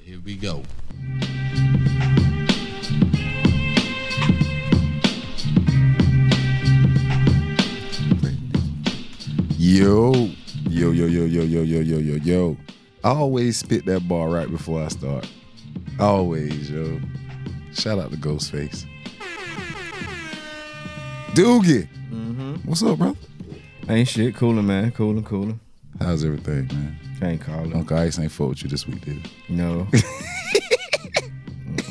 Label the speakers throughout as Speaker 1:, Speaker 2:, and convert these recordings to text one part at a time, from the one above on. Speaker 1: Here we go.
Speaker 2: Yo, yo, yo, yo, yo, yo, yo, yo, yo, yo. I always spit that bar right before I start. Always, yo. Shout out to Ghostface. Doogie. What's up, brother?
Speaker 3: Ain't shit. Cooling, man. Cooling, cooling.
Speaker 2: How's everything, man?
Speaker 3: Can't call it.
Speaker 2: Uncle Ice ain't fuck with you this week, did he?
Speaker 3: No. Mm-mm.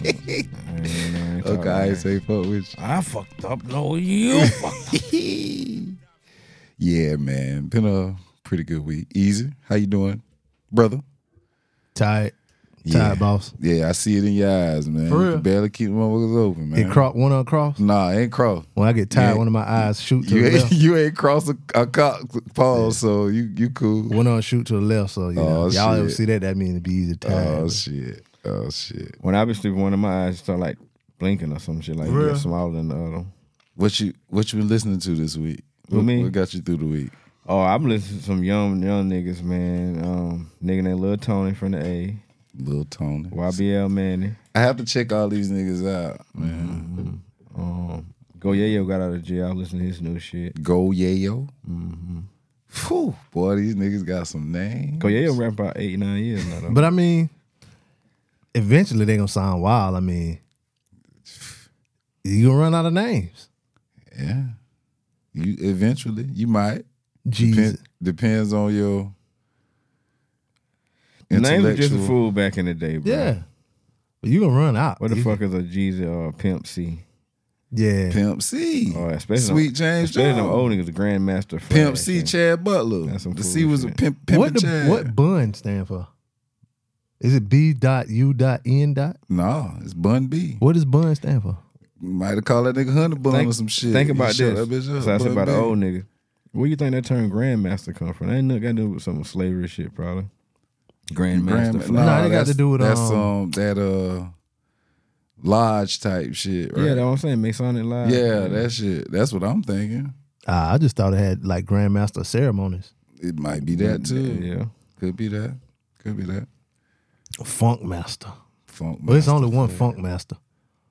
Speaker 3: I ain't- I ain't
Speaker 2: Uncle
Speaker 3: calling it.
Speaker 2: Ice ain't fuck with
Speaker 3: I fucked up. No, you fucked
Speaker 2: you. yeah, man. Been a pretty good week. Easy. How you doing, brother?
Speaker 4: Tight.
Speaker 2: Yeah.
Speaker 4: Tight, boss.
Speaker 2: Yeah, I see it in your eyes, man.
Speaker 4: For
Speaker 2: You
Speaker 4: real?
Speaker 2: can barely keep them motherfuckers open, man.
Speaker 4: It cross one uncrossed.
Speaker 2: Nah, it ain't cross.
Speaker 4: When I get tired,
Speaker 2: Yeah.
Speaker 4: one of my eyes shoot to
Speaker 2: You
Speaker 4: the
Speaker 2: ain't,
Speaker 4: left.
Speaker 2: you ain't cross a, a cop pole, so you you cool.
Speaker 4: One on shoot to the left. So you know,
Speaker 2: Oh,
Speaker 4: y'all ever
Speaker 2: shit.
Speaker 4: see that? That means it'd be easy to tired.
Speaker 2: Oh
Speaker 4: but-
Speaker 2: shit! Oh shit!
Speaker 3: When I be sleeping, one of my eyes start like blinking or some shit like
Speaker 4: Real?
Speaker 3: that, smaller than the other.
Speaker 2: What you what you been listening to this week?
Speaker 3: Who, me?
Speaker 2: What got you through the week?
Speaker 3: Oh, I'm listening to some young young niggas, man. Um, nigga named Lil Tony from the A,
Speaker 2: Lil Tony.
Speaker 3: YBL Manny.
Speaker 2: I have to check all these niggas out, man.
Speaker 3: Mm-hmm. Um, Go Yayo got out of jail. I listen to his new shit.
Speaker 2: Go Yayo. Mm-hmm. Whew, boy, these niggas got some names.
Speaker 3: Go Yayo rap about eight nine years now. Though.
Speaker 4: But I mean, eventually they gonna sound wild. I mean, you gonna run out of names.
Speaker 2: Yeah. You eventually you might
Speaker 4: Jesus.
Speaker 2: Depen- depends on your.
Speaker 3: The name was just a
Speaker 2: intellectual-
Speaker 3: fool back in the day, bro.
Speaker 4: Yeah. But you gonna run out.
Speaker 3: What the
Speaker 4: You-
Speaker 3: fuck is a Jeezy or a Pimp C?
Speaker 4: Yeah.
Speaker 2: Pimp C.
Speaker 3: Oh, especially
Speaker 2: Sweet
Speaker 3: them-
Speaker 2: James
Speaker 3: Especially them
Speaker 2: Jones.
Speaker 3: old niggas, the Grandmaster. Flash
Speaker 2: Pimp C,
Speaker 3: and-
Speaker 2: Chad Butler.
Speaker 3: That's some
Speaker 2: the
Speaker 3: fool
Speaker 2: C was a
Speaker 3: shit.
Speaker 2: pimp, pimp
Speaker 4: what
Speaker 2: and
Speaker 4: the
Speaker 2: Chad.
Speaker 4: what bun stand for? Is it B dot U dot N dot?
Speaker 2: Nah, it's Bun B.
Speaker 4: What does bun stand for?
Speaker 2: Might have called that nigga Hunter Bun or some shit.
Speaker 3: Think
Speaker 2: You
Speaker 3: about
Speaker 2: shut
Speaker 3: this.
Speaker 2: that bitch up,
Speaker 3: so I said
Speaker 2: Bun
Speaker 3: about the
Speaker 2: B.
Speaker 3: old niggas. Where you think that term grandmaster come from? That ain't nothing got to do with some slavery shit, probably. Grandmaster.
Speaker 2: Grandma-
Speaker 3: Flash.
Speaker 2: Nah,
Speaker 4: Nah, they got
Speaker 2: that's-
Speaker 4: to do with,
Speaker 2: that's
Speaker 4: um,
Speaker 2: um that uh lodge type shit, right?
Speaker 3: Yeah, that's what I'm saying. Masonic Live.
Speaker 2: Yeah, that shit. That's what I'm thinking.
Speaker 4: Ah, I just thought it had like grandmaster ceremonies,
Speaker 2: It might be that too.
Speaker 3: Yeah.
Speaker 2: Could be that. Could be that.
Speaker 4: funk master.
Speaker 2: Funk.
Speaker 4: But it's
Speaker 2: master.
Speaker 4: only one funk master.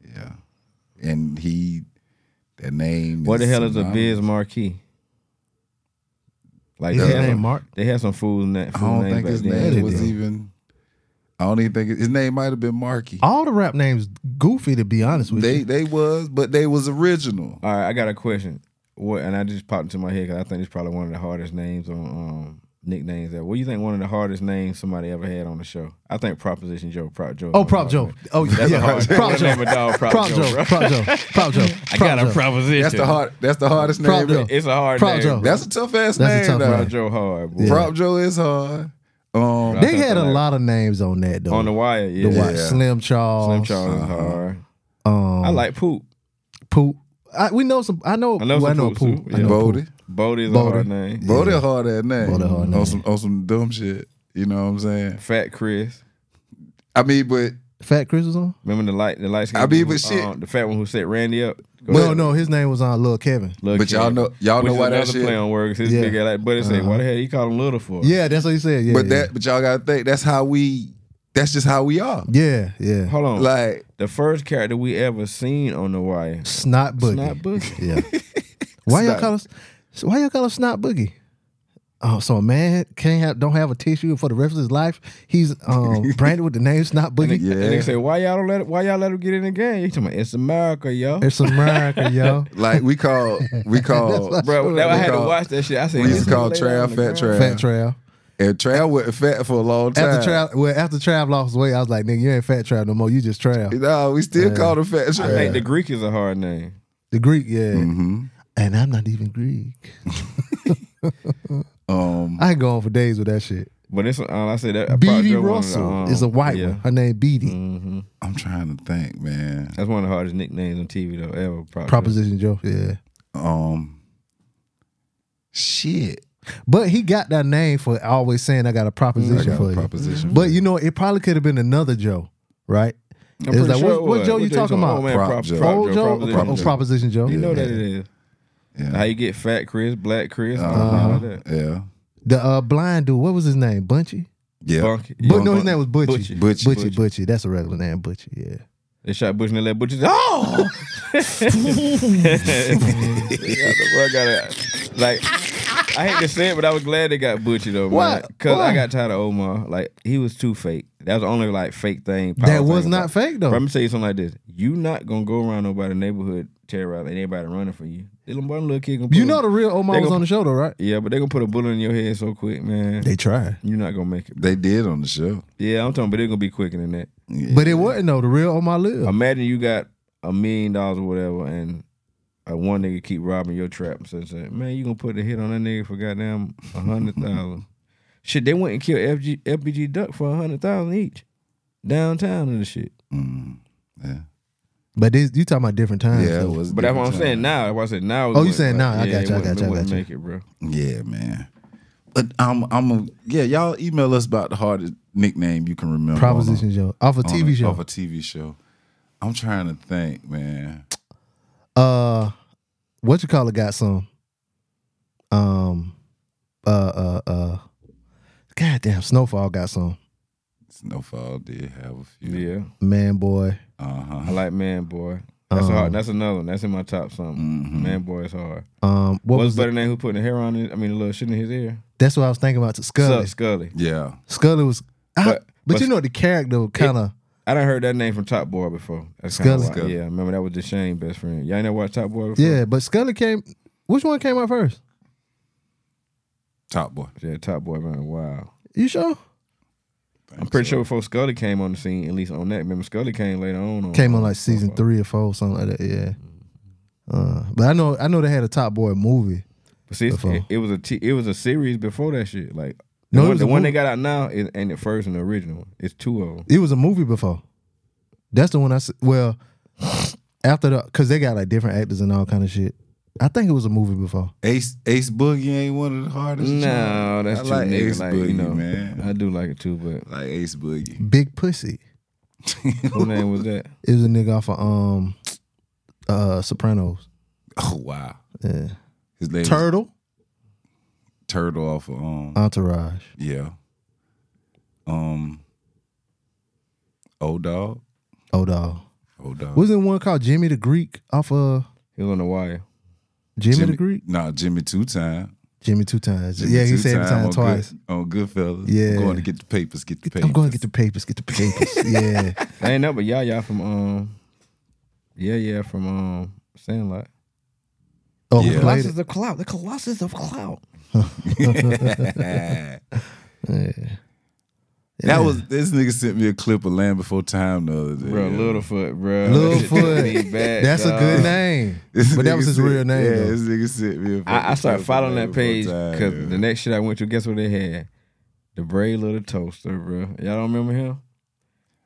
Speaker 2: Yeah. And he that name
Speaker 3: What the hell is a
Speaker 2: synonymous.
Speaker 3: Biz Marquee? Like
Speaker 4: Is
Speaker 3: they
Speaker 4: his
Speaker 3: had
Speaker 4: name
Speaker 3: some-
Speaker 4: Mark?
Speaker 3: They had some fools in that.
Speaker 2: I
Speaker 3: fool
Speaker 2: don't
Speaker 3: names
Speaker 2: think
Speaker 3: back
Speaker 2: his
Speaker 3: then.
Speaker 2: name
Speaker 4: Yeah,
Speaker 2: was
Speaker 4: they do.
Speaker 2: even I don't even think his name might have been Marky.
Speaker 4: All the rap names goofy to be honest with
Speaker 2: They
Speaker 4: you.
Speaker 2: they was, but they was original.
Speaker 3: All right, I got a question. What? And I just popped into my head because I think it's probably one of the hardest names on um, nicknames. That what do you think one of the hardest names somebody ever had on the show? I think Proposition Joe, Prop Joe.
Speaker 4: Oh, Prop Joe. Oh,
Speaker 3: That's
Speaker 4: yeah.
Speaker 3: a hard
Speaker 4: Prop
Speaker 3: name of
Speaker 4: Joe.
Speaker 3: dog. Prop,
Speaker 4: Prop
Speaker 3: Joe.
Speaker 4: Joe.
Speaker 3: bro.
Speaker 4: Prop Joe. Prop Joe.
Speaker 3: I got
Speaker 4: Prop
Speaker 3: a
Speaker 4: Joe.
Speaker 3: proposition.
Speaker 2: That's the hard. That's the hardest name.
Speaker 4: Prop Joe.
Speaker 3: It's a hard
Speaker 4: Prop
Speaker 3: name.
Speaker 4: Joe.
Speaker 2: That's a tough ass
Speaker 4: That's a
Speaker 2: name.
Speaker 4: tough
Speaker 2: though.
Speaker 3: Prop Joe hard. Boy.
Speaker 2: Prop Joe is hard. Um,
Speaker 3: Prop-
Speaker 4: They had a
Speaker 3: Something like-
Speaker 4: lot of names on that though.
Speaker 3: on the wire. Yeah.
Speaker 4: The White
Speaker 2: Yeah.
Speaker 4: Slim Charles.
Speaker 3: Slim Charles is hard.
Speaker 4: Um,
Speaker 3: I like poop.
Speaker 4: Poop. I, we know some. I know.
Speaker 3: I know
Speaker 4: well, I
Speaker 3: some
Speaker 4: know
Speaker 3: Poops,
Speaker 4: Poop.
Speaker 3: too.
Speaker 4: I know
Speaker 2: Bodie.
Speaker 4: Poop.
Speaker 3: Bodie is a
Speaker 4: Bodie.
Speaker 3: hard name.
Speaker 2: Bodie a hard ass name.
Speaker 4: Bodie a hard name.
Speaker 2: On some on some dumb shit. You know what I'm saying?
Speaker 3: Fat Chris.
Speaker 2: I mean, but
Speaker 4: Fat Chris was on.
Speaker 3: Remember the light, the light skin.
Speaker 2: I mean, but shit.
Speaker 3: the fat one who set Randy up. Go
Speaker 4: No,
Speaker 3: ahead.
Speaker 4: no, his name was on Lil Kevin.
Speaker 3: Little
Speaker 2: But y'all
Speaker 3: kid.
Speaker 2: know- y'all
Speaker 3: Which
Speaker 2: know
Speaker 3: is
Speaker 2: why that
Speaker 3: another
Speaker 2: shit- Uh-huh.
Speaker 3: play on words. His
Speaker 4: Yeah.
Speaker 3: big ass like, buddy said, "Why the hell you call him little for?"
Speaker 4: Yeah, that's what he said. Yeah,
Speaker 2: but
Speaker 4: yeah.
Speaker 2: that but y'all gotta think that's how we. That's just how we are.
Speaker 4: Yeah, yeah.
Speaker 3: Hold on.
Speaker 2: Like
Speaker 3: the first character we ever seen on the wire.
Speaker 4: Snot Boogie.
Speaker 3: Snot Boogie.
Speaker 4: Yeah. Why y'all
Speaker 3: Snot-
Speaker 4: call us? Why y'all call us Snot Boogie? Oh, so a man can't have don't have a tissue for the rest of his life. He's um, branded with the name Snot Boogie.
Speaker 3: And they
Speaker 2: Yeah.
Speaker 3: say, why y'all don't let why y'all let him get in the game? You talking about it's America, yo.
Speaker 4: It's America, yo.
Speaker 2: Like we call we call
Speaker 3: Bro, that, I
Speaker 2: we
Speaker 3: had
Speaker 2: call-
Speaker 3: to watch that shit. I said,
Speaker 2: we used to
Speaker 3: "This
Speaker 2: call
Speaker 3: is laid out
Speaker 2: Trav
Speaker 3: on the
Speaker 2: Fat
Speaker 3: ground."
Speaker 2: Trav.
Speaker 4: Fat Trav.
Speaker 2: And Trav wasn't fat for a long time.
Speaker 4: After Trav, well, after Trav lost weight, I was like, nigga, you ain't Fat Trav no more. You just Trav.
Speaker 2: No, we still call him Fat
Speaker 3: I think
Speaker 2: Trav.
Speaker 3: the Greek is a hard name.
Speaker 4: The Greek, yeah.
Speaker 2: Mhm.
Speaker 4: And I'm not even Greek.
Speaker 2: Um,
Speaker 4: I ain't going for days with that shit.
Speaker 3: But it's uh, I said that
Speaker 4: Beatty Russell
Speaker 3: uh, um,
Speaker 4: is a white one. Her name Beatty.
Speaker 3: hmm
Speaker 2: I'm trying to think, man.
Speaker 3: That's one of the hardest nicknames on TV though ever. Probably.
Speaker 4: Proposition Joe. Yeah.
Speaker 2: Um, shit.
Speaker 4: But he got that name for always saying I got a proposition
Speaker 2: I got
Speaker 4: for
Speaker 2: a
Speaker 4: you.
Speaker 2: proposition.
Speaker 4: But you know, it probably could have been another Joe, right?
Speaker 3: I'm
Speaker 4: It's
Speaker 3: pretty
Speaker 4: like,
Speaker 3: sure
Speaker 4: what- what Joe you talking about?
Speaker 3: Oh, man,
Speaker 2: Prop
Speaker 3: prop,
Speaker 2: Joe.
Speaker 3: Prop
Speaker 4: Old Joe, or
Speaker 3: Proposition
Speaker 4: Pro- or
Speaker 3: Joe.
Speaker 4: Proposition Joe.
Speaker 3: You know
Speaker 4: Yeah.
Speaker 3: that it is. How
Speaker 2: yeah,
Speaker 3: you get fat Chris, black Chris, all
Speaker 2: Uh-huh.
Speaker 3: that.
Speaker 2: yeah,
Speaker 4: The uh, blind dude, what was his name? Bunchy?
Speaker 2: yeah.
Speaker 3: Bunky.
Speaker 4: But no, his name was
Speaker 3: Butchie.
Speaker 4: Butchie.
Speaker 2: Butchie.
Speaker 4: Butchie, Butchie. That's a regular name, Butchie. Yeah.
Speaker 3: They shot Butch and they let Butch. Oh! I got like. I hate to say it, but I was glad they got Butchie though, man.
Speaker 4: Why?
Speaker 3: Because
Speaker 4: Why?
Speaker 3: I got tired of Omar. Like he was too fake. That was the only like fake thing. power
Speaker 4: That was
Speaker 3: thing
Speaker 4: not
Speaker 3: about-
Speaker 4: fake though.
Speaker 3: Bro, I'm gonna tell you something like this: you not gonna go around nobody's neighborhood terrorizing anybody running for you. They Them one little kid gonna.
Speaker 4: you
Speaker 3: put
Speaker 4: know
Speaker 3: a-
Speaker 4: the real Omar
Speaker 3: They
Speaker 4: was
Speaker 3: gonna-
Speaker 4: on the show though, right?
Speaker 3: Yeah, but they gonna put a bullet in your head so quick, man.
Speaker 4: They tried.
Speaker 3: You're not gonna make it.
Speaker 2: They did on the show.
Speaker 3: Yeah, I'm talking, but they're gonna be quicker than that.
Speaker 2: Yeah.
Speaker 4: But it wasn't though. The real Omar lived.
Speaker 3: Imagine you got a million dollars or whatever, and uh, one nigga keep robbing your trap and says, "Man, you gonna put the hit on that nigga for goddamn a hundred thousand? Shit, they went and killed FG, FBG Duck for a hundred thousand each downtown and the shit.
Speaker 2: Mm, yeah,
Speaker 4: But this, you talking about different times.
Speaker 2: yeah. It
Speaker 4: though.
Speaker 2: was a
Speaker 3: But that's what I'm
Speaker 2: different
Speaker 3: saying
Speaker 2: time.
Speaker 3: now. That's why I said now. it
Speaker 4: Oh, you
Speaker 3: wouldn't-
Speaker 4: saying now. I
Speaker 3: yeah,
Speaker 4: got
Speaker 3: it
Speaker 4: you, I
Speaker 3: wouldn't-
Speaker 4: got you, I
Speaker 3: it wouldn't
Speaker 4: got you.
Speaker 3: Make it, bro.
Speaker 2: Yeah, man. But I'm, I'm a yeah. Y'all email us about the hardest nickname you can remember.
Speaker 4: Proposition Joe off a
Speaker 2: on a- on
Speaker 4: TV
Speaker 2: a-
Speaker 4: show.
Speaker 2: Of a TV show. I'm trying to think, man.
Speaker 4: uh what you call it got some um uh uh uh goddamn snowfall got some
Speaker 2: Snowfall did have a few.
Speaker 3: Yeah,
Speaker 4: man boy
Speaker 2: Uh
Speaker 3: I
Speaker 2: huh.
Speaker 3: like Man Boy. That's
Speaker 4: Uh-huh.
Speaker 3: a hard. That's another one. That's in my top something.
Speaker 2: Mhm.
Speaker 3: Man Boy is hard.
Speaker 4: um Mm-hmm. what
Speaker 3: What
Speaker 4: was,
Speaker 3: was
Speaker 4: the-
Speaker 3: better than who putting the hair on? His, I mean, the little shit in his ear.
Speaker 4: that's what i was thinking about
Speaker 3: Scully.
Speaker 4: scully
Speaker 3: Scully.
Speaker 2: Yeah.
Speaker 4: scully was I- but,
Speaker 3: But- but-
Speaker 4: you know the character kind of
Speaker 3: I done heard that name from Top Boy before. That's kinda
Speaker 4: Scully.
Speaker 3: why- Yeah, I remember that was Deshane best friend. Y'all ain't never watched Top Boy before?
Speaker 4: yeah but scully came which one came out first
Speaker 2: Top boy.
Speaker 3: Yeah, Top Boy, man. Wow.
Speaker 4: you sure
Speaker 3: I'm pretty sure before Scully came on the scene, at least on that. Remember, Scully came later on. on
Speaker 4: came on like season
Speaker 3: Top Boy.
Speaker 4: three or four something like that yeah uh, but i know i know they had a top boy movie
Speaker 3: But see, it's-
Speaker 4: before.
Speaker 3: it, it was a t- it was a series before that shit. Like the
Speaker 4: No, it
Speaker 3: one,
Speaker 4: was
Speaker 3: the
Speaker 4: a
Speaker 3: one
Speaker 4: movie.
Speaker 3: they got out now is, ain't the first and the original. one. It's two of them.
Speaker 4: It was a movie before. That's the one I s- well after the because they got like different actors and all kind of shit. I think it was a movie before.
Speaker 2: Ace Ace Boogie ain't one of the hardest.
Speaker 3: No,
Speaker 2: genres.
Speaker 3: that's
Speaker 2: I
Speaker 3: too
Speaker 2: like
Speaker 3: nigga.
Speaker 2: Ace
Speaker 3: like,
Speaker 2: Boogie,
Speaker 3: you know,
Speaker 2: man.
Speaker 3: I do like it too, but
Speaker 2: I like Ace Boogie.
Speaker 4: Big Pussy.
Speaker 3: who name was that?
Speaker 4: It was a nigga off of um uh Sopranos.
Speaker 2: Oh wow.
Speaker 4: Yeah.
Speaker 2: His name Tur-
Speaker 4: Turtle.
Speaker 2: Turtle off of um
Speaker 4: Uh, Entourage.
Speaker 2: yeah. Um. Old dog.
Speaker 4: Oh dog.
Speaker 2: Old dog.
Speaker 4: Wasn't one called Jimmy the Greek off of
Speaker 3: He was on the wire.
Speaker 4: Jimmy, the Greek?
Speaker 2: No, Jimmy two time.
Speaker 4: Jimmy two times. yeah, he said the time twice.
Speaker 2: Good, on Goodfellas.
Speaker 4: Yeah.
Speaker 2: I'm going to get the papers. Get the papers.
Speaker 4: I'm going to get the papers, get the papers. yeah.
Speaker 3: I ain't know, but y'all, y'all from um, yeah, yeah, from um, Sandlot.
Speaker 4: Oh,
Speaker 2: Yeah.
Speaker 4: who played it?
Speaker 3: of Cloud. The Colossus of Cloud.
Speaker 2: That was this nigga sent me a clip of Land Before Time the other day.
Speaker 3: Bro,
Speaker 2: yeah.
Speaker 3: Littlefoot, bro.
Speaker 4: Littlefoot. That's a good name.
Speaker 2: This
Speaker 4: But that
Speaker 2: nigga
Speaker 4: was his
Speaker 2: sent-
Speaker 4: real name.
Speaker 2: Yeah,
Speaker 4: though.
Speaker 2: this nigga sent me. A
Speaker 3: I, I started
Speaker 2: fucking clip of
Speaker 3: following
Speaker 2: Land
Speaker 3: that page
Speaker 2: Before Time,
Speaker 3: because
Speaker 2: yeah.
Speaker 3: the next shit I went to, guess what they had? The Brave Little Toaster, bro. Y'all don't remember him?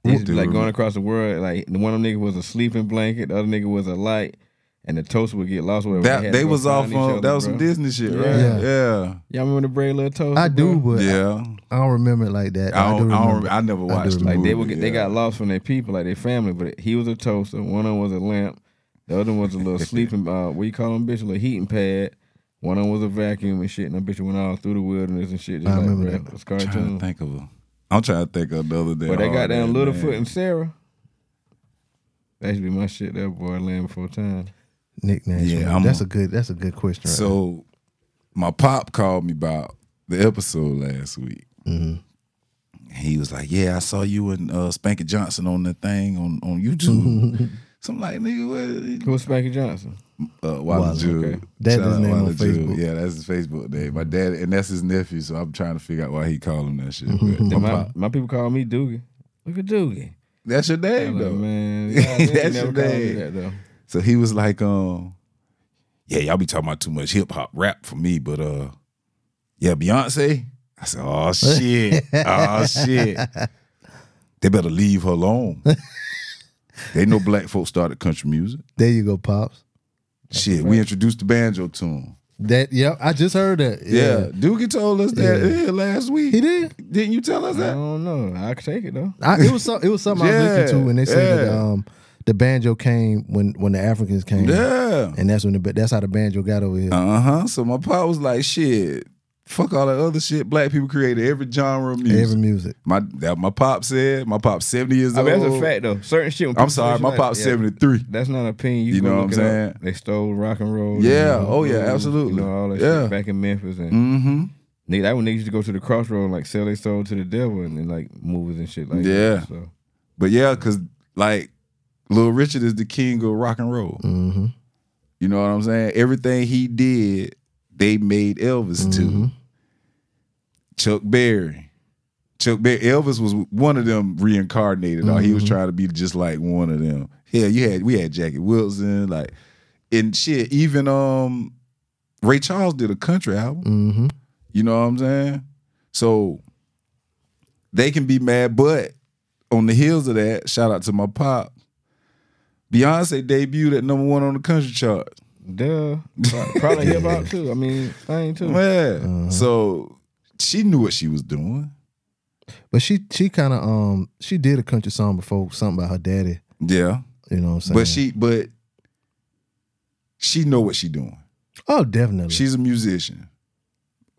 Speaker 3: He
Speaker 2: I
Speaker 3: used to be
Speaker 2: do
Speaker 3: like going
Speaker 2: remember.
Speaker 3: across the world. Like the one of them nigga was a sleeping blanket, the other nigga was a light, and the toaster would get lost. Whatever.
Speaker 2: That
Speaker 3: had
Speaker 2: they
Speaker 3: to go
Speaker 2: was
Speaker 3: find
Speaker 2: off
Speaker 3: each
Speaker 2: on
Speaker 3: other,
Speaker 2: that was
Speaker 3: bro.
Speaker 2: some Disney shit,
Speaker 3: Yeah.
Speaker 2: right? Yeah,
Speaker 3: Y'all remember the Brave Little Toaster?
Speaker 4: I do,
Speaker 3: bro?
Speaker 4: but I,
Speaker 2: yeah.
Speaker 4: I don't remember it like that.
Speaker 2: I,
Speaker 4: do
Speaker 2: don't, I,
Speaker 4: remember.
Speaker 2: don't, I never watched. the
Speaker 4: remember.
Speaker 3: Like
Speaker 2: movie,
Speaker 3: they would get, they
Speaker 2: yeah.
Speaker 3: got lost from their people, like their family. But he was a toaster. One of them was a lamp. The other one was a little sleeping. Uh, what you call them, bitch? A little heating pad. One of them was a vacuum and shit. And that bitch went all through the wilderness and shit. Just
Speaker 4: I
Speaker 3: like,
Speaker 4: remember
Speaker 3: bruh,
Speaker 4: that.
Speaker 3: It's
Speaker 2: I'm trying
Speaker 3: cartoon.
Speaker 2: to think of a. I'm trying to think of another day.
Speaker 3: But they got down
Speaker 2: Littlefoot
Speaker 3: Littlefoot and Sarah. That should be my shit. That boy land before time.
Speaker 4: Nick Nash.
Speaker 2: Yeah,
Speaker 4: man.
Speaker 2: I'm
Speaker 4: that's
Speaker 2: a-
Speaker 4: a good. That's a good question. Right so
Speaker 2: So my pop called me about the episode last week.
Speaker 4: Mm-hmm.
Speaker 2: He was like, "Yeah, I saw you and uh, Spanky Johnson on the thing on on YouTube." so I'm like, "Nigga, what?"
Speaker 3: Who's Spanky Johnson?
Speaker 2: Uh, Wilder
Speaker 4: Wilder,
Speaker 2: Jude.
Speaker 3: okay.
Speaker 4: That's
Speaker 2: Shout
Speaker 4: his
Speaker 2: out
Speaker 4: name on
Speaker 2: Wilder Jude.
Speaker 4: Facebook.
Speaker 2: Yeah, that's his Facebook name. My dad and that's his nephew. So I'm trying to figure out why he called him that shit. But
Speaker 3: And
Speaker 2: my
Speaker 3: My,
Speaker 2: pop,
Speaker 3: my people call me Doogie. Look at Doogie.
Speaker 2: that's your
Speaker 3: I'm
Speaker 2: name
Speaker 3: like,
Speaker 2: though.
Speaker 3: man,
Speaker 2: That's
Speaker 3: that's
Speaker 2: your
Speaker 3: never called me
Speaker 2: name.
Speaker 3: that though.
Speaker 2: So he was like, um, yeah, y'all be talking about too much hip hop rap for me, but uh, yeah, Beyonce. I said, oh shit, oh shit. They better leave her alone. they know black folks started country music.
Speaker 4: there you go, pops.
Speaker 2: shit, we introduced the banjo to 'em.
Speaker 4: That yep. I just heard that.
Speaker 2: Yeah. Doogie told us that
Speaker 4: Yeah.
Speaker 2: yeah, last week.
Speaker 4: he did.
Speaker 2: Didn't you tell us
Speaker 3: I
Speaker 2: that?
Speaker 3: don't know. I could take it though.
Speaker 4: I, it was so, it was something I listened
Speaker 2: Yeah,
Speaker 4: to, and they said that
Speaker 2: yeah.
Speaker 4: um, the banjo came when when the Africans came.
Speaker 2: Yeah.
Speaker 4: and that's when the ba- that's how the banjo got over here.
Speaker 2: Uh huh. So my pop was like, shit, fuck all that other shit. Black people created every genre of music.
Speaker 4: Every music.
Speaker 2: My that my pop said. My pop seventy years
Speaker 3: I
Speaker 2: old.
Speaker 3: mean, that's a fact though. Certain shit. when
Speaker 2: I'm
Speaker 3: people-
Speaker 2: sorry, my
Speaker 3: Yeah.
Speaker 2: pop seventy three.
Speaker 3: That's not an opinion. You,
Speaker 2: You
Speaker 3: go
Speaker 2: know
Speaker 3: look
Speaker 2: what I'm
Speaker 3: it up. They stole rock and roll.
Speaker 2: Yeah.
Speaker 3: they stole
Speaker 2: Oh, yeah,
Speaker 3: blues,
Speaker 2: absolutely.
Speaker 3: You know all that
Speaker 2: Yeah.
Speaker 3: shit back in Memphis and
Speaker 2: Mm-hmm.
Speaker 3: nigga, that when niggas used to go to the crossroad and like sell their soul to the devil and, then like movies and shit like
Speaker 2: Yeah.
Speaker 3: that. So
Speaker 2: But yeah, cause like Little Richard is the king of rock and roll.
Speaker 4: Mm-hmm.
Speaker 2: You know what I'm saying? Everything he did, they made Elvis
Speaker 4: Mm-hmm.
Speaker 2: to. Chuck Berry. Chuck Berry. Elvis was one of them reincarnated. Or he was
Speaker 4: Mm-hmm.
Speaker 2: trying to be just like one of them. Hell, you had we had Jackie Wilson, like and shit. Even um Ray Charles did a country album.
Speaker 4: Mm-hmm.
Speaker 2: You know what I'm saying? So they can be mad, but on the heels of that, shout out to my pop. Beyonce debuted at number one on the country chart.
Speaker 3: duh. Pro- Probably hip hop too. I mean, thing
Speaker 4: Mm.
Speaker 3: too.
Speaker 2: Yeah.
Speaker 4: Mm-hmm.
Speaker 2: So she knew what she was doing.
Speaker 4: But she she kind of um she did a country song before something about her daddy.
Speaker 2: Yeah.
Speaker 4: You know what I'm saying?
Speaker 2: But she but she know what she doing.
Speaker 4: oh definitely
Speaker 2: She's a musician.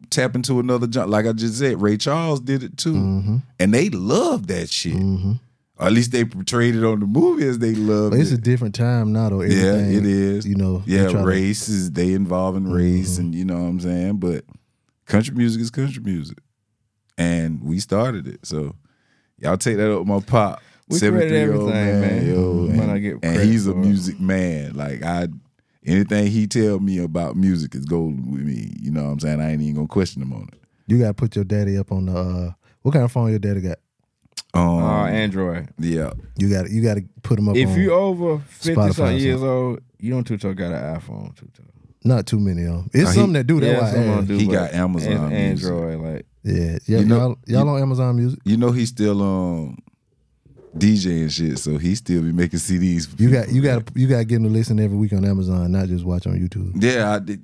Speaker 2: Tap into another genre. Like I just said, Ray Charles did it too.
Speaker 4: Mm-hmm.
Speaker 2: And they loved that shit.
Speaker 4: Mm-hmm.
Speaker 2: Or at least they portrayed it on the movie as they loved
Speaker 4: But
Speaker 2: it.
Speaker 4: it's a different time now though.
Speaker 2: Yeah,
Speaker 4: Everything,
Speaker 2: it is.
Speaker 4: You know. they
Speaker 2: Yeah,
Speaker 4: try to-
Speaker 2: race is they involve in race,
Speaker 3: Mm-hmm.
Speaker 2: and you know what I'm saying. But country music is country music, and we started it. So y'all take that up with my pop.
Speaker 3: We created
Speaker 2: 73-year-old
Speaker 3: everything, man.
Speaker 2: yo,
Speaker 3: Might
Speaker 2: and,
Speaker 3: not get
Speaker 2: and
Speaker 3: credit
Speaker 2: he's a
Speaker 3: for it.
Speaker 2: music man. Like I, anything he tell me about music is golden with me. You know what I'm saying? I ain't even gonna question him on it.
Speaker 4: you gotta put your daddy up on the. Uh, what kind of phone your daddy got?
Speaker 2: Um,
Speaker 3: Uh, Android.
Speaker 2: yeah,
Speaker 4: You got to you got to put him up.
Speaker 3: If
Speaker 4: on,
Speaker 3: you over fifty
Speaker 4: Spotify or
Speaker 3: something years
Speaker 4: something.
Speaker 3: old, you don't too got an iPhone too.
Speaker 4: not too many of them.
Speaker 2: Oh,
Speaker 4: It's
Speaker 2: he-
Speaker 4: something that do. That's why. I
Speaker 3: someone
Speaker 4: asked.
Speaker 3: do,
Speaker 2: He
Speaker 3: but
Speaker 2: got Amazon
Speaker 3: and-
Speaker 2: Music.
Speaker 3: Android. Like
Speaker 4: Yeah, yeah.
Speaker 2: You know-
Speaker 4: y'all y'all on Amazon Music.
Speaker 2: you know he's still um DJ and shit, so he still be making CDs. For
Speaker 4: You
Speaker 2: people,
Speaker 4: got you
Speaker 2: man.
Speaker 4: got you got to get him to listen every week on Amazon, not just watch on YouTube.
Speaker 2: Yeah, I did.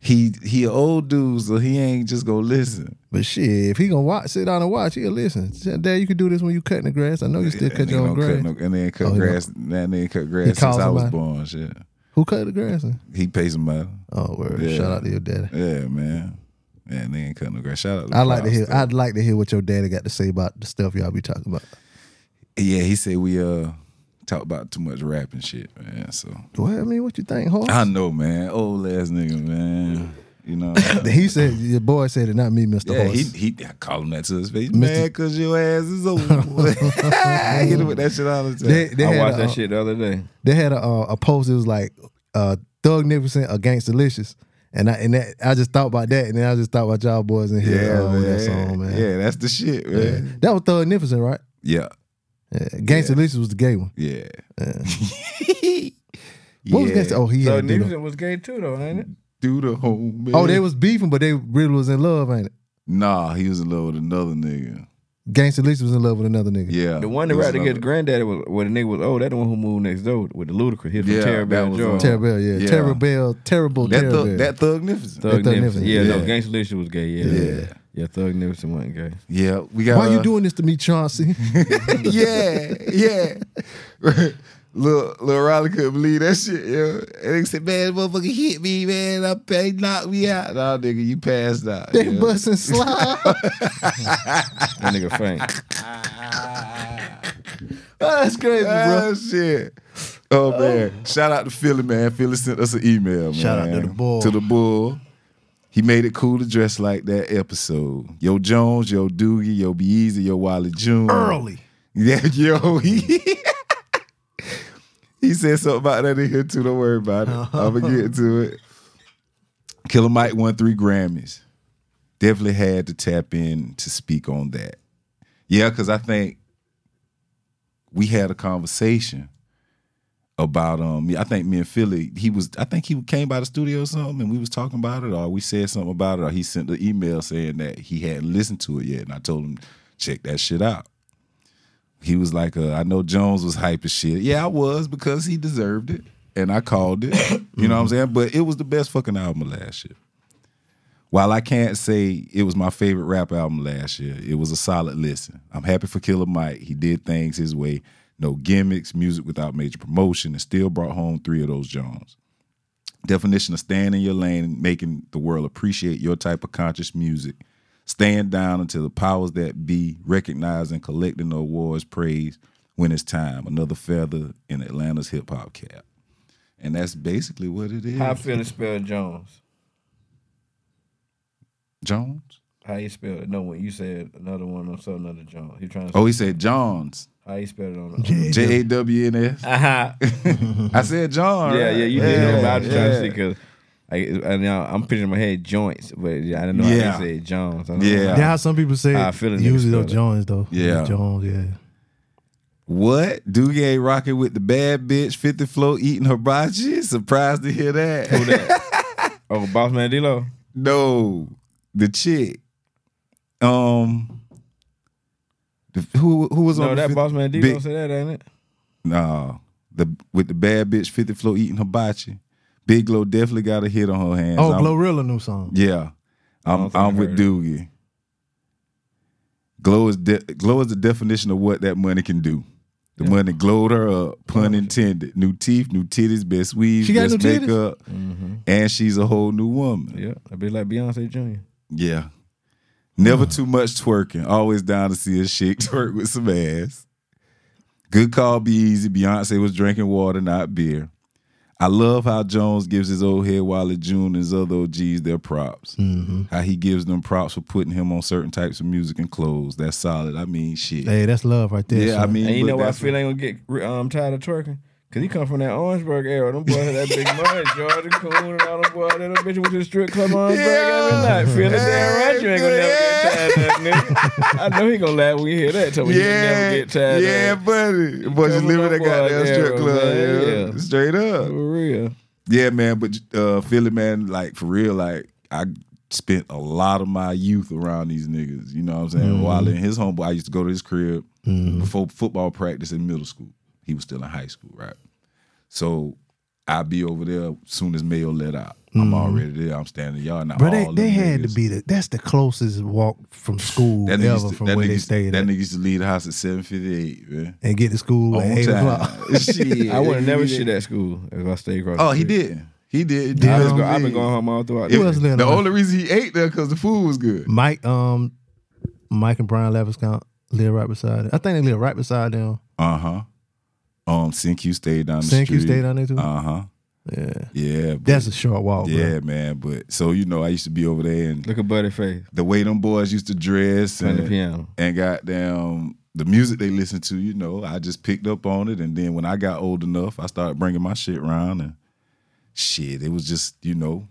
Speaker 2: He he, an old dude, so he ain't just gonna listen.
Speaker 4: But shit, if he gonna watch, sit down and watch, he'll listen. Shit, Dad, you can do this when you cutting the grass. I know you still cut
Speaker 2: and they
Speaker 4: your own
Speaker 2: don't Cut
Speaker 4: grass.
Speaker 2: no, and then cut
Speaker 4: Oh, he don't.
Speaker 2: grass. And then cut grass since
Speaker 4: calls
Speaker 2: I was
Speaker 4: somebody?
Speaker 2: born. Shit,
Speaker 4: Who cut the grass?
Speaker 2: he pays somebody.
Speaker 4: Oh, word.
Speaker 2: Yeah.
Speaker 4: shout out to your daddy.
Speaker 2: Yeah, man. Man, they ain't cut no grass. Shout out. To
Speaker 4: I like to
Speaker 2: Pops,
Speaker 4: hear.
Speaker 2: though.
Speaker 4: I'd like to hear what your daddy got to say about the stuff y'all be talking about.
Speaker 2: Yeah, he said we uh talk about too much rap and shit, man. So
Speaker 4: Well, I mean, what you think, Hor?
Speaker 2: I know, man. Old ass nigga, man. You know.
Speaker 4: He said your boy said it, not me, Mister
Speaker 2: Yeah,
Speaker 4: Horse.
Speaker 2: he he I call him that to his face, man, cause your ass is old. I hit him with that shit all the time.
Speaker 4: they, they
Speaker 3: I
Speaker 4: had
Speaker 3: watched
Speaker 4: a,
Speaker 2: uh,
Speaker 3: that shit the other day.
Speaker 4: They had a, uh, a post. It was like uh, Thug Nipsey against Delicious, and I and that I just thought about that, and then I just thought about y'all boys in here.
Speaker 2: yeah,
Speaker 4: uh,
Speaker 2: man.
Speaker 4: with that song, man.
Speaker 2: Yeah, that's the shit,
Speaker 4: Yeah.
Speaker 2: man.
Speaker 4: That was Thug Nipsey, right?
Speaker 2: Yeah,
Speaker 4: Yeah. Gangsta Licious was the gay one.
Speaker 2: yeah.
Speaker 4: What was Gangsta? Oh, he
Speaker 3: So
Speaker 4: had to do the,
Speaker 3: Nipsey was gay too though, ain't it?
Speaker 2: Do the home.
Speaker 4: Oh, they was beefing, but they really was in love, ain't it?
Speaker 2: Nah, he was in love with another nigga.
Speaker 4: Gangsta Licious was in love with another nigga.
Speaker 2: Yeah,
Speaker 3: The one that
Speaker 2: It was
Speaker 3: rapped against
Speaker 2: another-
Speaker 3: granddaddy was where the nigga was old. That the one who moved next door with the ludicrous. He was
Speaker 2: Yeah,
Speaker 3: from Terry
Speaker 2: that
Speaker 3: Bell,
Speaker 2: was,
Speaker 3: Georgia.
Speaker 2: uh,
Speaker 4: Terrible, yeah.
Speaker 2: Yeah.
Speaker 4: Terrible, terrible,
Speaker 2: That
Speaker 4: terrible.
Speaker 2: thug, that thugnificent.
Speaker 3: Thug
Speaker 4: Thug
Speaker 3: Nipsey.
Speaker 4: Nipsey.
Speaker 3: Yeah, no,
Speaker 2: Yeah.
Speaker 3: Gangsta Licious was gay. Yeah,
Speaker 2: Yeah.
Speaker 3: yeah. Yeah, Thug Nipsey wasn't gay.
Speaker 2: Yeah, we got.
Speaker 4: Why
Speaker 2: uh,
Speaker 4: you doing this to me, Chauncey?
Speaker 2: yeah, yeah. Lil, Lil Riley couldn't believe that shit, yo. And they said, man, motherfucker hit me, man. I they knocked me out. Nah, nigga, you passed out.
Speaker 4: they
Speaker 2: yo.
Speaker 4: busting slide.
Speaker 3: That nigga faint.
Speaker 4: Oh, that's crazy, bro.
Speaker 2: Ah, shit. Oh man! Shout out to Philly, man. Philly sent us an email, man.
Speaker 5: Shout out to the bull.
Speaker 2: To the bull. He made it cool to dress like that episode. Yo Jones, yo Doogie, yo Be Easy, yo Wiley June.
Speaker 5: Early.
Speaker 2: Yeah, yo. He, he said something about that in here too. Don't worry about it. I'ma get to it. Killer Mike won three Grammys. Definitely had to tap in to speak on that. Yeah, because I think we had a conversation about um I think me and Philly, he was I think he came by the studio or something and we was talking about it or we said something about it or he sent an email saying that he hadn't listened to it yet and I told him check that shit out. He was like, uh, I know Jones was hype as shit. Yeah, I was because he deserved it and I called it. you know what I'm saying? But it was the best fucking album of last year. While I can't say it was my favorite rap album last year, it was a solid listen. I'm happy for Killer Mike. He did things his way, no gimmicks, music without major promotion, and still brought home three of those Jones. Definition of staying in your lane and making the world appreciate your type of conscious music. Stand down until the powers that be recognize and collecting the awards, praise when it's time. Another feather in Atlanta's hip hop cap. And that's basically what it is.
Speaker 3: How I feel to spell Jones?
Speaker 2: Jones?
Speaker 3: How you spell it? No, when you said another one on so another Jones. He trying to
Speaker 2: Oh, he said Johns.
Speaker 3: how you spell it on the
Speaker 2: J A W N S.
Speaker 3: uh-huh.
Speaker 2: I said John.
Speaker 3: Yeah,
Speaker 2: right?
Speaker 3: yeah, you did know, but I was just trying to
Speaker 2: yeah.
Speaker 3: see because I, I now I'm picturing in my head joints, but yeah, I didn't know
Speaker 2: Yeah.
Speaker 3: how they said Jones. I don't
Speaker 2: Yeah.
Speaker 3: know
Speaker 5: Yeah, how some people say
Speaker 3: How I
Speaker 5: it,
Speaker 3: feel it, nigga,
Speaker 5: usually
Speaker 3: spell
Speaker 5: though
Speaker 3: it.
Speaker 5: Jones though.
Speaker 2: Yeah.
Speaker 5: Jones, yeah.
Speaker 2: What? Duguay rocking with the bad bitch, 50 flow eating hibachi? Surprised to hear that.
Speaker 3: how- Oh, Boss Man D-Lo.
Speaker 2: no, the chick. Um, the- who who was
Speaker 3: No,
Speaker 2: on
Speaker 3: that
Speaker 2: the
Speaker 3: Boss Man D-Lo
Speaker 2: big-
Speaker 3: said that, ain't it?
Speaker 2: Nah, the with the bad bitch, 50 flow eating hibachi. Big Glow definitely got a hit on her hands.
Speaker 5: Oh,
Speaker 2: I'm-
Speaker 5: Glorilla new song.
Speaker 2: Yeah, I'm
Speaker 3: don't think I
Speaker 2: I'm with
Speaker 3: heard it.
Speaker 2: Doogie. Glow is de- glow is the definition of what that money can do. The money glowed her up, pun intended. New teeth, new titties, best weave,
Speaker 5: Oh, She got new
Speaker 2: best
Speaker 5: titties? Mm-hmm.
Speaker 2: makeup, and she's a whole new woman.
Speaker 3: Yeah, a bit like Beyonce Jr.
Speaker 2: Yeah, never too much twerking. Always down to see a chick twerk with some ass. Good call, be easy. Beyonce was drinking water, not beer. I love how Jones gives his old head Wiley June and his other OGs their props
Speaker 5: Mm-hmm.
Speaker 2: how he gives them props for putting him on certain types of music and clothes. That's solid. I mean, shit.
Speaker 5: Hey, that's love right there.
Speaker 2: yeah, I
Speaker 5: son.
Speaker 2: mean,
Speaker 3: And you
Speaker 2: but
Speaker 3: know why I
Speaker 2: that's-
Speaker 3: feel ain't gonna get um, tired of twerking? Cause he come from that Orangeburg era. Them boys had that big money, Jordan Coon and all them boys. That them bitches with the strip club on Orangeburg
Speaker 2: Yeah.
Speaker 3: every night. Feeling damn right, you ain't gonna
Speaker 2: Yeah.
Speaker 3: never get tired of that nigga. I know he gonna laugh when you hear that. Tell me you
Speaker 2: yeah,
Speaker 3: never get tired
Speaker 2: yeah,
Speaker 3: of
Speaker 2: buddy. Boy, just
Speaker 3: Coming
Speaker 2: living
Speaker 3: up
Speaker 2: that
Speaker 3: on
Speaker 2: goddamn
Speaker 3: that
Speaker 2: strip
Speaker 3: era,
Speaker 2: club,
Speaker 3: man,
Speaker 2: yeah.
Speaker 3: yeah.
Speaker 2: straight
Speaker 3: that.
Speaker 2: up.
Speaker 3: For real.
Speaker 2: Yeah, man. But uh, Philly, man, like for real, like I spent a lot of my youth around these niggas. You know what I'm saying?
Speaker 5: Mm-hmm.
Speaker 2: While in his homeboy, I used to go to his crib before football practice in middle school. He was still in high school, right? So I'd be over there soon as Mayo let out. I'm already there. I'm standing y'all now.
Speaker 5: Mm-hmm. Bro, they, they had to be the that's the closest walk from school
Speaker 2: That nigga
Speaker 5: ever
Speaker 2: used to-
Speaker 5: from
Speaker 2: that
Speaker 5: where
Speaker 2: nigga
Speaker 5: they
Speaker 2: used-
Speaker 5: stayed
Speaker 2: That
Speaker 5: at.
Speaker 2: nigga used to leave the house at 7:58, man.
Speaker 5: and get to school at
Speaker 2: On
Speaker 5: eight o'clock.
Speaker 2: time. Shit,
Speaker 3: I would have
Speaker 2: nigga
Speaker 3: never
Speaker 2: be
Speaker 3: shit
Speaker 2: there.
Speaker 3: at school if I stayed across.
Speaker 2: Oh,
Speaker 3: the
Speaker 2: he
Speaker 3: street.
Speaker 2: did. He did.
Speaker 5: Damn.
Speaker 3: I
Speaker 2: Damn.
Speaker 3: just go, I've
Speaker 2: me.
Speaker 3: been going home all throughout.
Speaker 5: It
Speaker 3: the
Speaker 5: was
Speaker 3: day.
Speaker 5: living
Speaker 2: The
Speaker 5: on
Speaker 2: only reason he ate there because the food was good.
Speaker 5: Mike, um, Mike and Brian Leviscount live right beside it. I think they live right beside them.
Speaker 2: Uh huh. Um, SinQ stayed down the
Speaker 5: Saint
Speaker 2: street.
Speaker 5: Q stayed down there too.
Speaker 2: Uh huh.
Speaker 5: yeah,
Speaker 2: Yeah. But,
Speaker 5: that's a short walk.
Speaker 2: yeah,
Speaker 5: bro.
Speaker 2: man. But so you know, I used to be over there, and
Speaker 3: Look at Buddy Face
Speaker 2: the way them boys used to dress
Speaker 3: playing the
Speaker 2: and
Speaker 3: piano.
Speaker 2: and goddamn the music they listened to, you know, I just picked up on it, and then when I got old enough, I started bringing my shit around, and shit, it was just you know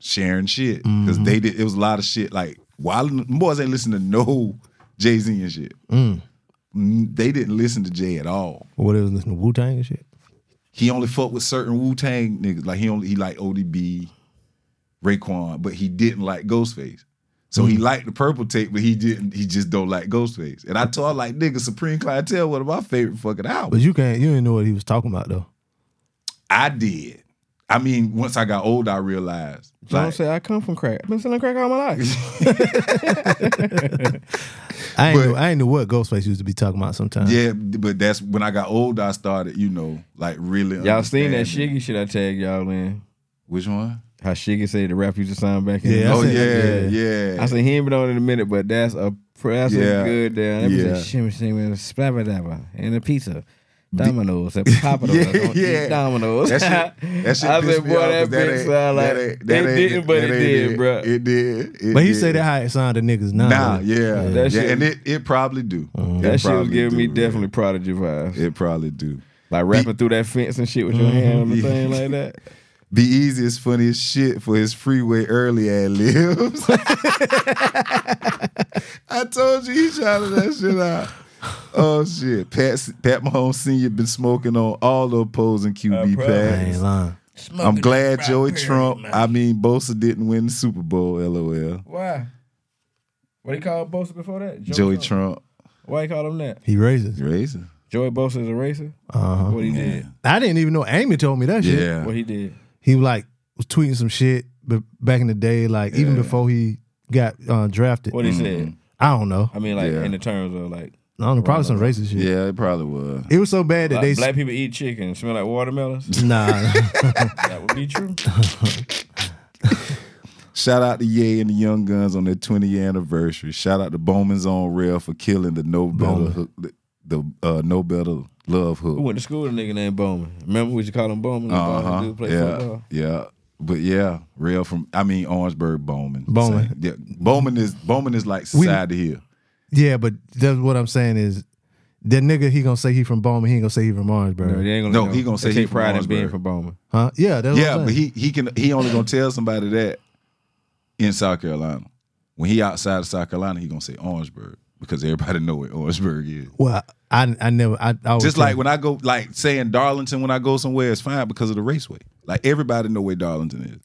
Speaker 2: sharing shit because they did. It was a lot of shit like while boys ain't listening to no Jay Z and shit. Mm, They didn't listen to Jay at all.
Speaker 5: What they was listening to Wu Tang and shit.
Speaker 2: He only fucked with certain Wu Tang niggas. Like he only he liked ODB, Raekwon, but he didn't like Ghostface. So
Speaker 3: Mm.
Speaker 2: he liked the purple tape, but he didn't. He just don't like Ghostface. And I told like nigga, Supreme Clientele, one of my favorite fucking
Speaker 5: But
Speaker 2: albums.
Speaker 5: you can't, you didn't know what he was talking about though.
Speaker 2: I did. I mean, once I got older, I realized.
Speaker 3: John
Speaker 2: like,
Speaker 3: say I come from crack. I've been selling crack all my life.
Speaker 5: I ain't,
Speaker 2: But-
Speaker 5: knew, I ain't knew what Ghostface used to be talking about sometimes.
Speaker 2: yeah, but that's when I got older. I started, you know, like really.
Speaker 3: y'all seen that
Speaker 2: understanding.
Speaker 3: Shiggy shit I tagged y'all in?
Speaker 2: Which one?
Speaker 3: How Shiggy said the rap used to sound back in.
Speaker 5: Yeah, I
Speaker 3: the
Speaker 2: oh
Speaker 5: seen-
Speaker 2: yeah, yeah.
Speaker 3: I said he ain't been on in a minute, but that's a that's
Speaker 2: Yeah.
Speaker 3: a good down. That
Speaker 2: Yeah.
Speaker 3: yeah. shimmy shimmy splabber dabber and a pizza. Dominoes. That Papa Do's. I don't
Speaker 2: Yeah, yeah.
Speaker 3: eat Dominoes.
Speaker 2: That shit, that shit
Speaker 3: I
Speaker 2: pissed
Speaker 3: said,
Speaker 2: me
Speaker 3: boy,
Speaker 2: off 'cause
Speaker 3: that bitch
Speaker 2: ain't-
Speaker 3: sound like
Speaker 2: that ain't- that
Speaker 3: it
Speaker 2: ain't-
Speaker 3: didn't, but it
Speaker 2: that ain't
Speaker 3: did, bro.
Speaker 2: It did. It
Speaker 4: But he
Speaker 2: did.
Speaker 4: said that how Uh-huh. it sounded to niggas now.
Speaker 2: Nah, yeah, yeah.
Speaker 3: That shit-
Speaker 2: and it, it probably do. It
Speaker 3: that shit was
Speaker 2: probably
Speaker 3: giving me
Speaker 2: do,
Speaker 3: definitely prodigy vibes.
Speaker 2: man. It probably do.
Speaker 3: like rapping through that fence and shit with your hand on the
Speaker 2: Mm-hmm. Yeah.
Speaker 3: thing like that.
Speaker 2: Be easiest, funniest shit for his freeway early ad libs. I told you he shouted that shit out. Oh shit, Pat Pat Mahomes Senior been smoking on all the opposing QB
Speaker 4: I ain't
Speaker 2: pads.
Speaker 4: lying.
Speaker 2: I'm glad Joey Trump. I mean, Bosa didn't win the Super Bowl. LOL.
Speaker 3: Why? What he called Bosa before that?
Speaker 2: Joey Trump,
Speaker 3: Why he called him that?
Speaker 4: He raises.
Speaker 2: razor.
Speaker 3: Joey Bosa is a racer.
Speaker 4: Uh-huh.
Speaker 3: What he did?
Speaker 4: I didn't even know Amy told me that shit.
Speaker 2: Yeah,
Speaker 3: What he did?
Speaker 4: He like was tweeting some shit but back in the day, like even before he got uh, drafted.
Speaker 3: What he said?
Speaker 4: I don't know.
Speaker 3: I mean, like
Speaker 2: Mm-hmm. Yeah.
Speaker 3: in the terms of like
Speaker 4: I don't know, probably some racist shit.
Speaker 2: yeah, it probably was.
Speaker 4: It was so bad that
Speaker 3: black,
Speaker 4: they
Speaker 3: black people eat chicken, smell like watermelons.
Speaker 4: Nah.
Speaker 3: that would be true.
Speaker 2: Shout out to Ye and the Young Guns on their 20 year anniversary. Shout out to Bowman's on Rail for killing the No Better hook, the, the uh, No Better Love
Speaker 3: We
Speaker 2: hook.
Speaker 3: went to school with a nigga named Bowman. Remember we used to call him Bowman?
Speaker 2: Uh
Speaker 3: Bowman
Speaker 2: huh.
Speaker 3: dude played
Speaker 2: Yeah,
Speaker 3: football.
Speaker 2: yeah. But yeah, Rail from I mean Orangeburg Bowman.
Speaker 4: Bowman.
Speaker 2: Same. yeah, Bowman is Bowman is like side to here.
Speaker 4: yeah, but that's what I'm saying is that nigga he gonna say he from Bowman, he ain't gonna say he from Orangeburg.
Speaker 3: they ain't
Speaker 2: No, he gonna
Speaker 3: they
Speaker 2: say
Speaker 3: take
Speaker 2: he from
Speaker 3: pride in being
Speaker 2: Lawrenceburg.
Speaker 3: from Bowman.
Speaker 4: Huh? Yeah, that's
Speaker 2: Yeah,
Speaker 4: what I'm
Speaker 2: but
Speaker 4: saying.
Speaker 2: he he can he only gonna tell somebody that in South Carolina. When he outside of South Carolina, he gonna say Orangeburg because everybody know where Orangeburg is.
Speaker 4: well, I I never I, I was
Speaker 2: Just like when I go, like saying Darlington when I go somewhere is fine because of the raceway. Like everybody know where Darlington is.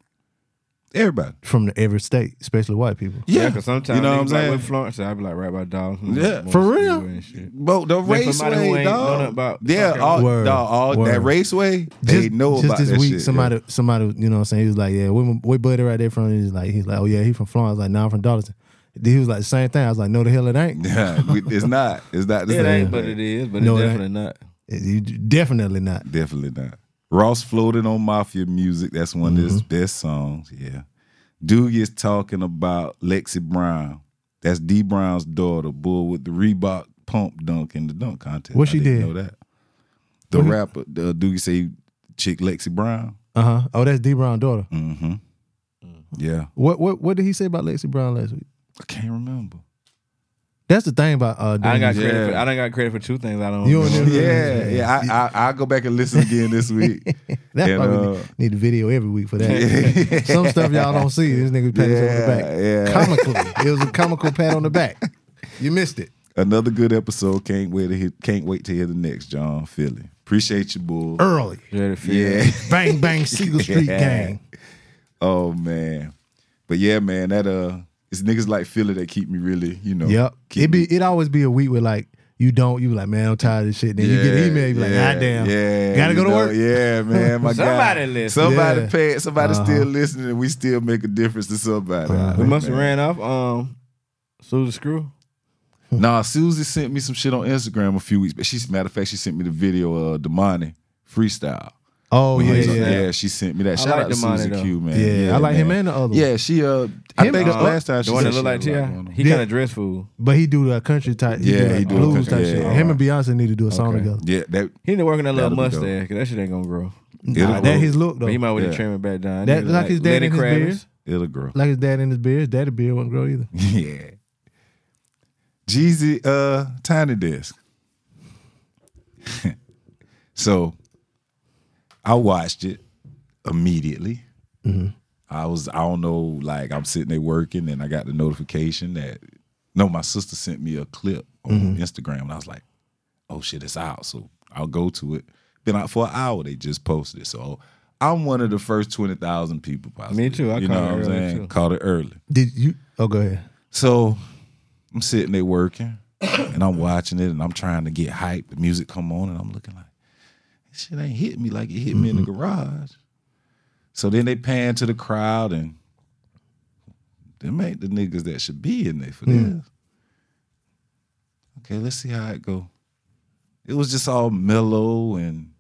Speaker 2: Everybody.
Speaker 4: from the every state, especially white people.
Speaker 3: Yeah, because sometimes
Speaker 2: you know what I'm
Speaker 3: like
Speaker 2: saying.
Speaker 3: with Florence, I'd be like right by Dallas.
Speaker 2: Yeah.
Speaker 3: More
Speaker 4: For
Speaker 3: school
Speaker 4: real?
Speaker 3: and shit.
Speaker 2: Bro, the
Speaker 3: Then somebody who
Speaker 2: raceway,
Speaker 3: ain't know
Speaker 2: dog.
Speaker 3: nothing about
Speaker 2: yeah,
Speaker 3: South
Speaker 2: all,
Speaker 4: Carolina.
Speaker 2: dog, all
Speaker 4: Word,
Speaker 2: that
Speaker 4: word.
Speaker 2: raceway, they know
Speaker 4: just
Speaker 2: about
Speaker 4: this
Speaker 2: that
Speaker 4: week,
Speaker 2: shit.
Speaker 4: somebody, somebody, you know what I'm saying? He was like, Yeah, we, we buddy right there from he's like, he's like, Oh yeah, he from Florence. I was like, nah, I'm from Darlington. Then He was like, the same thing. I was like, No the hell it ain't.
Speaker 2: Yeah, we- it's not. It's not. It's
Speaker 3: It
Speaker 2: not-
Speaker 3: ain't, but it is. But
Speaker 4: No, it
Speaker 3: it's
Speaker 4: ain't.
Speaker 3: definitely not.
Speaker 4: You- definitely not.
Speaker 2: Definitely not. Ross floated on Mafia music. That's one of his best songs. Yeah. Doogie is talking about Lexi Brown. That's D Brown's daughter, bull with the Reebok pump dunk in the dunk contest.
Speaker 4: What
Speaker 2: I
Speaker 4: she
Speaker 2: didn't
Speaker 4: did?
Speaker 2: Know that. The rapper, the Doogie say chick Lexi Brown.
Speaker 4: Uh huh. Oh, that's D Brown's daughter.
Speaker 2: Mm-hmm. Yeah.
Speaker 4: What what what did he say about Lexi Brown last week?
Speaker 2: I can't remember.
Speaker 4: That's the thing about uh
Speaker 3: I ain't got
Speaker 4: Doogie.
Speaker 3: credit.
Speaker 2: Yeah.
Speaker 3: For, I don't got credit for two things. I don't.
Speaker 4: You
Speaker 3: know.
Speaker 4: don't never-
Speaker 2: Yeah, yeah. I, I I'll go back and listen again this week.
Speaker 4: that
Speaker 2: and,
Speaker 4: probably
Speaker 2: uh,
Speaker 4: need a video every week for that. Some stuff y'all don't see. This nigga pat
Speaker 2: Yeah,
Speaker 4: us on the back. Comically. it was a comical pat on the back. You missed it.
Speaker 2: Another good episode. Can't wait to hear, can't wait to hear the next John Philly. Appreciate you, bull.
Speaker 4: Early.
Speaker 3: Credit for-
Speaker 2: Yeah.
Speaker 4: Bang bang Seagull Street
Speaker 2: Yeah.
Speaker 4: gang.
Speaker 2: Oh man. But yeah, man, that uh it's niggas like Philly that keep me really, you know.
Speaker 4: Yep.
Speaker 2: keep
Speaker 4: It
Speaker 2: me-
Speaker 4: be it always be a week where like you don't you be like man I'm tired of this shit. Then you get an email you be like
Speaker 2: yeah,
Speaker 4: ah damn
Speaker 2: Yeah.
Speaker 4: gotta
Speaker 2: you
Speaker 4: go to
Speaker 2: know,
Speaker 4: work.
Speaker 2: Yeah, man. My
Speaker 3: Somebody
Speaker 2: God.
Speaker 3: listen.
Speaker 2: Somebody
Speaker 4: Yeah.
Speaker 2: pay somebody
Speaker 4: Uh-huh.
Speaker 2: still listening and we still make a difference to somebody.
Speaker 4: Uh-huh.
Speaker 3: We must have
Speaker 2: Man.
Speaker 3: ran off. Um, Susan Screw.
Speaker 2: Nah, Susie sent me some shit on Instagram a few weeks, but she's matter of fact, she sent me the video of uh, Damani freestyle.
Speaker 4: Oh yeah
Speaker 2: yeah,
Speaker 4: yeah.
Speaker 2: she sent me that.
Speaker 3: I
Speaker 2: Shout
Speaker 3: like
Speaker 2: out to
Speaker 3: Damani,
Speaker 2: Susie
Speaker 3: though.
Speaker 2: Q, man.
Speaker 4: Yeah, I like him and the other one.
Speaker 2: Yeah, she uh I
Speaker 4: Him
Speaker 2: think
Speaker 4: and
Speaker 2: the
Speaker 4: the-
Speaker 2: last time she
Speaker 3: The one
Speaker 2: said
Speaker 3: that
Speaker 2: she
Speaker 3: look like
Speaker 2: had a lot going
Speaker 3: Ti.
Speaker 2: on.
Speaker 3: He kind of dress fool.
Speaker 4: But he do the country type. He
Speaker 2: Yeah,
Speaker 4: do, like
Speaker 2: he
Speaker 4: the
Speaker 2: do
Speaker 4: blues
Speaker 2: country-
Speaker 4: type
Speaker 2: yeah,
Speaker 4: shit.
Speaker 2: yeah.
Speaker 4: Him and Beyonce need to do a song
Speaker 3: Okay.
Speaker 4: together.
Speaker 2: Yeah, that
Speaker 3: He need to work on that little
Speaker 2: That'll be dope.
Speaker 3: mustache because that shit ain't gonna grow.
Speaker 2: it'll
Speaker 4: Nah,
Speaker 2: grow.
Speaker 4: that his look though.
Speaker 3: But he might want
Speaker 2: Yeah.
Speaker 3: to trim it back down.
Speaker 4: That-
Speaker 3: Nigga
Speaker 4: like his dad
Speaker 3: Lenny
Speaker 4: and his
Speaker 3: Kravitz.
Speaker 4: beard.
Speaker 2: it'll grow.
Speaker 4: like his dad in his beard. His daddy beard wouldn't grow either.
Speaker 2: Yeah. Jeezy uh Tiny Desk. so I watched it immediately.
Speaker 3: Mm-hmm.
Speaker 2: I was I don't know like I'm sitting there working and I got the notification that no my sister sent me a clip on
Speaker 3: Mm-hmm.
Speaker 2: Instagram and I was like oh shit it's out so I'll go to it been out for an hour they just posted it so I'm one of the first 20,000 people possibly
Speaker 3: Me too. I
Speaker 2: you
Speaker 3: caught
Speaker 2: know
Speaker 3: it
Speaker 2: what I'm
Speaker 3: early,
Speaker 2: saying
Speaker 3: too.
Speaker 2: caught it early
Speaker 4: Did you? Oh, go ahead.
Speaker 2: so I'm sitting there working and I'm watching it and I'm trying to get hyped. The music come on and I'm looking like, this shit ain't hit me like it hit me in the garage. So then they pan to the crowd and them ain't the niggas that should be in there for this. Okay, let's see how it go. It was just all mellow and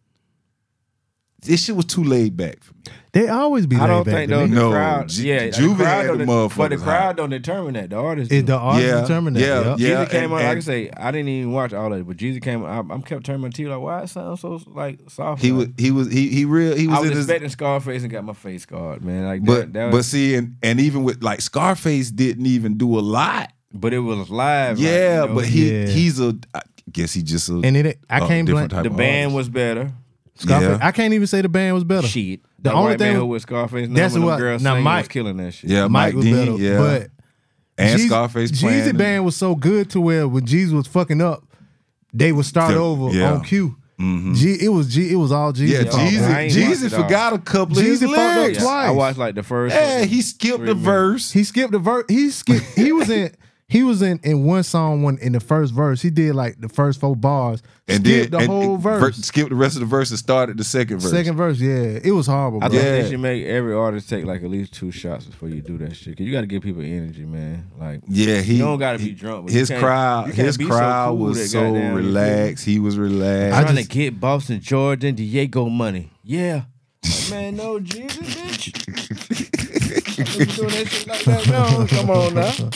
Speaker 2: this shit was too laid back for me.
Speaker 4: They always be.
Speaker 3: I don't
Speaker 4: laid back
Speaker 3: think
Speaker 4: to
Speaker 3: those
Speaker 4: me.
Speaker 3: the
Speaker 2: No,
Speaker 3: crowd.
Speaker 2: Ju-
Speaker 3: yeah,
Speaker 2: Juve
Speaker 3: the crowd
Speaker 2: had
Speaker 3: don't
Speaker 2: the
Speaker 3: de- but the
Speaker 2: motherfuckers
Speaker 3: crowd don't determine that. The artist.
Speaker 4: It, the
Speaker 3: do.
Speaker 4: artist
Speaker 2: Yeah,
Speaker 4: determined that.
Speaker 2: yeah,
Speaker 4: yup.
Speaker 2: yeah.
Speaker 3: Jesus came
Speaker 2: and-
Speaker 3: on. Like I
Speaker 2: and-
Speaker 3: say, I didn't even watch all that, but Jesus came. I, I'm kept turning my TV like, why it sound so like soft?
Speaker 2: He
Speaker 3: like?
Speaker 2: was he was he he real he was,
Speaker 3: I was
Speaker 2: in his
Speaker 3: expecting Scarface and got my face scarred, man. Like,
Speaker 2: but
Speaker 3: that, that
Speaker 2: but
Speaker 3: was,
Speaker 2: see and, and even with like Scarface didn't even do a lot.
Speaker 3: but it was live. like,
Speaker 2: yeah,
Speaker 3: you know,
Speaker 2: but he
Speaker 4: Yeah.
Speaker 2: he's a I guess he just a
Speaker 4: And it, I
Speaker 2: a
Speaker 4: can't blame
Speaker 2: Oh, different type
Speaker 3: the
Speaker 2: of
Speaker 3: band
Speaker 2: artist.
Speaker 3: was better.
Speaker 4: Scarface.
Speaker 2: yeah.
Speaker 4: I can't even say the band was better.
Speaker 3: Shit,
Speaker 4: The
Speaker 3: the
Speaker 4: only
Speaker 3: white
Speaker 4: thing
Speaker 3: man
Speaker 4: was-
Speaker 3: who was Scarface.
Speaker 4: that's
Speaker 3: That's when
Speaker 4: what-
Speaker 3: them girls
Speaker 4: now,
Speaker 3: singing
Speaker 4: Mike-
Speaker 3: was killing that shit.
Speaker 2: yeah
Speaker 4: Mike
Speaker 2: Mike,
Speaker 4: was
Speaker 2: Dean
Speaker 4: better,
Speaker 2: yeah
Speaker 4: but
Speaker 2: and
Speaker 4: Jeezy-
Speaker 2: Scarface playing
Speaker 4: Jeezy
Speaker 2: and-
Speaker 4: band was so good to where when Jeezy was fucking up, they would start
Speaker 2: Yeah.
Speaker 4: over
Speaker 2: Yeah. Mm-hmm.
Speaker 4: on cue. G, it was G, it was all Jeezy.
Speaker 2: yeah
Speaker 4: fault.
Speaker 3: I
Speaker 2: Jeezy
Speaker 3: ain't
Speaker 2: Jeezy
Speaker 3: watched it all.
Speaker 2: forgot a couple of his
Speaker 4: Jeezy fucked up
Speaker 2: lyrics.
Speaker 3: Yeah,
Speaker 4: twice.
Speaker 3: I watched like the first.
Speaker 2: Yeah,
Speaker 3: one.
Speaker 2: he skipped
Speaker 3: Three
Speaker 2: the
Speaker 3: minutes.
Speaker 2: verse.
Speaker 4: He skipped the verse. He skipped. He was in. He was in in one song. One in the first verse. He did like the first four bars.
Speaker 2: and
Speaker 4: skipped
Speaker 2: did
Speaker 4: the
Speaker 2: and-
Speaker 4: whole
Speaker 2: and ver-
Speaker 4: verse.
Speaker 2: skipped the rest of the verse and started the second verse.
Speaker 4: Second verse. Yeah, it was horrible.
Speaker 3: I
Speaker 4: bro.
Speaker 3: think
Speaker 2: Yeah.
Speaker 3: they should make every artist take like at least two shots before you do that shit. 'Cause you got to give people energy, man. Like
Speaker 2: Yeah, he
Speaker 3: you don't got to
Speaker 2: he-
Speaker 3: be drunk. But you
Speaker 2: His
Speaker 3: can't-
Speaker 2: crowd,
Speaker 3: you can't
Speaker 2: his
Speaker 3: be so
Speaker 2: crowd
Speaker 3: cool
Speaker 2: was
Speaker 3: that
Speaker 2: so
Speaker 3: goddamn-
Speaker 2: relaxed. He was
Speaker 3: I'm
Speaker 2: relaxed.
Speaker 3: trying to get Boston George and Diego money. Yeah. Like, man, no Jesus, bitch. Like, you doing that shit like that? No, come on now.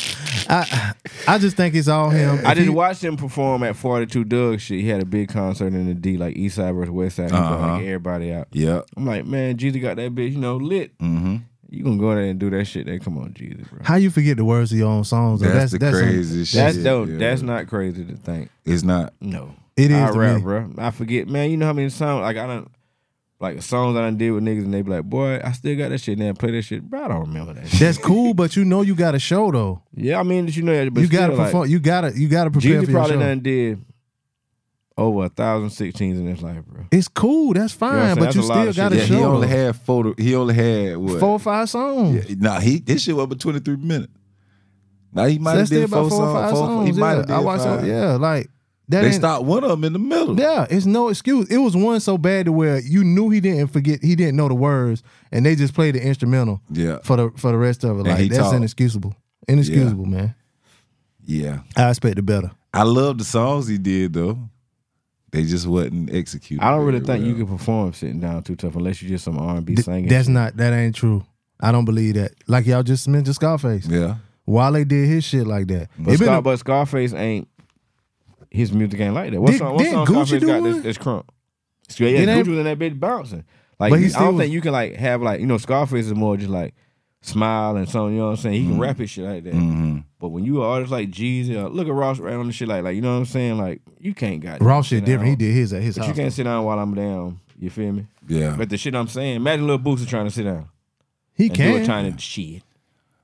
Speaker 4: I, I just think it's all him.
Speaker 3: I
Speaker 4: If he-
Speaker 3: just watched him perform at 42 Doug shit. He had a big concert in the D, like East Side versus West Side. He brought like,
Speaker 2: Uh-huh.
Speaker 3: everybody out.
Speaker 2: yeah.
Speaker 3: I'm like, man, Jesus got that bitch, you know, lit.
Speaker 2: Mm-hmm.
Speaker 3: You gonna go there and do that shit? Then come on, Jesus, bro.
Speaker 4: How you forget the words of your own songs? though?
Speaker 2: That's, the
Speaker 4: some-
Speaker 2: craziest shit.
Speaker 3: That's dope.
Speaker 2: yeah.
Speaker 3: That's not crazy to think.
Speaker 2: It's not.
Speaker 3: No,
Speaker 4: It is
Speaker 3: I
Speaker 4: to
Speaker 3: rap,
Speaker 4: me.
Speaker 3: bro. I forget, man. You know how many songs like I don't like songs I done did with niggas, and they be like, "Boy, I still got that shit." And then play that shit, bro. I don't remember that. shit.
Speaker 4: That's cool, but you know you got a show though.
Speaker 3: yeah, I mean, that you know, that, but
Speaker 4: you gotta
Speaker 3: still, like,
Speaker 4: perform. you gotta you gotta prepare
Speaker 3: Jeezy
Speaker 4: for your
Speaker 3: probably
Speaker 4: show.
Speaker 3: done did over a thousand sixteens in his life, bro.
Speaker 4: It's cool. That's fine,
Speaker 3: what I'm saying?
Speaker 4: but you
Speaker 3: That's a lot
Speaker 4: still
Speaker 3: of shit.
Speaker 4: got a
Speaker 2: Yeah,
Speaker 4: show.
Speaker 2: he only
Speaker 4: though.
Speaker 2: had photo. He only had what?
Speaker 4: four or five songs.
Speaker 2: Yeah, nah, he his shit was up to twenty three minutes. Now he might have
Speaker 4: So that's still
Speaker 2: did four,
Speaker 4: about four or five
Speaker 2: songs. four- he
Speaker 4: songs.
Speaker 2: might
Speaker 4: yeah.
Speaker 2: have did
Speaker 4: I watched.
Speaker 2: five.
Speaker 4: Some, yeah, like that.
Speaker 2: they
Speaker 4: ain't-
Speaker 2: stopped one of them in the middle.
Speaker 4: Yeah, it's no excuse. It was one so bad to where you knew he didn't forget. He didn't know the words, and they just played the instrumental
Speaker 2: Yeah,
Speaker 4: for the for the rest of it.
Speaker 2: he
Speaker 4: Like that's
Speaker 2: talked.
Speaker 4: inexcusable. Inexcusable, man.
Speaker 2: yeah.
Speaker 4: I expect the better.
Speaker 2: I love the songs he did though. They just wasn't executed.
Speaker 3: I don't really
Speaker 2: very
Speaker 3: think
Speaker 2: well.
Speaker 3: you can perform sitting down too tough unless you just some R and B
Speaker 4: Th-
Speaker 3: singing.
Speaker 4: that's not. That ain't true. I don't believe that. Like y'all just mentioned, Scarface.
Speaker 2: Yeah,
Speaker 4: Wale did his shit like that.
Speaker 3: but,
Speaker 4: It been
Speaker 3: Scar-
Speaker 4: a-
Speaker 3: but Scarface ain't his music ain't like that. What
Speaker 4: Did-
Speaker 3: song? What
Speaker 4: didn't
Speaker 3: song
Speaker 4: Gucci
Speaker 3: Scarface
Speaker 4: do
Speaker 3: got
Speaker 4: one?
Speaker 3: this, this crump? Yeah,
Speaker 4: Didn't
Speaker 3: Gucci
Speaker 4: they-
Speaker 3: was in that bitch bouncing. Like
Speaker 4: But
Speaker 3: you-
Speaker 4: he
Speaker 3: I
Speaker 4: still
Speaker 3: don't
Speaker 4: was-
Speaker 3: think you can like have like you know Scarface is more just like smile and something. You know what I'm saying? He can
Speaker 4: Mm-hmm.
Speaker 3: rap his shit like that. But when you are artists like Jeezy, or look at Ross right on the shit like like you know what I'm saying? Like you can't got
Speaker 4: Raw shit different. He did his at his
Speaker 3: But
Speaker 4: house.
Speaker 3: you can't sit down while I'm down. You feel me?
Speaker 2: yeah.
Speaker 3: But the shit I'm saying, imagine little Boosie trying to sit down
Speaker 4: he
Speaker 3: and do
Speaker 4: can.
Speaker 3: it trying to shit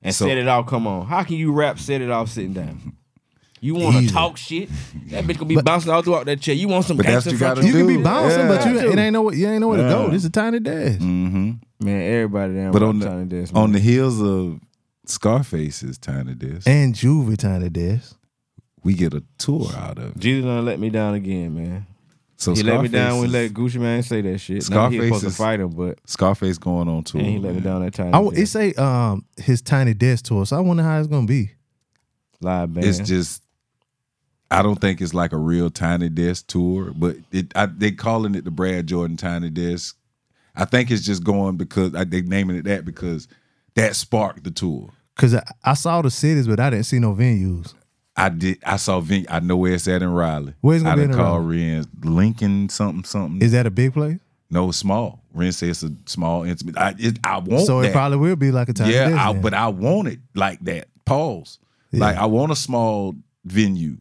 Speaker 3: and
Speaker 2: So-
Speaker 3: set it off. Come on, how can you rap set it off sitting down? You want to
Speaker 4: Easy.
Speaker 3: talk shit? That bitch gonna be bouncing all throughout that chair. You want some
Speaker 2: But that's
Speaker 3: gangster
Speaker 2: you gotta
Speaker 3: fucking-
Speaker 4: you can be
Speaker 2: Dude,
Speaker 4: bouncing,
Speaker 2: yeah.
Speaker 4: but you it ain't know what you ain't know where to go.
Speaker 2: Yeah.
Speaker 4: This is a tiny dash.
Speaker 3: Mm.
Speaker 2: Mm-hmm.
Speaker 3: man. Everybody down,
Speaker 2: But on the
Speaker 3: tiny dance, man.
Speaker 2: on the heels of Scarface's Tiny Desk,
Speaker 4: And Juvie tiny dash.
Speaker 2: we get a tour out of it.
Speaker 3: Jesus done let me down again, man.
Speaker 2: So
Speaker 3: he let me down when
Speaker 2: Scarface's-
Speaker 3: he let Gucci man say that shit. Scarface he
Speaker 2: Scarface
Speaker 3: was supposed to
Speaker 2: is-
Speaker 3: fight him, but
Speaker 2: Scarface going on tour.
Speaker 3: and he let me
Speaker 2: man.
Speaker 3: down that tiny.
Speaker 4: I, w-
Speaker 3: dance.
Speaker 4: it's a um his tiny desk tour, so I wonder how it's gonna be.
Speaker 3: live band.
Speaker 2: It's just I don't think it's like a real Tiny Desk tour, but it I, they calling it the Brad Jordan Tiny Desk. I think it's just going because I, they naming it that because that sparked the tour.
Speaker 4: Cause I, I saw the cities, but I didn't see no venues.
Speaker 2: I did. I saw Vin. I know where it's at in Raleigh.
Speaker 4: Where's it
Speaker 2: I
Speaker 4: gonna be
Speaker 2: done
Speaker 4: in Raleigh?
Speaker 2: called Ren Lincoln something something.
Speaker 4: Is that a big place?
Speaker 2: no, it's small. Ren says it's a small intimate. I it, I want
Speaker 4: so
Speaker 2: that.
Speaker 4: it probably will be like a tiny
Speaker 2: Oh, yeah,
Speaker 4: desk.
Speaker 2: I,
Speaker 4: then.
Speaker 2: but I want it like that. Pause. Like I want a small venue.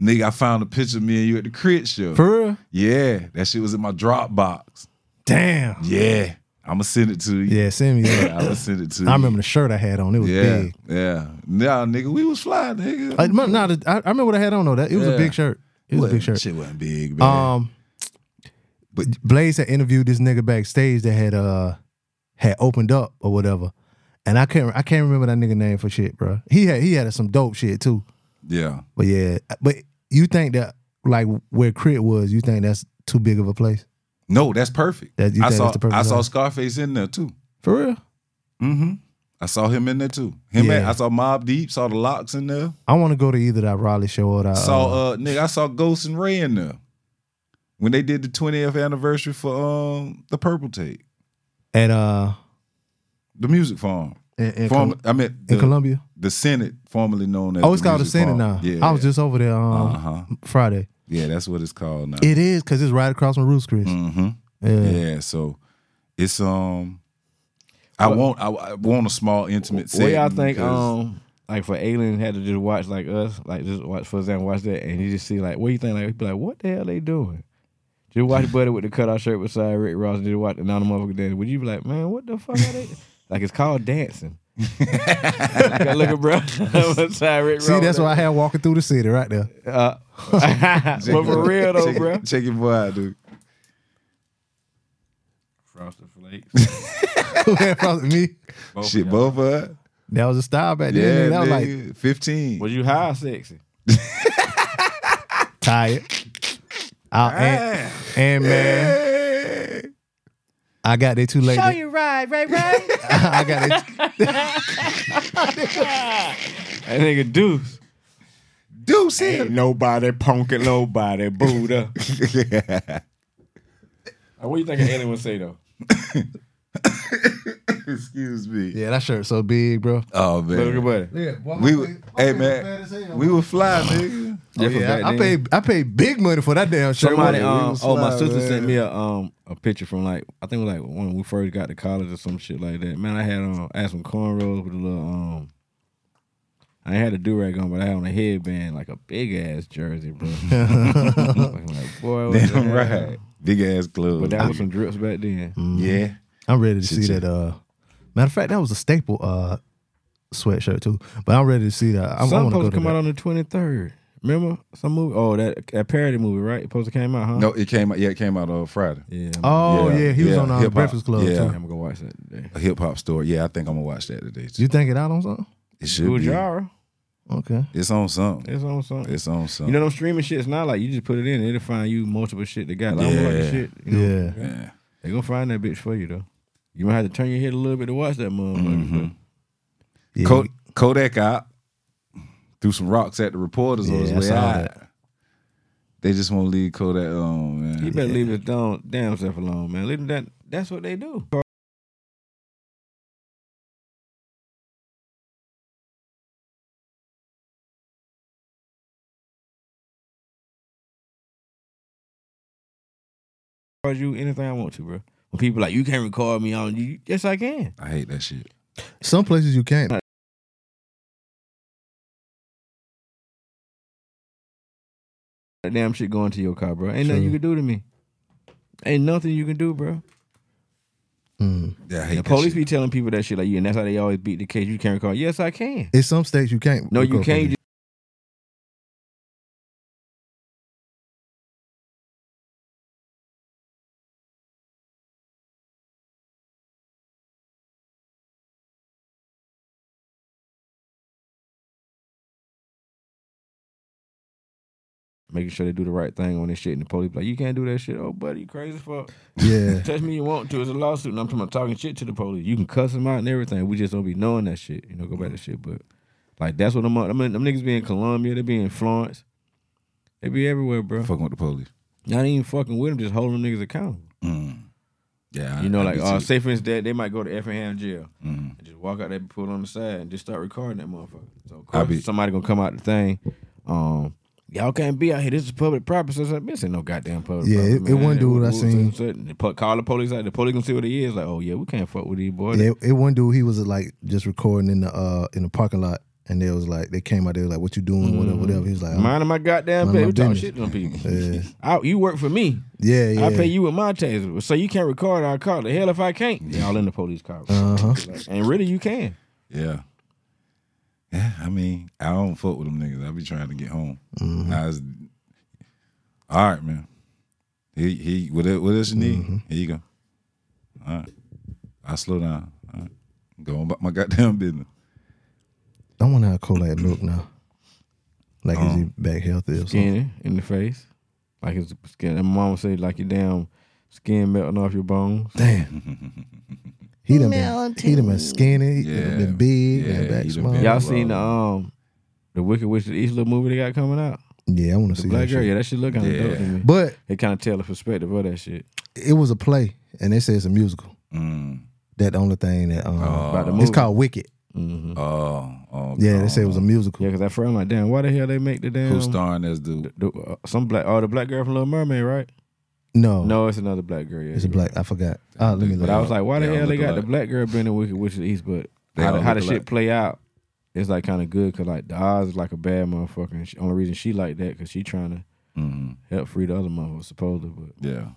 Speaker 2: Nigga, I found a picture of me and you at the crit show.
Speaker 4: for real,
Speaker 2: yeah, that shit was in my Dropbox.
Speaker 4: damn.
Speaker 2: Yeah, I'ma send it to you.
Speaker 4: Yeah, send me. that.
Speaker 2: I'ma send it to you.
Speaker 4: I remember the shirt I had on. It was
Speaker 2: Yeah,
Speaker 4: big.
Speaker 2: yeah. Nah, nigga, we was fly, nigga.
Speaker 4: I, my- nah, the- I, I remember what I had on though. That it was a
Speaker 2: Yeah.
Speaker 4: big shirt. It was a
Speaker 2: Wasn't-
Speaker 4: big shirt.
Speaker 2: Shit wasn't big, man.
Speaker 4: Um, but
Speaker 2: But-
Speaker 4: Blaze had interviewed this nigga backstage that had uh had opened up or whatever, and I can't I can't remember that nigga name for shit, bro. He had he had some dope shit too.
Speaker 2: yeah.
Speaker 4: But yeah, but you think that like where Crit was, you think that's too big of a place
Speaker 2: No, that's perfect.
Speaker 4: That- you
Speaker 2: I
Speaker 4: think
Speaker 2: saw
Speaker 4: that's the perfect
Speaker 2: I saw
Speaker 4: size?
Speaker 2: Scarface in there too.
Speaker 4: for real?
Speaker 2: Mm-hmm. I saw him in there too. Him
Speaker 4: Yeah.
Speaker 2: and- I saw Mob Deep, saw the locks in there.
Speaker 4: I want to go to either that Raleigh show or that.
Speaker 2: Saw
Speaker 4: uh,
Speaker 2: uh nigga, I saw Ghost and Ray in there. when they did the 20th anniversary for um the Purple Tape,
Speaker 4: at uh
Speaker 2: the Music Farm.
Speaker 4: in, in,
Speaker 2: Form,
Speaker 4: Col-
Speaker 2: I mean
Speaker 4: in
Speaker 2: the,
Speaker 4: Columbia.
Speaker 2: the Senate, formerly known as
Speaker 4: Oh, it's called the
Speaker 2: Music Farm.
Speaker 4: Senate now.
Speaker 2: Yeah,
Speaker 4: I was just over there
Speaker 2: uh
Speaker 4: on
Speaker 2: huh.
Speaker 4: Friday.
Speaker 2: Yeah, that's what it's called now.
Speaker 4: It is because it's right across from Roots Chris.
Speaker 2: hmm
Speaker 4: Yeah.
Speaker 2: Yeah, so it's um, I want I, I want a small intimate
Speaker 3: What
Speaker 2: setting.
Speaker 3: y'all think?
Speaker 2: because-
Speaker 3: Um, like for Alien had to just watch like us, like just watch for example, watch that, and you just see like what you think? Like he be like, what the hell they doing? Just watch Buddy with the cutout shirt beside Rick Ross, and just watch the non motherfucker dance. Would you be like, man, what the fuck are they? like it's called dancing. Like, Look at bro, beside Rick
Speaker 4: See,
Speaker 3: Ross.
Speaker 4: that's why I had walking through the city right there.
Speaker 3: Uh, but for real though,
Speaker 2: check,
Speaker 3: bro.
Speaker 2: check your boy out, dude.
Speaker 3: Frosted flakes.
Speaker 4: me.
Speaker 2: Shit, both of us.
Speaker 4: That was a style back
Speaker 2: Yeah,
Speaker 4: then. Yeah, I was like
Speaker 2: nigga, fifteen.
Speaker 3: Was you high or sexy?
Speaker 4: tired. I, and,
Speaker 2: Ah.
Speaker 4: and man,
Speaker 2: Hey.
Speaker 4: I got there too late.
Speaker 3: Show you ride, right, right.
Speaker 4: I got there.
Speaker 3: That nigga Deuce.
Speaker 2: Deuce here.
Speaker 3: nobody punking nobody Buddha. what you think an alien would say though?
Speaker 2: Excuse me.
Speaker 4: Yeah, that shirt's so big, bro.
Speaker 2: Oh
Speaker 3: Look at
Speaker 2: man,
Speaker 3: buddy.
Speaker 4: Yeah,
Speaker 2: we were, hey man, we were fly, nigga.
Speaker 3: Yeah, from
Speaker 4: yeah,
Speaker 3: back
Speaker 4: I, I
Speaker 3: then.
Speaker 4: paid I paid big money for that damn shirt.
Speaker 3: Somebody,
Speaker 2: we
Speaker 3: um,
Speaker 2: was
Speaker 3: oh, my
Speaker 2: fly,
Speaker 3: sister
Speaker 2: man.
Speaker 3: sent me a um a picture from like I think it was like when we first got to college or some shit like that. Man, I had um I had some cornrows with a little um I ain't had a do rag on, but I had on a headband like a big ass jersey, bro. Fucking like, boy, what the
Speaker 2: Damn
Speaker 3: hell?
Speaker 2: right, Mm, big ass club.
Speaker 3: But that was some drips back then.
Speaker 2: yeah.
Speaker 4: I'm ready to
Speaker 2: Shit,
Speaker 4: see
Speaker 2: shit.
Speaker 4: that. Uh, matter of fact, that was a staple uh sweatshirt too. But I'm ready to see that. I, I
Speaker 3: Some
Speaker 4: want to go
Speaker 3: supposed
Speaker 4: to
Speaker 3: to come
Speaker 4: that.
Speaker 3: out on the twenty third. Remember some movie? Oh, that that parody movie, right? It supposed to came out, huh?
Speaker 2: No, it came out. Yeah, it came out on Friday.
Speaker 3: Yeah. I'm,
Speaker 4: Oh yeah,
Speaker 2: Yeah,
Speaker 4: he was
Speaker 2: yeah,
Speaker 4: on uh,
Speaker 2: hip-hop.
Speaker 4: Breakfast Club
Speaker 2: Yeah.
Speaker 4: too.
Speaker 3: I'm gonna watch that today.
Speaker 2: A hip hop story. Yeah, I think I'm gonna watch that today.
Speaker 4: You think it out on something?
Speaker 2: It should be.
Speaker 3: Ujara,
Speaker 4: Okay.
Speaker 2: It's on something.
Speaker 3: it's on something.
Speaker 2: It's on something.
Speaker 3: you know, them streaming shit's not like you just put it in, it'll find you multiple shit that got like, I don't like the
Speaker 2: Yeah.
Speaker 3: shit. You know,
Speaker 4: Yeah.
Speaker 2: yeah.
Speaker 3: they gonna find that bitch for you though. You might have to turn your head a little bit to watch that motherfucker.
Speaker 2: Mm-hmm.
Speaker 4: Mm-hmm.
Speaker 3: bro.
Speaker 4: yeah.
Speaker 2: Kod- Kodak out threw some rocks at the reporters on his
Speaker 4: Yeah, I
Speaker 2: way
Speaker 4: saw
Speaker 2: out.
Speaker 4: that.
Speaker 2: They just want to leave Kodak alone, man.
Speaker 3: You better leave his damn damn self alone, man. Leave that. That's what they do. Record you anything I want to, bro. When people like you can't record me on you, yes I can.
Speaker 2: I hate that shit.
Speaker 4: Some places you can't.
Speaker 3: That damn shit going to your car, bro. Ain't nothing you
Speaker 4: True.
Speaker 3: can do to me. Ain't nothing you can do, bro.
Speaker 4: Mm.
Speaker 2: Yeah, I hate
Speaker 3: The
Speaker 2: that
Speaker 3: police
Speaker 2: shit.
Speaker 3: be telling people that shit like you, and that's how they always beat the case. You can't record. Yes, I can.
Speaker 4: In some states you can't.
Speaker 3: No, you
Speaker 4: record
Speaker 3: can't.
Speaker 4: from
Speaker 3: Just, Making sure they do the right thing on this shit, and the police be like, you can't do that shit. Oh, buddy, you crazy as fuck.
Speaker 4: Yeah.
Speaker 3: Touch me, you want to. It's a lawsuit, and I'm talking, about talking shit to the police. You can cuss them out and everything. We just don't be knowing that shit. You know, go back to shit. But like that's what I'm. I mean, them niggas be in Colombia. They be in Florence. They be everywhere, bro.
Speaker 2: fucking with the police.
Speaker 3: Not even fucking with them. Just holding them niggas accountable.
Speaker 2: Mm. Yeah, I-
Speaker 3: You know,
Speaker 2: I
Speaker 3: like
Speaker 2: be
Speaker 3: uh,
Speaker 2: too-
Speaker 3: say for instance, they might go to Effingham jail.
Speaker 2: Mm.
Speaker 3: And just walk out there, be put on the side, and just start recording that motherfucker. So of
Speaker 2: I
Speaker 3: course,
Speaker 2: be-
Speaker 3: somebody gonna come out the thing. Um, y'all can't be out here. This is public property. So like, this ain't no goddamn public.
Speaker 4: Yeah,
Speaker 3: property,
Speaker 4: it- it
Speaker 3: man.
Speaker 4: one dude I
Speaker 3: Rules,
Speaker 4: seen-
Speaker 3: so- so- they put- Call the police out. The police gonna see what he is. Like, oh yeah, we can't fuck with these boys.
Speaker 4: Yeah, it one dude he was like just recording in the uh in the parking lot, and they was like they came out there like what you doing whatever whatever. He was like,
Speaker 3: Minding Mm. my goddamn
Speaker 4: uh, Mind
Speaker 3: business.
Speaker 4: my
Speaker 3: We talking
Speaker 4: business.
Speaker 3: shit to them people.
Speaker 4: Yeah.
Speaker 3: I, you work for me.
Speaker 4: yeah, yeah.
Speaker 3: I pay you with my taser. So you can't record our car. The hell if I can't. Y'all in the police car.
Speaker 4: Uh-huh.
Speaker 3: And really, you can.
Speaker 2: Yeah. Yeah, I mean, I don't fuck with them niggas. I be trying to get home.
Speaker 3: Mm-hmm.
Speaker 2: I was, all right, man. He he, what el- what else you need?
Speaker 3: Mm-hmm.
Speaker 2: Here you go. All right, I slow down. All right, go on about my goddamn business.
Speaker 4: I wonder how Kodak look now. Like is he back healthy or something?
Speaker 3: Oh. Skinny in the face. Like his skin. And my mama say, like your damn skin melting off your bones.
Speaker 4: Damn. He done, been, he done been skinny, he
Speaker 2: Yeah.
Speaker 4: done been big, and
Speaker 2: Yeah,
Speaker 4: back
Speaker 2: he done
Speaker 4: small.
Speaker 2: been-
Speaker 3: Y'all
Speaker 2: Yeah.
Speaker 3: seen the um the Wicked Witch of the East little movie they got coming out?
Speaker 4: Yeah, I want to see
Speaker 3: Black
Speaker 4: that
Speaker 3: girl,
Speaker 4: shit.
Speaker 3: yeah, that shit look kind of dope to me.
Speaker 4: But
Speaker 3: It kind of tell the perspective of that shit.
Speaker 4: it was a play, and they say it's a musical.
Speaker 2: Mm.
Speaker 4: That the only thing that um,
Speaker 3: About the
Speaker 4: it's
Speaker 3: movie.
Speaker 4: called Wicked. Mm-hmm.
Speaker 3: Mhm.
Speaker 2: Oh, oh,
Speaker 4: Yeah, they say it was a musical.
Speaker 3: Yeah, because at first I'm like, damn, why the hell they make the damn
Speaker 2: Who's starring as the?
Speaker 3: the- uh, some black? Oh, the black girl from Little Mermaid, right?
Speaker 4: No,
Speaker 3: No, it's another black girl. Yeah,
Speaker 4: Oh. it's a
Speaker 3: you're
Speaker 4: black.
Speaker 3: right.
Speaker 4: I forgot. Uh, let me look.
Speaker 3: But
Speaker 4: it
Speaker 3: I
Speaker 4: up.
Speaker 3: was like, why the
Speaker 2: They all
Speaker 3: hell they
Speaker 2: look
Speaker 3: got
Speaker 2: alike.
Speaker 3: the black girl being the Wicked Witch of the East? But
Speaker 2: They
Speaker 3: how,
Speaker 2: all
Speaker 3: the, how the
Speaker 2: look
Speaker 3: shit
Speaker 2: alike.
Speaker 3: play out? It's like kind of good because like the odds is like a bad motherfucker. And she, only reason she like that because she trying to
Speaker 2: Mm,
Speaker 3: help free the other motherfucker supposedly. But
Speaker 2: yeah.
Speaker 3: I thought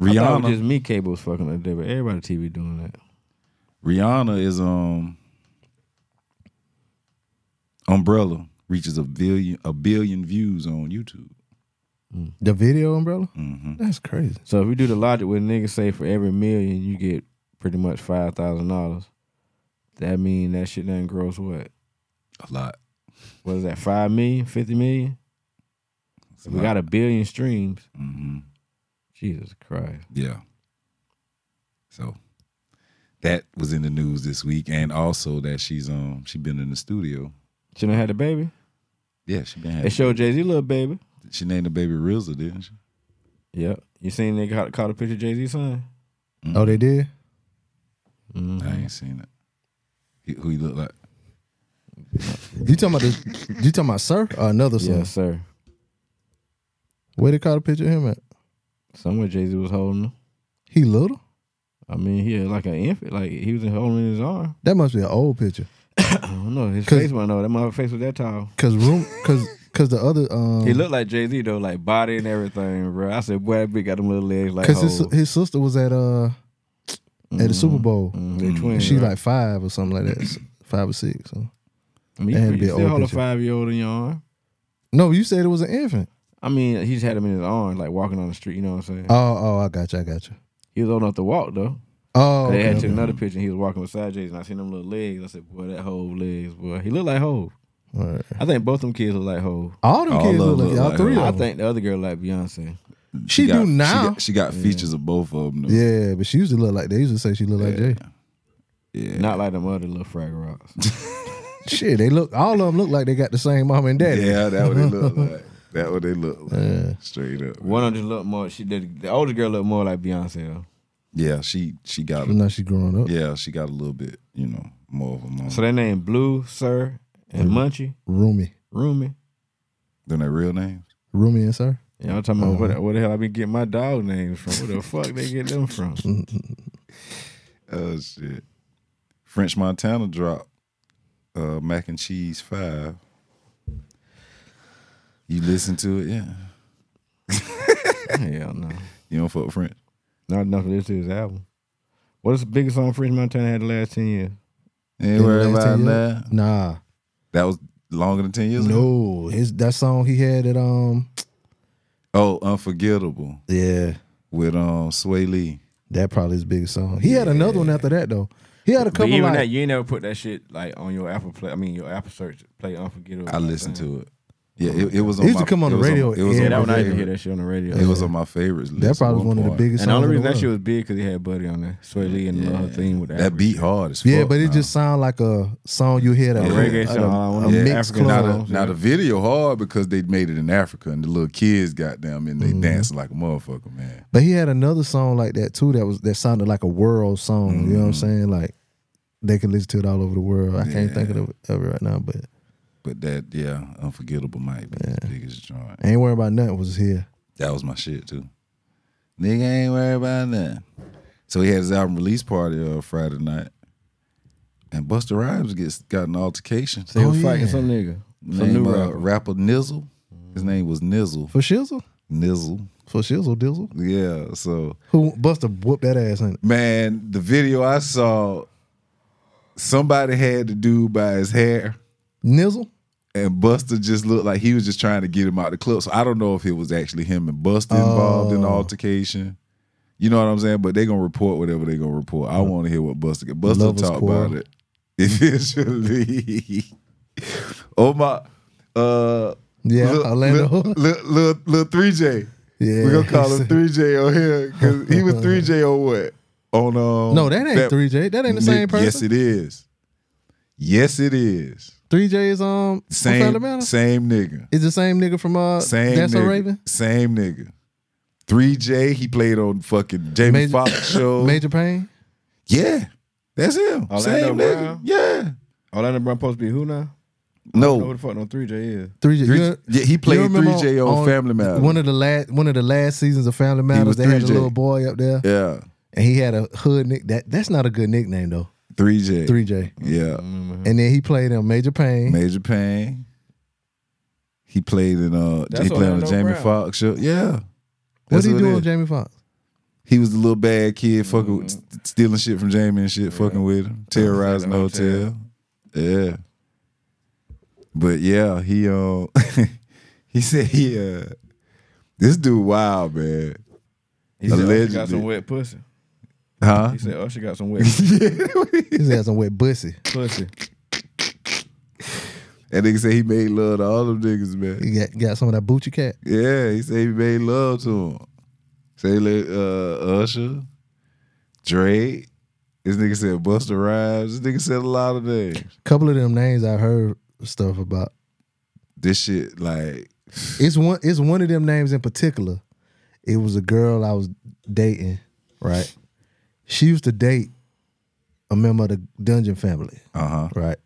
Speaker 3: it was
Speaker 2: Rihanna.
Speaker 3: just me, cable was fucking like that. But everybody TV doing that.
Speaker 2: Rihanna is um. Umbrella reaches a billion a billion views on YouTube.
Speaker 4: the video umbrella.
Speaker 2: hmm
Speaker 4: That's crazy.
Speaker 3: So if you do the logic where niggas say for every million you get pretty much five thousand dollars, that mean that shit done gross what?
Speaker 2: A lot.
Speaker 3: What is that? Five million? Fifty million? If we got a billion streams.
Speaker 2: hmm
Speaker 3: Jesus Christ.
Speaker 2: Yeah. So that was in the news this week, and also that she's um she been in the studio.
Speaker 3: She done had a baby.
Speaker 2: Yeah, she been.
Speaker 3: They
Speaker 2: Having,
Speaker 3: showed Jay Z little baby.
Speaker 2: she named the baby RZA, didn't she?
Speaker 3: Yep. You seen they caught, caught a picture of Jay Z's son?
Speaker 4: Oh, they did.
Speaker 3: Mm-hmm.
Speaker 2: I ain't seen it. He- Who he look like?
Speaker 4: You talking about the? you talking about Sir or another Sir?
Speaker 3: Yes, sir.
Speaker 4: Where they caught a picture of him at?
Speaker 3: Somewhere Jay Z was holding him.
Speaker 4: He little.
Speaker 3: I mean, he had like an infant. Like he was holding his arm.
Speaker 4: That must be an old picture.
Speaker 3: I don't know. His
Speaker 4: 'Cause-
Speaker 3: face wasn't know. That motherfucker face was that tall.
Speaker 4: Cause room. Cause cause the other um.
Speaker 3: He looked like Jay Z though, like body and everything, bro. I said, boy, that bitch got them little legs like.
Speaker 4: Cause his
Speaker 3: hoes.
Speaker 4: his sister was at uh at the Super Bowl.
Speaker 3: Oh. Mm, they twins.
Speaker 4: She's
Speaker 3: right?
Speaker 4: like five or something like that, five or six. So.
Speaker 3: I mean,
Speaker 4: they
Speaker 3: you,
Speaker 4: had to
Speaker 3: you
Speaker 4: be an
Speaker 3: still
Speaker 4: old
Speaker 3: hold a
Speaker 4: picture.
Speaker 3: five year old in your arm.
Speaker 4: No, you said it was an infant.
Speaker 3: I mean, he just had him in his arm, like walking on the street. You know what I'm saying?
Speaker 4: Oh, oh, I got you, I got you.
Speaker 3: he was old enough to walk though.
Speaker 4: Oh,
Speaker 3: they
Speaker 4: okay,
Speaker 3: had took
Speaker 4: okay.
Speaker 3: another picture. and He was walking beside Jay Z, and I seen them little legs. I said, boy, that Hove legs, boy. He looked like Hove.
Speaker 4: All, right.
Speaker 3: I think both them kids look like Hove.
Speaker 4: all them
Speaker 2: All
Speaker 4: kids
Speaker 2: of
Speaker 4: look like
Speaker 2: them
Speaker 4: y'all
Speaker 2: look
Speaker 4: three.
Speaker 2: like
Speaker 3: I
Speaker 4: Of them.
Speaker 3: think the other girl like Beyonce.
Speaker 4: She
Speaker 2: got-
Speaker 4: do now.
Speaker 2: She got, she got features of both of them. Though.
Speaker 4: Yeah, but she used to look like they used to say she looked like Jay.
Speaker 2: Yeah.
Speaker 3: Not like them other little Fraggle Rocks.
Speaker 4: Shit, they look all of them look like they got the same mom and daddy.
Speaker 2: Yeah, that what they look like. That what they look like. Straight up.
Speaker 3: One of them just looked more. She did. The older girl looked more like Beyonce though.
Speaker 2: Yeah, she she got
Speaker 4: But now she growing up.
Speaker 2: yeah she got a little bit you know more of a mom
Speaker 3: So they named Blue, Sir, and
Speaker 2: Mm-hmm.
Speaker 3: Munchie,
Speaker 4: Roomy.
Speaker 3: Roomy.
Speaker 2: than their real names.
Speaker 4: Roomy and sir.
Speaker 3: Y'all talking
Speaker 2: Mm-hmm.
Speaker 3: about what, where the hell I been getting my dog names from? Where the fuck they get them from?
Speaker 2: Mm-hmm. Oh shit. French Montana dropped uh, mac and cheese five. You listen to it, yeah.
Speaker 3: hell no.
Speaker 2: You don't fuck with French.
Speaker 3: Not enough of this is his album. What is the biggest song French Montana had the last 10 years?
Speaker 2: Ain't worried
Speaker 4: In the last
Speaker 2: about
Speaker 4: 10 years?
Speaker 2: that.
Speaker 4: Nah.
Speaker 2: That was longer than ten years ago.
Speaker 4: No. His that song he had at um
Speaker 2: Oh, unforgettable
Speaker 4: Yeah.
Speaker 2: with um Sway Lee.
Speaker 4: That probably his biggest song. He had another one after that though. He had a
Speaker 3: But
Speaker 4: couple
Speaker 3: even that,
Speaker 4: like
Speaker 3: you ain't never put that shit like on your Apple Play. I mean, your Apple search play Unforgettable.
Speaker 2: I listened to it. Yeah, it, it was. On
Speaker 4: Oh, It used
Speaker 2: my-
Speaker 4: to come on
Speaker 2: it
Speaker 4: the
Speaker 2: was
Speaker 4: radio
Speaker 2: it was
Speaker 3: Yeah,
Speaker 2: on
Speaker 3: that one
Speaker 2: my
Speaker 3: I used to hear
Speaker 2: favorite-
Speaker 3: that shit on the radio.
Speaker 2: It was on my favorites. list
Speaker 4: that
Speaker 2: at
Speaker 4: probably was one of the
Speaker 2: point.
Speaker 4: biggest
Speaker 3: And the
Speaker 4: songs.
Speaker 3: only reason
Speaker 4: in
Speaker 3: that
Speaker 4: the
Speaker 3: shit
Speaker 4: world.
Speaker 3: was big because he had Buddy on there, Sway Lee, and the whole thing with
Speaker 2: That beat hard as fuck.
Speaker 4: Yeah, but it
Speaker 2: now.
Speaker 4: just sound like a song you hear that
Speaker 3: A reggae
Speaker 4: at
Speaker 3: song, one
Speaker 4: a,
Speaker 3: of
Speaker 4: a
Speaker 3: them
Speaker 4: mixed
Speaker 3: African
Speaker 4: club.
Speaker 3: songs.
Speaker 2: Now the, now the video hard because they made it in Africa and the little kids got them and they
Speaker 4: Mm-hmm.
Speaker 2: dancing like a motherfucker, man.
Speaker 4: But he had another song like that too that was that sounded like a world song. You know
Speaker 3: Mm-hmm.
Speaker 4: what I'm saying? Like they could listen to it all over the world. I can't think of it, of it right now, but
Speaker 2: But that yeah, unforgettable might be his biggest joint.
Speaker 4: I ain't worried about nothing was here.
Speaker 2: That was my shit too. Nigga ain't worried about that. So he had his album release party uh, Friday night, and Buster Rhymes gets got an altercation.
Speaker 3: They was
Speaker 4: Oh,
Speaker 3: fighting
Speaker 4: yeah.
Speaker 3: some nigga. Some
Speaker 2: Name,
Speaker 3: new
Speaker 2: uh,
Speaker 3: rapper.
Speaker 2: rapper Nizzle. His
Speaker 4: Mm-hmm.
Speaker 2: name was Nizzle.
Speaker 4: For Shizzle?
Speaker 2: Nizzle.
Speaker 4: For Shizzle Dizzle?
Speaker 2: Yeah. So
Speaker 4: Who Buster whooped that ass in it.
Speaker 2: Man, the video I saw, somebody had the dude by his hair,
Speaker 4: Nizzle?
Speaker 2: and Buster just looked like he was just trying to get him out the club. So I don't know if it was actually him and Buster involved
Speaker 4: Oh.
Speaker 2: in the altercation. You know what I'm saying? But they gonna report whatever they gonna report. I want to hear what Buster get. Buster
Speaker 4: Lovers
Speaker 2: talk
Speaker 4: quarrel.
Speaker 2: about it eventually. oh my, uh,
Speaker 4: Yeah,
Speaker 2: Lil-
Speaker 4: Orlando.
Speaker 2: Lil- Lil Lil- Lil 3J.
Speaker 4: yeah.
Speaker 2: We gonna call him 3J on here because he was 3J on what? On um,
Speaker 4: No, that ain't
Speaker 2: Fat-
Speaker 4: three J. That ain't the same
Speaker 2: Nick,
Speaker 4: person.
Speaker 2: Yes, it is. Yes, it is.
Speaker 4: Three J's um from
Speaker 2: Same,
Speaker 4: Alabama.
Speaker 2: same nigga.
Speaker 4: Is the same nigga from uh
Speaker 2: Same
Speaker 4: That's
Speaker 2: nigga.
Speaker 4: a Raven?
Speaker 2: Same nigga. 3J, he played on fucking Jamie
Speaker 4: Major-
Speaker 2: Foxx show.
Speaker 4: Major Pain?
Speaker 2: Yeah. That's him.
Speaker 3: Orlando
Speaker 2: same nigga.
Speaker 3: Brown.
Speaker 2: Yeah.
Speaker 3: Orlando Brown supposed to be who now? Who
Speaker 2: No.
Speaker 3: the fuck no three J is?
Speaker 4: Three J.
Speaker 2: 3J
Speaker 4: you-
Speaker 2: yeah, he played
Speaker 4: you remember
Speaker 2: 3J on, Family Matters.
Speaker 4: One of the last one of the last seasons of Family
Speaker 2: was
Speaker 4: Matters, they had a
Speaker 2: 3J.
Speaker 4: little boy up there,
Speaker 2: yeah.
Speaker 4: and he had a hood nick. That that's not a good nickname though.
Speaker 2: 3J.
Speaker 4: Three J.
Speaker 2: Yeah.
Speaker 4: And then he played in Major Pain.
Speaker 2: Mm-hmm. Major Pain. He played in uh
Speaker 3: That's
Speaker 2: he played on the
Speaker 3: Orlando
Speaker 2: Jamie
Speaker 3: Brown.
Speaker 2: Foxx show. Yeah.
Speaker 4: what
Speaker 2: That's
Speaker 4: did
Speaker 2: who
Speaker 4: he
Speaker 2: it
Speaker 4: do
Speaker 2: is.
Speaker 4: with Jamie Foxx?
Speaker 2: He was the little bad kid fucking
Speaker 3: Mm-hmm.
Speaker 2: with- st- stealing shit from Jamie and shit, fucking with him, terrorizing the hotel. Yeah. But yeah, he uh he said he uh this dude wild, man.
Speaker 3: He said Usher got
Speaker 2: Allegedly.
Speaker 3: some wet pussy.
Speaker 2: Huh?
Speaker 3: He said Usher got some wet
Speaker 4: He had some wet pussy.
Speaker 3: pussy.
Speaker 2: That nigga said he made love to all them niggas, man.
Speaker 4: He got, got some of that Bucci cat.
Speaker 2: Yeah, he said he made love to him. Say like uh Usher, Drake. This nigga said Buster Rhymes. This nigga said a lot of names.
Speaker 4: Couple of them names I heard stuff about.
Speaker 2: This shit like
Speaker 4: It's one. It's one of them names in particular. It was a girl I was dating. Right. She used to date a member of the Dungeon family.
Speaker 2: uh-huh.
Speaker 4: Right.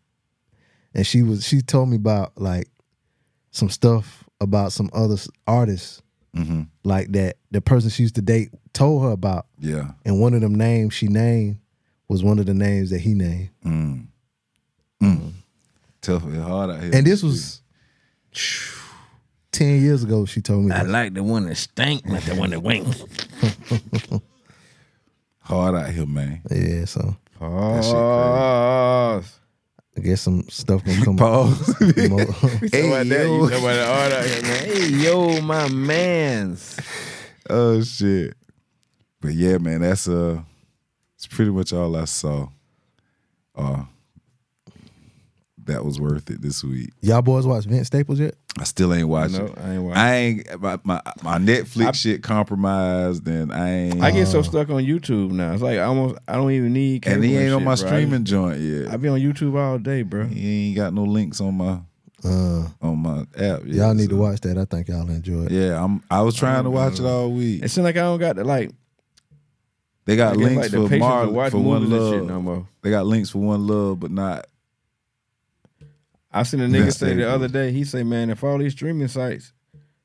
Speaker 4: And she was. She told me about like some stuff about some other s- artists
Speaker 2: Mm-hmm.
Speaker 4: like that. The person she used to date told her about,
Speaker 2: Yeah.
Speaker 4: and one of them names she named was one of the names that he named.
Speaker 2: Mm. Mm. Tough and hard out here.
Speaker 4: And this was ten years ago. She told me. That.
Speaker 3: like the one that stank, not the one that winked.
Speaker 2: hard out here, man.
Speaker 4: Yeah. So.
Speaker 3: Pause.
Speaker 4: I guess some stuff gonna come up.
Speaker 2: Pause.
Speaker 4: Mo-
Speaker 2: Hey, yo.
Speaker 3: Hey, yo, my man's.
Speaker 2: oh shit. But yeah, man, that's uh it's pretty much all I saw. Uh that was worth it this week.
Speaker 4: Y'all boys watch Vince Staples yet?
Speaker 2: I still ain't watching.
Speaker 3: No, I ain't watching.
Speaker 2: I ain't my my, my Netflix
Speaker 3: I-
Speaker 2: shit compromised and I ain't
Speaker 3: I get so stuck on YouTube now. It's like I almost I don't even need. Cable
Speaker 2: and he ain't
Speaker 3: shit,
Speaker 2: on my
Speaker 3: bro.
Speaker 2: streaming joint
Speaker 3: I,
Speaker 2: yet.
Speaker 3: just- I be on YouTube all day, bro.
Speaker 2: he ain't got no links on my
Speaker 4: Uh,
Speaker 2: on my app. yet,
Speaker 4: y'all need to
Speaker 2: so-
Speaker 4: watch that. I think y'all enjoy it.
Speaker 2: Yeah, I'm I was trying to watch it all week.
Speaker 3: It seems like I don't got the like.
Speaker 2: They got
Speaker 3: I guess,
Speaker 2: links
Speaker 3: like the
Speaker 2: for
Speaker 3: patience to
Speaker 2: Marley
Speaker 3: watch
Speaker 2: for one
Speaker 3: movies and
Speaker 2: love.
Speaker 3: shit no more.
Speaker 2: They got links for one love, but not
Speaker 3: I seen a nigga
Speaker 2: Vince
Speaker 3: say the
Speaker 2: Staples.
Speaker 3: other day. He say, "Man, if all these streaming sites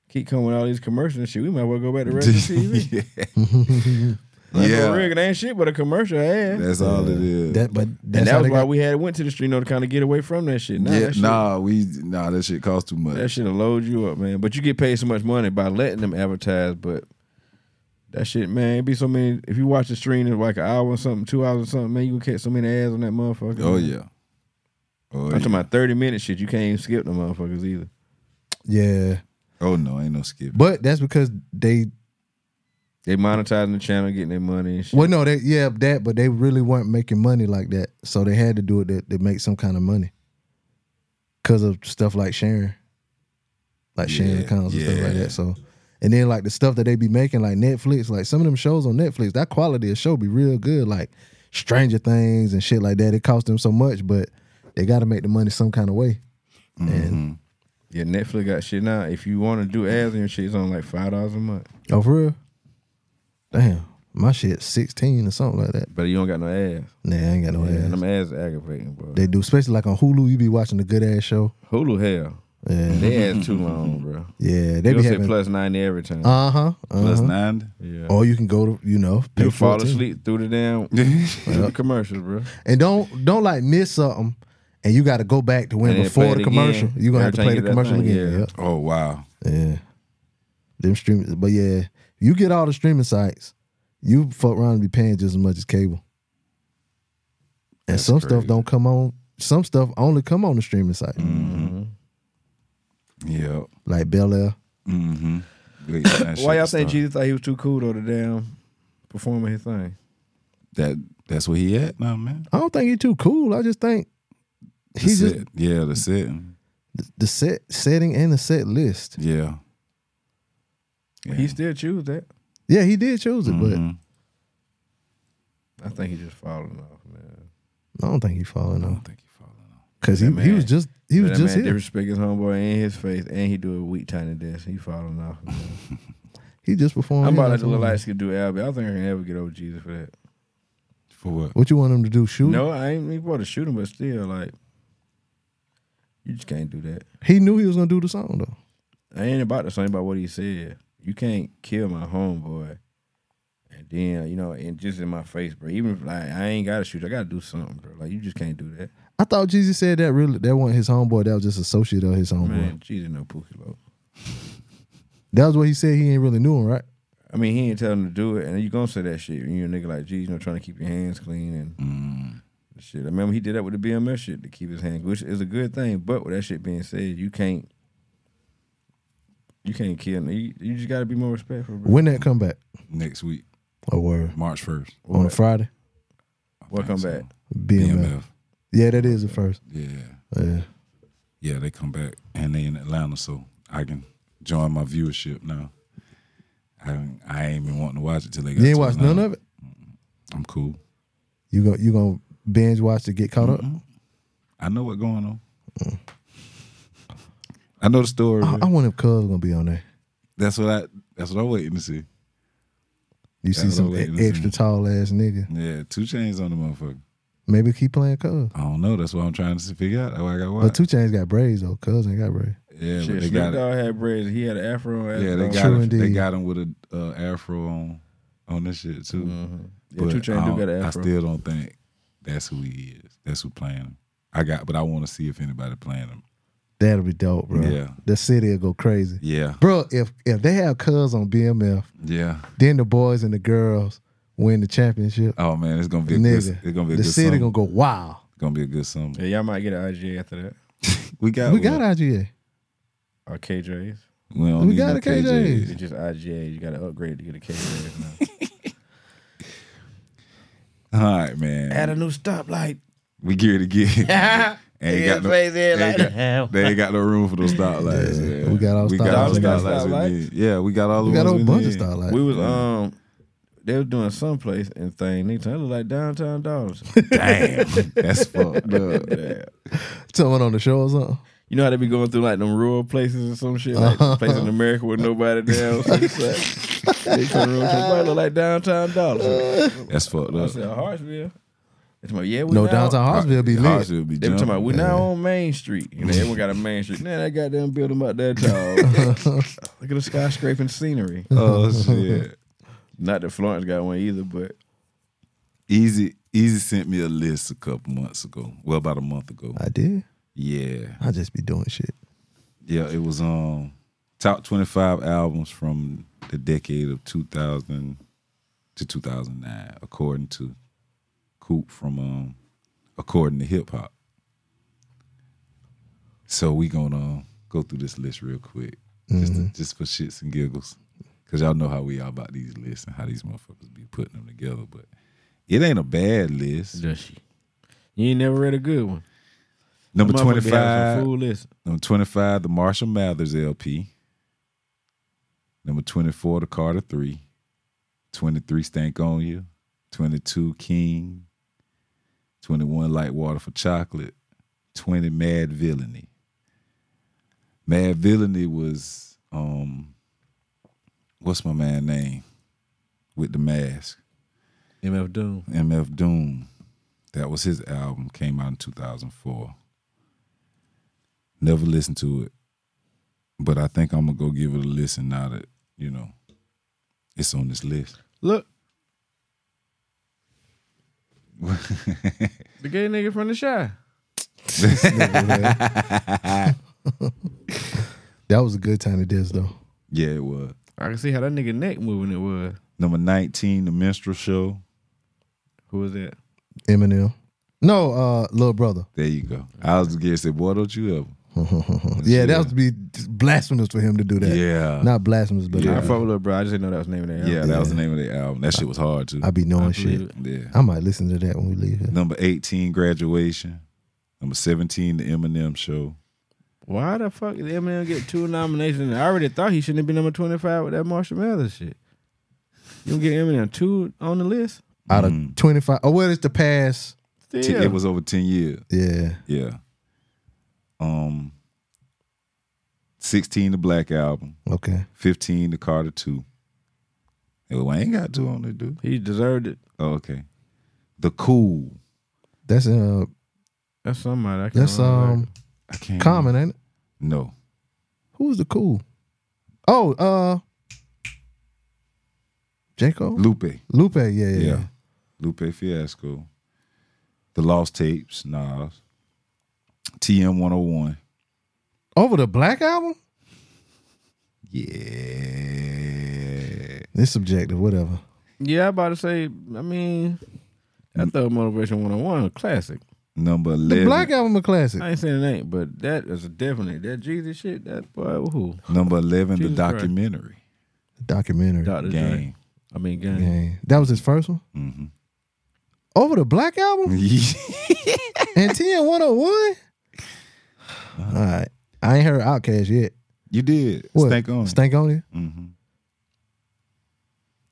Speaker 3: keep coming with all these commercials and shit, we might as well go back to regular TV." Like,
Speaker 2: Yeah.
Speaker 3: for real, it ain't shit but a commercial ad.
Speaker 2: That's all it is.
Speaker 4: That, but
Speaker 3: and
Speaker 4: that's
Speaker 3: that
Speaker 4: how
Speaker 3: was
Speaker 4: they
Speaker 3: why
Speaker 4: got,
Speaker 3: we had went to the street, you know, to kind of get away from that shit. Nah,
Speaker 2: yeah,
Speaker 3: that shit,
Speaker 2: nah, we nah that shit costs too much.
Speaker 3: that shit'll load you up, man. But you get paid so much money by letting them advertise, but that shit, man, it be so many. If you watch the stream in like an hour or something, two hours or something, man, you gonna catch so many ads on that motherfucker.
Speaker 2: oh
Speaker 3: man.
Speaker 2: yeah. Oh,
Speaker 3: I'm
Speaker 2: yeah.
Speaker 3: talking about thirty minute shit. You can't even skip the motherfuckers either.
Speaker 4: yeah.
Speaker 2: oh no, ain't no skip.
Speaker 4: But that's because they
Speaker 3: They monetizing the channel, getting their money and shit.
Speaker 4: well no they yeah that but they really weren't making money like that so they had to do it to, to make some kind of money because of stuff like sharing, like sharing
Speaker 2: Yeah,
Speaker 4: accounts and stuff like
Speaker 2: yeah.
Speaker 4: that. So and then like the stuff that they be making like Netflix, like some of them shows on Netflix, that quality of show be real good, like Stranger Things and shit like that. It cost them so much, but they got to make the money some kind of way. And
Speaker 3: Yeah, Netflix got shit now. If you want to do ads and your shit, it's on like five dollars a month,
Speaker 4: oh for real, damn. My shit sixteen or something like that.
Speaker 3: but you don't got no ads.
Speaker 4: Nah, I ain't got no
Speaker 3: Yeah,
Speaker 4: ass.
Speaker 3: and them ads are aggravating, bro.
Speaker 4: They do, especially like on Hulu. You be watching a good ass show.
Speaker 3: Hulu hell,
Speaker 4: Yeah,
Speaker 3: they ads too long, bro.
Speaker 4: yeah. Mhm. They
Speaker 3: They
Speaker 4: be
Speaker 3: say
Speaker 4: having
Speaker 3: plus ninety every time.
Speaker 4: uh huh.
Speaker 2: Plus
Speaker 4: Uh-huh.
Speaker 2: nine.
Speaker 3: yeah.
Speaker 4: Or you can go to you know pay
Speaker 3: You fall
Speaker 4: 14.
Speaker 3: asleep through the damn through the commercials, bro.
Speaker 4: and don't don't like miss something, and you got to go back to when
Speaker 3: And then play
Speaker 4: before
Speaker 3: it
Speaker 4: the commercial.
Speaker 3: again.
Speaker 4: You gonna have to
Speaker 3: Every
Speaker 4: play
Speaker 3: time
Speaker 4: the
Speaker 3: you get that
Speaker 4: commercial
Speaker 3: thing,
Speaker 4: again.
Speaker 2: Oh wow.
Speaker 4: Yeah. yeah, them streaming. But yeah, you get all the streaming sites, you fuck around and be paying just as much as cable. And some stuff
Speaker 2: crazy.
Speaker 4: don't come on. Some stuff only come on the streaming site,
Speaker 3: Mm-hmm.
Speaker 2: Yeah.
Speaker 4: like Bel Air.
Speaker 2: Mm-hmm.
Speaker 3: Why y'all think Jesus thought he was too cool though to damn performing his thing?
Speaker 2: that that's where he at now, man?
Speaker 4: I don't think he's too cool. I just think
Speaker 2: The
Speaker 4: he's just
Speaker 2: set. yeah, the setting.
Speaker 4: the- the set setting and the set list.
Speaker 2: Yeah. yeah.
Speaker 3: He still choose that.
Speaker 4: Yeah, he did choose it,
Speaker 3: Mm-hmm.
Speaker 2: Mhm.
Speaker 3: I think he just falling off, man.
Speaker 4: but I don't think he falling
Speaker 2: I
Speaker 4: off.
Speaker 2: don't think he falling off.
Speaker 4: Cause he,
Speaker 3: That
Speaker 4: he
Speaker 3: man-
Speaker 4: was just he was
Speaker 3: that
Speaker 4: just
Speaker 3: man
Speaker 4: here.
Speaker 3: disrespect his homeboy and his faith, and he do a weak tiny desk. He falling off.
Speaker 4: He just performed.
Speaker 3: I'm
Speaker 4: here
Speaker 3: about
Speaker 4: not
Speaker 3: to
Speaker 4: too
Speaker 3: look like
Speaker 4: long ago.
Speaker 3: Skip do Albert. I don't think I can ever get over Jesus for that.
Speaker 2: For what?
Speaker 4: What you want him to do? Shoot?
Speaker 3: No, I ain't even about to shoot him, but still, like, you just can't do that.
Speaker 4: He knew he was gonna do the song though.
Speaker 3: I ain't about the same about what he said. You can't kill my homeboy. And then, you know, and just in my face, bro. Even if, like I ain't gotta shoot, you, I gotta do something, bro. Like you just can't do that.
Speaker 4: I thought Jeezy said that really that wasn't his homeboy. That was just associate of his homeboy.
Speaker 3: Man, Jesus no pookie low.
Speaker 4: That was what he said. He ain't really knew him, right?
Speaker 3: I mean, he ain't telling him to do it, and you gonna say that shit. And you a nigga like Jesus, you know, trying to keep your hands clean and Mm. shit. I remember he did that with the BMS shit to keep his hands, which is a good thing. But with that shit being said, you can't, you can't kill. You, you just gotta be more respectful, bro.
Speaker 4: When that come back?
Speaker 2: Next week,
Speaker 4: Oh, word.
Speaker 2: March first.
Speaker 4: On a Friday.
Speaker 3: Welcome back.
Speaker 4: BMF.
Speaker 2: BMF.
Speaker 4: Yeah, that is the first.
Speaker 2: Yeah,
Speaker 4: Yeah.
Speaker 2: yeah. They come back and they in Atlanta, so I can join my viewership now. I ain't- I ain't even wanting to watch it till they. Got
Speaker 4: You ain't
Speaker 2: to
Speaker 4: watched
Speaker 2: Atlanta.
Speaker 4: none of it.
Speaker 2: I'm cool.
Speaker 4: You go. You gonna binge watch to get caught up?
Speaker 2: Mm-hmm.
Speaker 4: Mm.
Speaker 2: I know what's going on. I know the story.
Speaker 3: Mm-hmm.
Speaker 4: I, I wonder if Cuz gonna be on there.
Speaker 2: that's what I. That's what I'm waiting to see.
Speaker 4: You see
Speaker 2: That's
Speaker 4: some
Speaker 2: what I'm
Speaker 4: e- extra
Speaker 2: listening.
Speaker 4: tall ass nigga.
Speaker 2: Yeah, two chains on the motherfucker.
Speaker 4: Maybe keep playing Cuz.
Speaker 2: I don't know. That's what I'm trying to figure out. Why I got
Speaker 4: But
Speaker 2: what?
Speaker 4: Two Chains got braids though. Cuz ain't got braids.
Speaker 2: yeah, but
Speaker 3: Shit,
Speaker 2: they
Speaker 3: Snoop
Speaker 2: got. it.
Speaker 3: Dogg had braids. He had an afro. as
Speaker 2: Yeah, they
Speaker 3: well.
Speaker 2: got.
Speaker 4: True
Speaker 2: it. They
Speaker 4: indeed.
Speaker 2: got him with a uh, afro on on this shit too.
Speaker 3: Mm-hmm. Yeah, Two Chainz
Speaker 2: I
Speaker 3: do
Speaker 2: don't-
Speaker 3: got an
Speaker 2: I
Speaker 3: afro.
Speaker 2: still don't think that's who he is. That's who playing him. I got, but I want to see if anybody playing him.
Speaker 4: That'll be dope, bro.
Speaker 2: Yeah.
Speaker 4: The city'll go crazy.
Speaker 2: Yeah,
Speaker 4: Bro, if if they have Cuz on BMF,
Speaker 2: yeah.
Speaker 4: then the boys and the girls win the championship.
Speaker 2: Oh man, it's gonna be a good.
Speaker 4: Nigga,
Speaker 2: It's gonna be a
Speaker 4: the
Speaker 2: good
Speaker 4: city
Speaker 2: summer.
Speaker 4: gonna go wild.
Speaker 2: Gonna be a good summer.
Speaker 3: yeah, y'all might get an IGA after that.
Speaker 2: We got.
Speaker 4: we
Speaker 2: one.
Speaker 4: got IGA.
Speaker 3: Or KJs.
Speaker 2: We, don't
Speaker 4: we
Speaker 2: need
Speaker 4: got
Speaker 2: no
Speaker 4: a KJs.
Speaker 3: It's just IGA. You got to upgrade to get a KJs now.
Speaker 2: All right, man.
Speaker 3: Add a new stoplight.
Speaker 2: we geared again. ain't got no, ain't got- they ain't got no room for those stoplights. Yeah,
Speaker 4: we got all
Speaker 2: we got all the
Speaker 3: stoplights.
Speaker 2: stoplights.
Speaker 3: We got
Speaker 2: we
Speaker 3: stoplights.
Speaker 2: need. Yeah, we got all the
Speaker 4: We got a
Speaker 2: ones
Speaker 4: whole
Speaker 2: we
Speaker 4: bunch
Speaker 2: need.
Speaker 4: of starlight.
Speaker 3: We was um, they was doing someplace and thing. Nigga, it looked like downtown Dallas.
Speaker 2: Damn, that's fucked up.
Speaker 3: Yeah.
Speaker 4: Someone on the show or something.
Speaker 3: You know how they be going through like them rural places and some shit, like the place in America where nobody down. they come around, somebody look like downtown Dallas.
Speaker 2: That's fucked
Speaker 3: I
Speaker 2: up.
Speaker 3: said "Oh, Hartsville. It's my yeah. We
Speaker 4: No
Speaker 3: now-
Speaker 4: downtown Hartsville be
Speaker 2: Hearts
Speaker 4: lit.
Speaker 2: will be
Speaker 3: They were talking
Speaker 2: jumping.
Speaker 3: about we now on Main Street. You know, everyone got a Main Street. Now that goddamn building up that tall. Look at the skyscraping scenery.
Speaker 2: Oh shit.
Speaker 3: Not that Florence got one either, but
Speaker 2: Easy Easy sent me a list a couple months ago. Well, about a month ago.
Speaker 4: I did.
Speaker 2: Yeah.
Speaker 4: I just be doing shit.
Speaker 2: Yeah, it was um top 25 albums from the decade of 2000 to 2009 according to Coop from um according to hip hop. So we going to go through this list real quick just to, just for shits and giggles. Cause y'all know how we are about these lists and how these motherfuckers be putting them together, but it ain't a bad list.
Speaker 3: does she? You ain't never read a good one.
Speaker 2: Number
Speaker 3: That motherfucker be
Speaker 2: twenty
Speaker 3: having some
Speaker 2: five.
Speaker 3: Fool list.
Speaker 2: Number twenty five, the Marshall Mathers LP. Number twenty four, the Carter Three. Twenty three, Stank on You. Twenty two, King. Twenty one, Light Water for Chocolate. Twenty, Mad Villainy. Mad Villainy was um, what's my man name with the mask?
Speaker 3: MF Doom.
Speaker 2: MF Doom. That was his album. Came out in 2004. Never listened to it, but I think I'm gonna go give it a listen now that you know it's on this list.
Speaker 3: Look. the gay nigga from the shy.
Speaker 4: That was a good time to diss though.
Speaker 2: Yeah, it was
Speaker 3: I can see how that nigga neck moving it was.
Speaker 2: number 19, The Minstrel Show.
Speaker 3: Who was that?
Speaker 4: Eminem. No, uh, little brother.
Speaker 2: There you go. I was gonna say, boy, don't you ever?
Speaker 4: yeah, that would be blasphemous for him to do that.
Speaker 2: Yeah,
Speaker 4: Not blasphemous, but uh,
Speaker 3: I
Speaker 4: yeah.
Speaker 3: fuck with Lil bro. I just didn't know that was the name of that.
Speaker 2: yeah, that was the name of the album. That shit was hard too.
Speaker 4: I be knowing Oh, shit.
Speaker 3: believe it.
Speaker 2: yeah.
Speaker 4: I might listen to that when we leave here.
Speaker 2: Number 18, Graduation. Number 17, The Eminem Show.
Speaker 3: Why the fuck did Eminem get two nominations? I already thought he shouldn't be number twenty five with that Marshall Mathers shit. You don't get Eminem two on the list.
Speaker 4: Out of twenty five, oh well, it's the past.
Speaker 3: Still,
Speaker 2: Ten- It was over 10 years.
Speaker 4: Yeah,
Speaker 2: Yeah. um, 16 the Black Album,
Speaker 4: Okay.
Speaker 2: 15 the Carter 2. Hey, well, I ain't got two on there, dude.
Speaker 3: He deserved it.
Speaker 2: Oh, okay. The Cool.
Speaker 4: That's uh
Speaker 3: That's somebody. I can
Speaker 4: that's um
Speaker 2: I can't.
Speaker 4: common, ain't it?
Speaker 2: No.
Speaker 4: Who's the cool? Oh, uh J. Cole?
Speaker 2: Lupe.
Speaker 4: Lupe, yeah, yeah. yeah.
Speaker 2: Yeah. Lupe Fiasco. The Lost Tapes, Nas. TM 101.
Speaker 4: Over the black album?
Speaker 2: Yeah.
Speaker 4: It's subjective, whatever.
Speaker 3: Yeah, I about to say. I mean, I thought Motivation One Hundred One classic.
Speaker 2: Number 11.
Speaker 4: The black album a classic.
Speaker 3: I ain't saying it ain't, but that is a definite. That Jesus shit. That boy, who
Speaker 2: Number 11, the
Speaker 3: Jesus Christ.
Speaker 2: documentary.
Speaker 4: Documentary.
Speaker 3: Doctor Dre.
Speaker 2: Game.
Speaker 3: I mean, gang.
Speaker 4: Dang. That was his first one?
Speaker 2: Mhm.
Speaker 4: Over the black album? and TN 101? All right. I ain't heard Outkast yet.
Speaker 2: you did.
Speaker 4: What?
Speaker 2: Stank on. it.
Speaker 4: Stank on it?
Speaker 2: Mhm.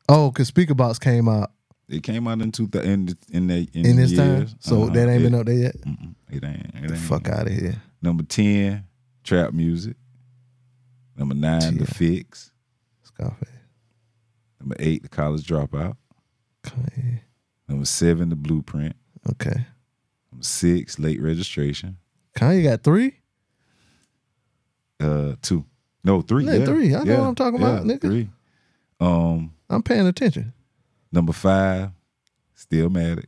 Speaker 4: Oh, because Speaker Box came out
Speaker 2: It came out in two th- in in that in,
Speaker 4: in
Speaker 2: the
Speaker 4: this time.
Speaker 2: years.
Speaker 4: So
Speaker 2: Uh-huh.
Speaker 4: that ain't
Speaker 2: it,
Speaker 4: been up there yet.
Speaker 2: mm-mm. It ain't. It ain't.
Speaker 4: Fuck out of here.
Speaker 2: Number ten, trap music. Number nine, the
Speaker 4: Yeah.
Speaker 2: fix.
Speaker 4: Scarface.
Speaker 2: Number eight, the college dropout.
Speaker 4: Kanye.
Speaker 2: Number seven, the blueprint.
Speaker 4: Okay.
Speaker 2: Number six, late registration.
Speaker 4: Kanye got three?
Speaker 2: Uh, two, no three.
Speaker 4: Yeah,
Speaker 2: Yeah,
Speaker 4: three. I know
Speaker 2: yeah,
Speaker 4: what I'm talking about,
Speaker 2: yeah,
Speaker 4: nigga.
Speaker 2: Three. Um,
Speaker 4: I'm paying attention.
Speaker 2: number five, still mad at.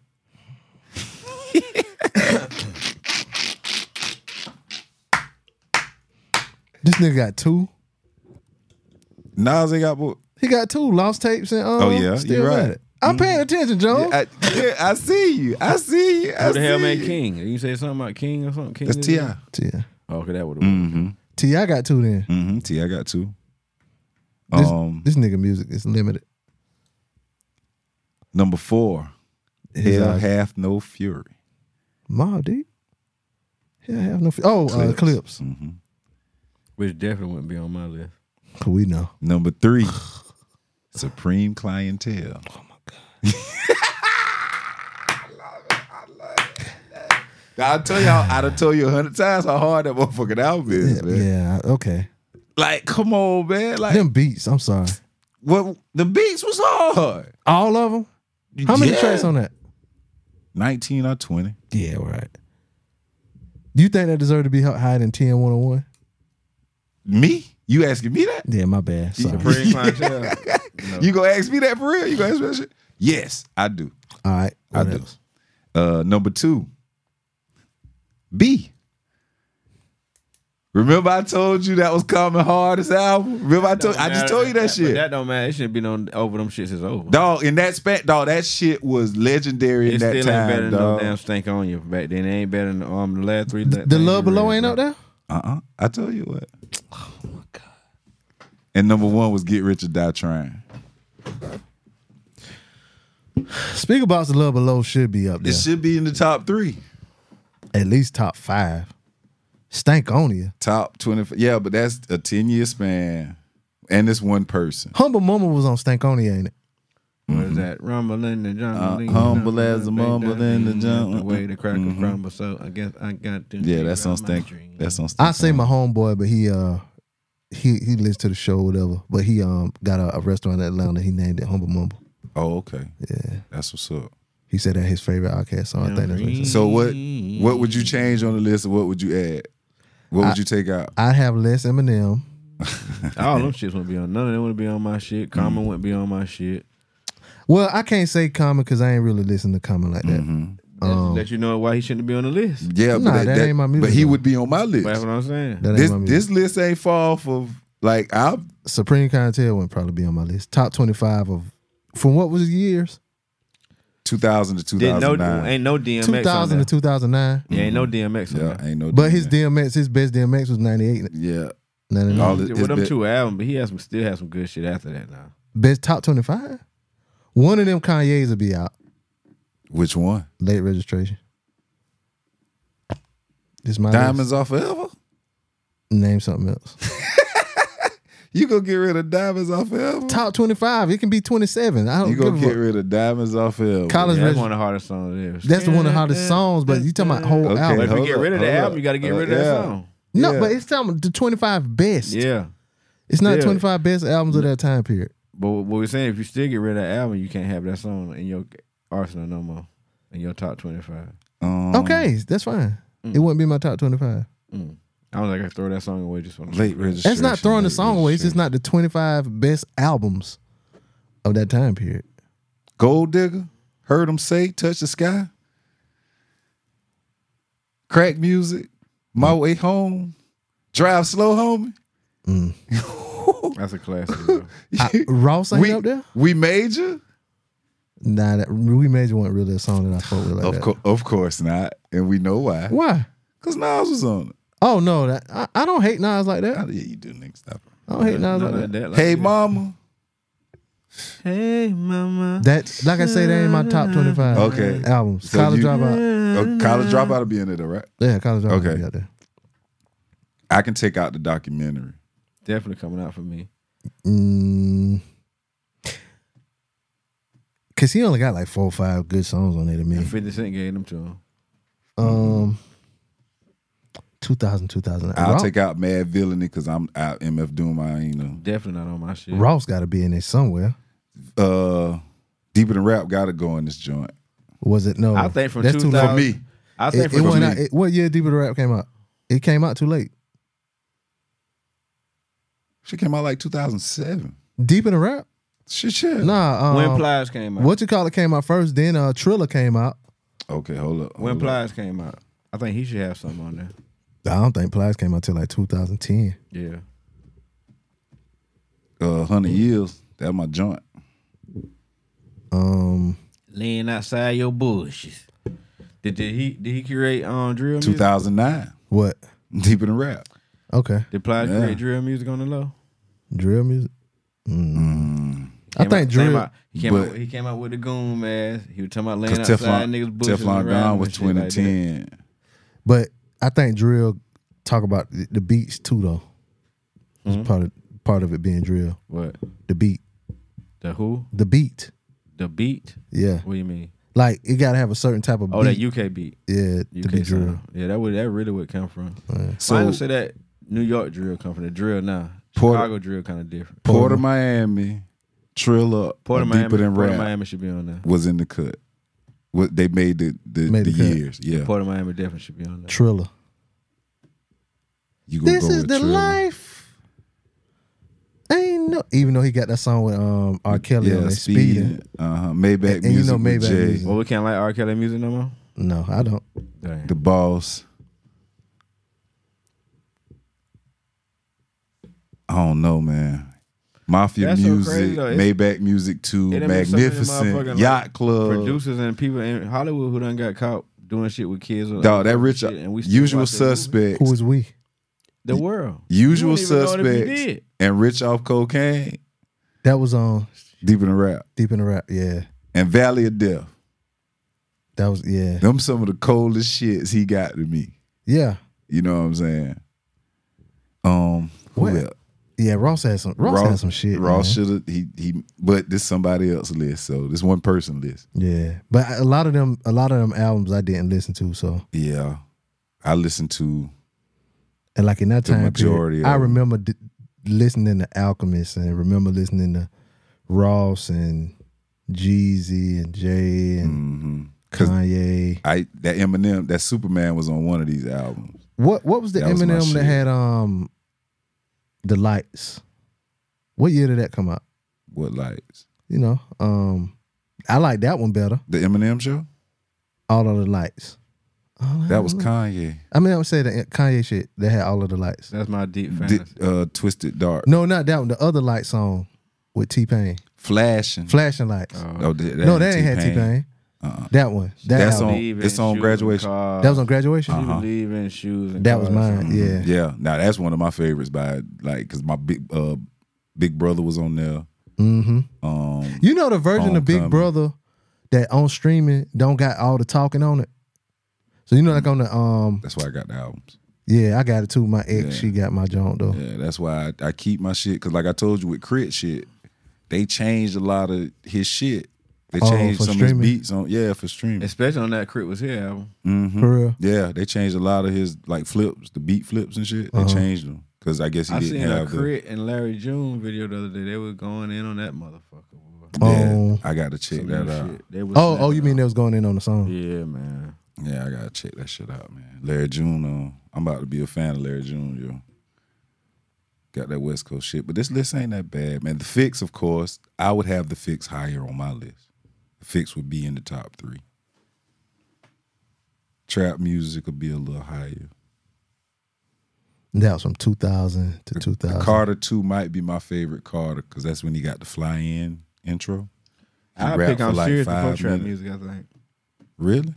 Speaker 4: This nigga got two.
Speaker 2: Nas ain't got. bo-
Speaker 4: He got two lost tapes and um,
Speaker 2: Oh, yeah,
Speaker 4: still
Speaker 2: you're
Speaker 4: Mad
Speaker 2: right.
Speaker 4: At It. I'm paying attention, Joe.
Speaker 2: I, yeah, I see you. I see you. I
Speaker 3: Who the hell
Speaker 2: see
Speaker 3: made
Speaker 2: you.
Speaker 3: King? You say something about King or something? King
Speaker 2: That's
Speaker 3: is
Speaker 2: Ti.
Speaker 3: it?
Speaker 4: Yeah.
Speaker 3: Oh, okay, that would.
Speaker 2: Mm-hmm.
Speaker 4: T.I. got two then.
Speaker 2: Mm-hmm. T. I got two.
Speaker 4: This,
Speaker 2: um,
Speaker 4: this nigga music is limited.
Speaker 2: number four,
Speaker 4: His,
Speaker 2: Hell
Speaker 4: uh,
Speaker 2: Hath No Fury.
Speaker 4: Mob Deep. Yeah, I have no. F- oh, clips. Uh, clips.
Speaker 2: Mm-hmm.
Speaker 3: Which definitely wouldn't be on my list.
Speaker 4: We know.
Speaker 2: Number three, Supreme Clientele. Oh my god. I tell y'all, I done told you a hundred times how hard that motherfucking album is, man.
Speaker 4: Yeah. Okay.
Speaker 2: Like, come on, man. Like,
Speaker 4: Them beats. I'm sorry.
Speaker 2: what the beats was hard.
Speaker 4: All of them. How many tracks on that?
Speaker 2: Nineteen or twenty?
Speaker 4: Yeah. Right. Do you think that deserved to be h- higher than oh TN 101?
Speaker 2: Me? You asking me that?
Speaker 4: Yeah. My bad. Sorry.
Speaker 3: Supreme Clientele.
Speaker 2: You gonna ask me that for real? You gonna ask me that shit? Yes, I do.
Speaker 4: All right.
Speaker 2: I do.
Speaker 4: whatever.
Speaker 2: Uh, number two, B. Remember, I told you that was Common Hardest album. Remember, I told I just told you that,
Speaker 3: but
Speaker 2: shit,
Speaker 3: That don't matter. It shouldn't be no over them shits is over.
Speaker 2: dog. In that span, dog, that shit was legendary
Speaker 3: It
Speaker 2: in
Speaker 3: still
Speaker 2: that
Speaker 3: ain't better
Speaker 2: time,
Speaker 3: than
Speaker 2: dog.
Speaker 3: no damn stink on you back then. It ain't better than um, the last three.
Speaker 4: The Love Below ain't up
Speaker 3: up there.
Speaker 4: there?
Speaker 2: uh uh I told you what. Oh my god. And number one was Get Rich or Die Trying.
Speaker 4: Speak about The Love Below should be up
Speaker 2: It
Speaker 4: there.
Speaker 2: should be in the top three,
Speaker 4: At least top five. Stankonia.
Speaker 2: top twenty. Yeah, but that's a ten year span, and it's one person.
Speaker 4: Humble Mama was on Stankonia, ain't it?
Speaker 3: Was that rumbling and jumbling?
Speaker 2: Mm-hmm. Uh, humble as a mumble in the jungle. Mm-hmm.
Speaker 3: The way the cracker crumble, so I guess I got to.
Speaker 2: Yeah, that's on
Speaker 3: my
Speaker 2: Stank.
Speaker 3: dream.
Speaker 2: That's on.
Speaker 4: I
Speaker 2: Stank
Speaker 4: say my homeboy, but he uh he he listens to the show, whatever. But he um got a, a restaurant in Atlanta. He named it Humble Mumble.
Speaker 2: Oh, okay.
Speaker 4: Yeah,
Speaker 2: That's what's up.
Speaker 4: he said that his favorite outcast song. I think that's what he said.
Speaker 2: So what what would you change on the list and what would you add? What would you take out?
Speaker 4: Mm. I have less
Speaker 3: All
Speaker 4: Eminem.
Speaker 3: them shits wouldn't be on. None of them wouldn't be on my shit. Common
Speaker 2: Mm.
Speaker 3: wouldn't be on my shit.
Speaker 4: Well, I can't say Common because I ain't really listen to Common like that.
Speaker 2: Mm-hmm.
Speaker 3: That's to
Speaker 2: Um,
Speaker 3: let you know why he shouldn't be on the list.
Speaker 2: Yeah,
Speaker 4: Nah, that ain't my
Speaker 2: But
Speaker 4: music,
Speaker 2: he
Speaker 4: though.
Speaker 2: would be on my
Speaker 3: That's
Speaker 2: list.
Speaker 3: what I'm saying.
Speaker 4: That ain't
Speaker 2: This
Speaker 4: my music.
Speaker 2: this list ain't far off of like I
Speaker 4: Supreme Clientele wouldn't probably be on my list. Top twenty five of from what was his years?
Speaker 2: 2000 to
Speaker 3: Didn't
Speaker 2: 2009.
Speaker 3: no, ain't no DMX.
Speaker 4: Two thousand to
Speaker 3: on
Speaker 4: two thousand nine.
Speaker 2: Mm-hmm.
Speaker 3: there. Yeah, ain't no DMX. On
Speaker 2: yeah,
Speaker 3: there.
Speaker 2: ain't no.
Speaker 4: But his
Speaker 2: difference.
Speaker 4: DMX, his best DMX was 98,
Speaker 2: yeah,
Speaker 4: 99.
Speaker 2: all his,
Speaker 3: With
Speaker 2: his
Speaker 3: them
Speaker 2: be-
Speaker 3: two albums, but he has some still has some good shit after that now.
Speaker 4: Best top twenty five. One of them Kanye's will be out.
Speaker 2: Which one?
Speaker 4: Late registration. This my list.
Speaker 2: Diamonds are forever.
Speaker 4: Name something else.
Speaker 2: You gonna get rid of diamonds off forever?
Speaker 4: Top twenty five. It can be twenty seven. I don't
Speaker 2: You gonna
Speaker 4: give a
Speaker 2: get
Speaker 4: fuck.
Speaker 2: rid of diamonds off forever?
Speaker 4: College
Speaker 3: Yeah, that's
Speaker 4: Reg-
Speaker 3: one of the hardest songs there.
Speaker 4: That's the one of the hottest songs, but you talking about whole
Speaker 2: Okay,
Speaker 4: album.
Speaker 3: But if you
Speaker 2: Hold
Speaker 3: get
Speaker 2: up,
Speaker 3: rid of the
Speaker 2: hold
Speaker 3: album,
Speaker 2: up.
Speaker 3: you got to get
Speaker 2: Uh,
Speaker 3: rid of that
Speaker 2: yeah.
Speaker 3: song.
Speaker 4: No,
Speaker 2: Yeah.
Speaker 4: but it's talking about the 25 best.
Speaker 3: Yeah.
Speaker 4: It's not
Speaker 3: Yeah.
Speaker 4: 25 best albums of that time period.
Speaker 3: But what we're saying, if you still get rid of that album, you can't have that song in your arsenal no more, in your top 25.
Speaker 2: Um,
Speaker 4: okay, that's fine. It wouldn't be my top 25.
Speaker 3: Mm. I was like, I throw that song away just for
Speaker 2: Late registration.
Speaker 4: That's not throwing the
Speaker 2: late
Speaker 4: song away. It's just
Speaker 2: registration.
Speaker 4: not the 25 best albums of that time period.
Speaker 2: Gold digger. Heard him say, "Touch the sky." Crack music. My way home. Drive slow, homie.
Speaker 3: That's a classic. bro.
Speaker 4: I, Ross ain't
Speaker 2: we
Speaker 4: up there?
Speaker 2: we major.
Speaker 4: Nah, that, we major wasn't really a song that I fuck with like
Speaker 2: Of
Speaker 4: that.
Speaker 2: course, of course not, and we know why.
Speaker 4: Why?
Speaker 2: Cause Nas was on it.
Speaker 4: Oh, no. That, I, I don't hate Nas like
Speaker 2: How
Speaker 4: that.
Speaker 2: did you do next stop?
Speaker 4: I don't hate
Speaker 3: None
Speaker 4: Nas like
Speaker 3: of
Speaker 4: that.
Speaker 3: that, like
Speaker 2: Hey,
Speaker 3: that.
Speaker 2: mama.
Speaker 3: Hey, mama.
Speaker 4: That, like I say, that ain't my top 25
Speaker 2: Okay.
Speaker 4: albums.
Speaker 2: So
Speaker 4: college
Speaker 2: you-
Speaker 4: Dropout.
Speaker 2: Oh, college dropout will be in it, all right?
Speaker 4: Yeah, College Dropout.
Speaker 2: Okay.
Speaker 4: be out there.
Speaker 2: I can take out the documentary.
Speaker 3: Definitely coming out for me.
Speaker 4: Mm. Cause he only got like four or five good songs on it to me.
Speaker 3: And 50 Cent gave them to him.
Speaker 4: Um, 2000, 2000.
Speaker 2: I'll
Speaker 4: Ross,
Speaker 2: take out Mad Villainy because I'm out MF Doom. I ain't know.
Speaker 3: Definitely not on my shit.
Speaker 4: Ross got to be in there somewhere.
Speaker 2: Uh, Deeper than rap got to go in this joint.
Speaker 4: Was it no?
Speaker 3: I think from
Speaker 4: that's
Speaker 3: 2000
Speaker 4: too
Speaker 2: For
Speaker 4: late.
Speaker 2: me,
Speaker 3: I
Speaker 4: It,
Speaker 3: think
Speaker 4: it
Speaker 3: for
Speaker 4: went
Speaker 3: me,
Speaker 4: out, it, what year Deeper the Rap came out? It came out too late.
Speaker 2: she came out like 2007.
Speaker 4: Deeper the Rap?
Speaker 2: Shit, yeah.
Speaker 4: Nah. Um,
Speaker 3: when Plies came out.
Speaker 4: what you call it came out first? Then uh, Triller came out.
Speaker 2: Okay, hold up.
Speaker 3: When
Speaker 2: hold up.
Speaker 3: Plies came out. I think he should have something on there.
Speaker 4: I don't think Plies came out till like 2010.
Speaker 3: Yeah.
Speaker 2: uh, hundred years. That's my joint.
Speaker 4: Um,
Speaker 3: Lean outside your bushes. Did, did he did he curate um drill music?
Speaker 2: 2009.
Speaker 4: what?
Speaker 2: Deeper than rap.
Speaker 4: Okay,
Speaker 3: Did Plies
Speaker 2: Yeah.
Speaker 3: create drill music on the low?
Speaker 4: drill music. I
Speaker 3: Mm. Came
Speaker 4: think
Speaker 3: out-
Speaker 4: drill.
Speaker 3: came out- he came out
Speaker 2: but-
Speaker 3: he came out with the goon mask. He was talking about laying
Speaker 2: Because
Speaker 3: outside
Speaker 2: Teflon,
Speaker 3: niggas bushes.
Speaker 2: Teflon
Speaker 3: and
Speaker 2: Don
Speaker 3: riding
Speaker 2: was
Speaker 3: and shit like that.
Speaker 2: 2010.
Speaker 4: But I think drill talk about the the beats too though.
Speaker 3: Mm-hmm.
Speaker 4: It's part of part of it being drill.
Speaker 3: What?
Speaker 4: The beat.
Speaker 3: The who?
Speaker 4: The beat.
Speaker 3: The beat?
Speaker 4: Yeah.
Speaker 3: What do you mean?
Speaker 4: Like it gotta have a certain type of
Speaker 3: Oh,
Speaker 4: beat.
Speaker 3: that UK beat.
Speaker 4: yeah, to be
Speaker 3: UK
Speaker 4: drill.
Speaker 3: sound. Yeah, that would that really would come from. So I
Speaker 2: So
Speaker 3: don't say that New York drill come from the drill now.
Speaker 2: Porter-
Speaker 3: Chicago drill kind of different.
Speaker 2: Port of Miami, Triller,
Speaker 3: Port of
Speaker 2: Deeper
Speaker 3: Miami,
Speaker 2: than
Speaker 3: Port
Speaker 2: rap
Speaker 3: of Miami should be on there.
Speaker 2: was in the cut. What they made the the,
Speaker 4: Made
Speaker 2: the
Speaker 4: the cut.
Speaker 2: years. Yeah,
Speaker 3: Port of Miami definitely should be on there.
Speaker 4: Triller.
Speaker 2: you gonna
Speaker 4: This
Speaker 2: go
Speaker 4: is
Speaker 2: with
Speaker 4: the
Speaker 2: Triller.
Speaker 4: life. Ain't no even though he got that song with um R. Kelly on
Speaker 2: Yeah,
Speaker 4: there,
Speaker 2: speeding.
Speaker 4: speeding.
Speaker 2: Uh huh. Maybach
Speaker 4: And- and you
Speaker 2: music
Speaker 4: know
Speaker 2: with
Speaker 4: Maybach
Speaker 2: Jay,
Speaker 4: music.
Speaker 3: Well, we can't like R. Kelly music no more.
Speaker 4: No, I don't.
Speaker 3: Dang.
Speaker 2: the boss. I don't know, man. Mafia
Speaker 3: That's so
Speaker 2: music,
Speaker 3: crazy, though. It's-
Speaker 2: Maybach music too,
Speaker 3: It done been so many motherfucking,
Speaker 2: magnificent
Speaker 3: like,
Speaker 2: yacht club.
Speaker 3: Producers and people in Hollywood who done got caught doing shit with kids. or
Speaker 2: Dog, that
Speaker 3: other
Speaker 2: rich uh,
Speaker 3: shit, and we still
Speaker 2: usual
Speaker 3: watch that movie.
Speaker 2: suspects,
Speaker 4: Who is we?
Speaker 3: The world.
Speaker 2: usual
Speaker 3: You wouldn't even know if he
Speaker 2: suspects,
Speaker 3: did.
Speaker 2: and rich off cocaine,
Speaker 4: That was on
Speaker 2: deeper than rap,
Speaker 4: Deep in the Rap. Yeah.
Speaker 2: and Valley of Death.
Speaker 4: That was yeah.
Speaker 2: Them some of the coldest shits he got to me.
Speaker 4: Yeah.
Speaker 2: You know what I'm saying? Um, who
Speaker 4: What?
Speaker 2: else?
Speaker 4: Yeah, Ross had some Ross, had some shit.
Speaker 2: Ross
Speaker 4: man.
Speaker 2: should have he he, but this somebody else list. So this one person list.
Speaker 4: Yeah, but a lot of them, a lot of them albums I didn't listen to. So,
Speaker 2: Yeah, I listened to
Speaker 4: and like in that
Speaker 2: The
Speaker 4: time
Speaker 2: majority
Speaker 4: period,
Speaker 2: of
Speaker 4: I
Speaker 2: them.
Speaker 4: remember d- listening to Alchemist and remember listening to Ross and Jeezy and Jay and
Speaker 2: mhm.
Speaker 4: Kanye.
Speaker 2: I that Eminem that Superman was on one of these albums.
Speaker 4: What What was the
Speaker 2: That was my
Speaker 4: Eminem
Speaker 2: shit.
Speaker 4: that had um the lights? What year did that come out?
Speaker 2: What lights?
Speaker 4: You know, um, I like that one better.
Speaker 2: The Eminem show?
Speaker 4: All of the lights.
Speaker 2: That was
Speaker 4: Mm-hmm.
Speaker 2: Kanye.
Speaker 4: I mean, I would say the Kanye shit that had all of the lights.
Speaker 3: That's my deep fantasy.
Speaker 2: Did, uh, Twisted Dark,
Speaker 4: No, not that one. The other light song with T Pain,
Speaker 2: Flashing.
Speaker 4: flashing lights.
Speaker 3: Uh,
Speaker 2: oh, that,
Speaker 4: no, that ain't had T Pain. That one. That
Speaker 2: That's
Speaker 4: album.
Speaker 2: on- it's on graduation. Uh-huh.
Speaker 4: That was on graduation.
Speaker 3: You believe in shoes and
Speaker 4: That was
Speaker 3: cars.
Speaker 4: mine. Yeah.
Speaker 2: Mm-hmm. Yeah. Now that's one of my favorites by like because my big uh big brother was on there. Mm-hmm. Um,
Speaker 4: You know the version of Big
Speaker 2: Homecoming.
Speaker 4: Brother that on streaming don't got all the talking on it. So you know, like on the um,
Speaker 2: that's why I got the albums.
Speaker 4: Yeah, I got it too. My ex, she got my joint though.
Speaker 2: Yeah, that's why I, I keep my shit. Cause like I told you with Crit shit, they changed a lot of his shit. They
Speaker 4: Oh,
Speaker 2: changed
Speaker 4: for
Speaker 2: some
Speaker 4: streaming?
Speaker 2: of his beats on yeah for streaming. Mm-hmm.
Speaker 3: Especially on that Crit Was Here album.
Speaker 4: For real.
Speaker 2: Yeah, they changed a lot of his like flips, the beat flips and shit. They
Speaker 4: Uh-huh.
Speaker 2: changed them because I guess he
Speaker 3: I
Speaker 2: didn't
Speaker 3: seen a
Speaker 2: have the.
Speaker 3: Crit and Larry June video the other day. They were going in on that motherfucker. boy.
Speaker 2: Yeah,
Speaker 4: Oh.
Speaker 2: I gotta check
Speaker 3: Some
Speaker 2: that
Speaker 3: new
Speaker 2: out.
Speaker 3: shit. They was
Speaker 4: Oh, oh,
Speaker 3: snapping
Speaker 4: you mean
Speaker 3: out.
Speaker 4: they was going in on the song?
Speaker 3: Yeah, man.
Speaker 2: Yeah, I gotta check that shit out, man. Larry June, on. I'm about to be a fan of Larry June, yo. Got that West Coast shit, but this list ain't that bad, man. The Fix, of course, I would have the Fix higher on my list. The Fix would be in the top three. Trap music would be a little higher.
Speaker 4: That was from 2000 to 2000.
Speaker 2: Carter Two might be my favorite Carter because that's when he got the fly in intro. He
Speaker 3: I
Speaker 2: rapped
Speaker 3: pick
Speaker 2: for
Speaker 3: I'm
Speaker 2: like
Speaker 3: serious before
Speaker 2: five
Speaker 3: trap
Speaker 2: minutes.
Speaker 3: music. I think.
Speaker 2: Really?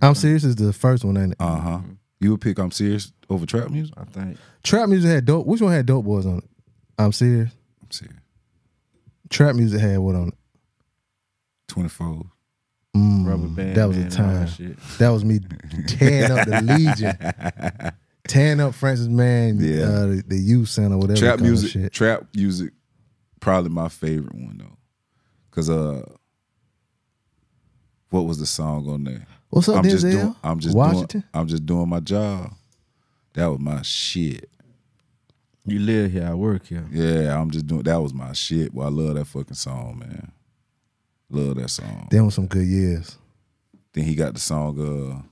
Speaker 4: I'm serious is the first one, ain't it?
Speaker 2: Uh
Speaker 3: Mm-hmm.
Speaker 2: huh. You would pick I'm serious over trap music.
Speaker 3: I think.
Speaker 4: Trap music had dope. Which one had dope boys on it? I'm serious.
Speaker 2: I'm serious.
Speaker 4: Trap music had what on it?
Speaker 2: Twenty four.
Speaker 3: Rubber band.
Speaker 4: Mm, that was
Speaker 3: man,
Speaker 4: the
Speaker 3: and all
Speaker 4: time.
Speaker 3: that shit.
Speaker 4: That was me tearing up the Legion, tearing up Francis Man,
Speaker 2: Yeah.
Speaker 4: uh, the, the youth center, whatever.
Speaker 2: trap
Speaker 4: they call that
Speaker 2: music
Speaker 4: shit.
Speaker 2: trap music probably my favorite one though because uh what was the song on there
Speaker 4: What's up,
Speaker 2: i'm
Speaker 4: Denzel?
Speaker 2: just doing i'm just
Speaker 4: Washington.
Speaker 2: doing i'm just doing my job that was my shit
Speaker 3: You live here. I work here.
Speaker 2: yeah i'm just doing that was my shit well i love that fucking song man love that song
Speaker 4: Them was some good years.
Speaker 2: then he got the song uh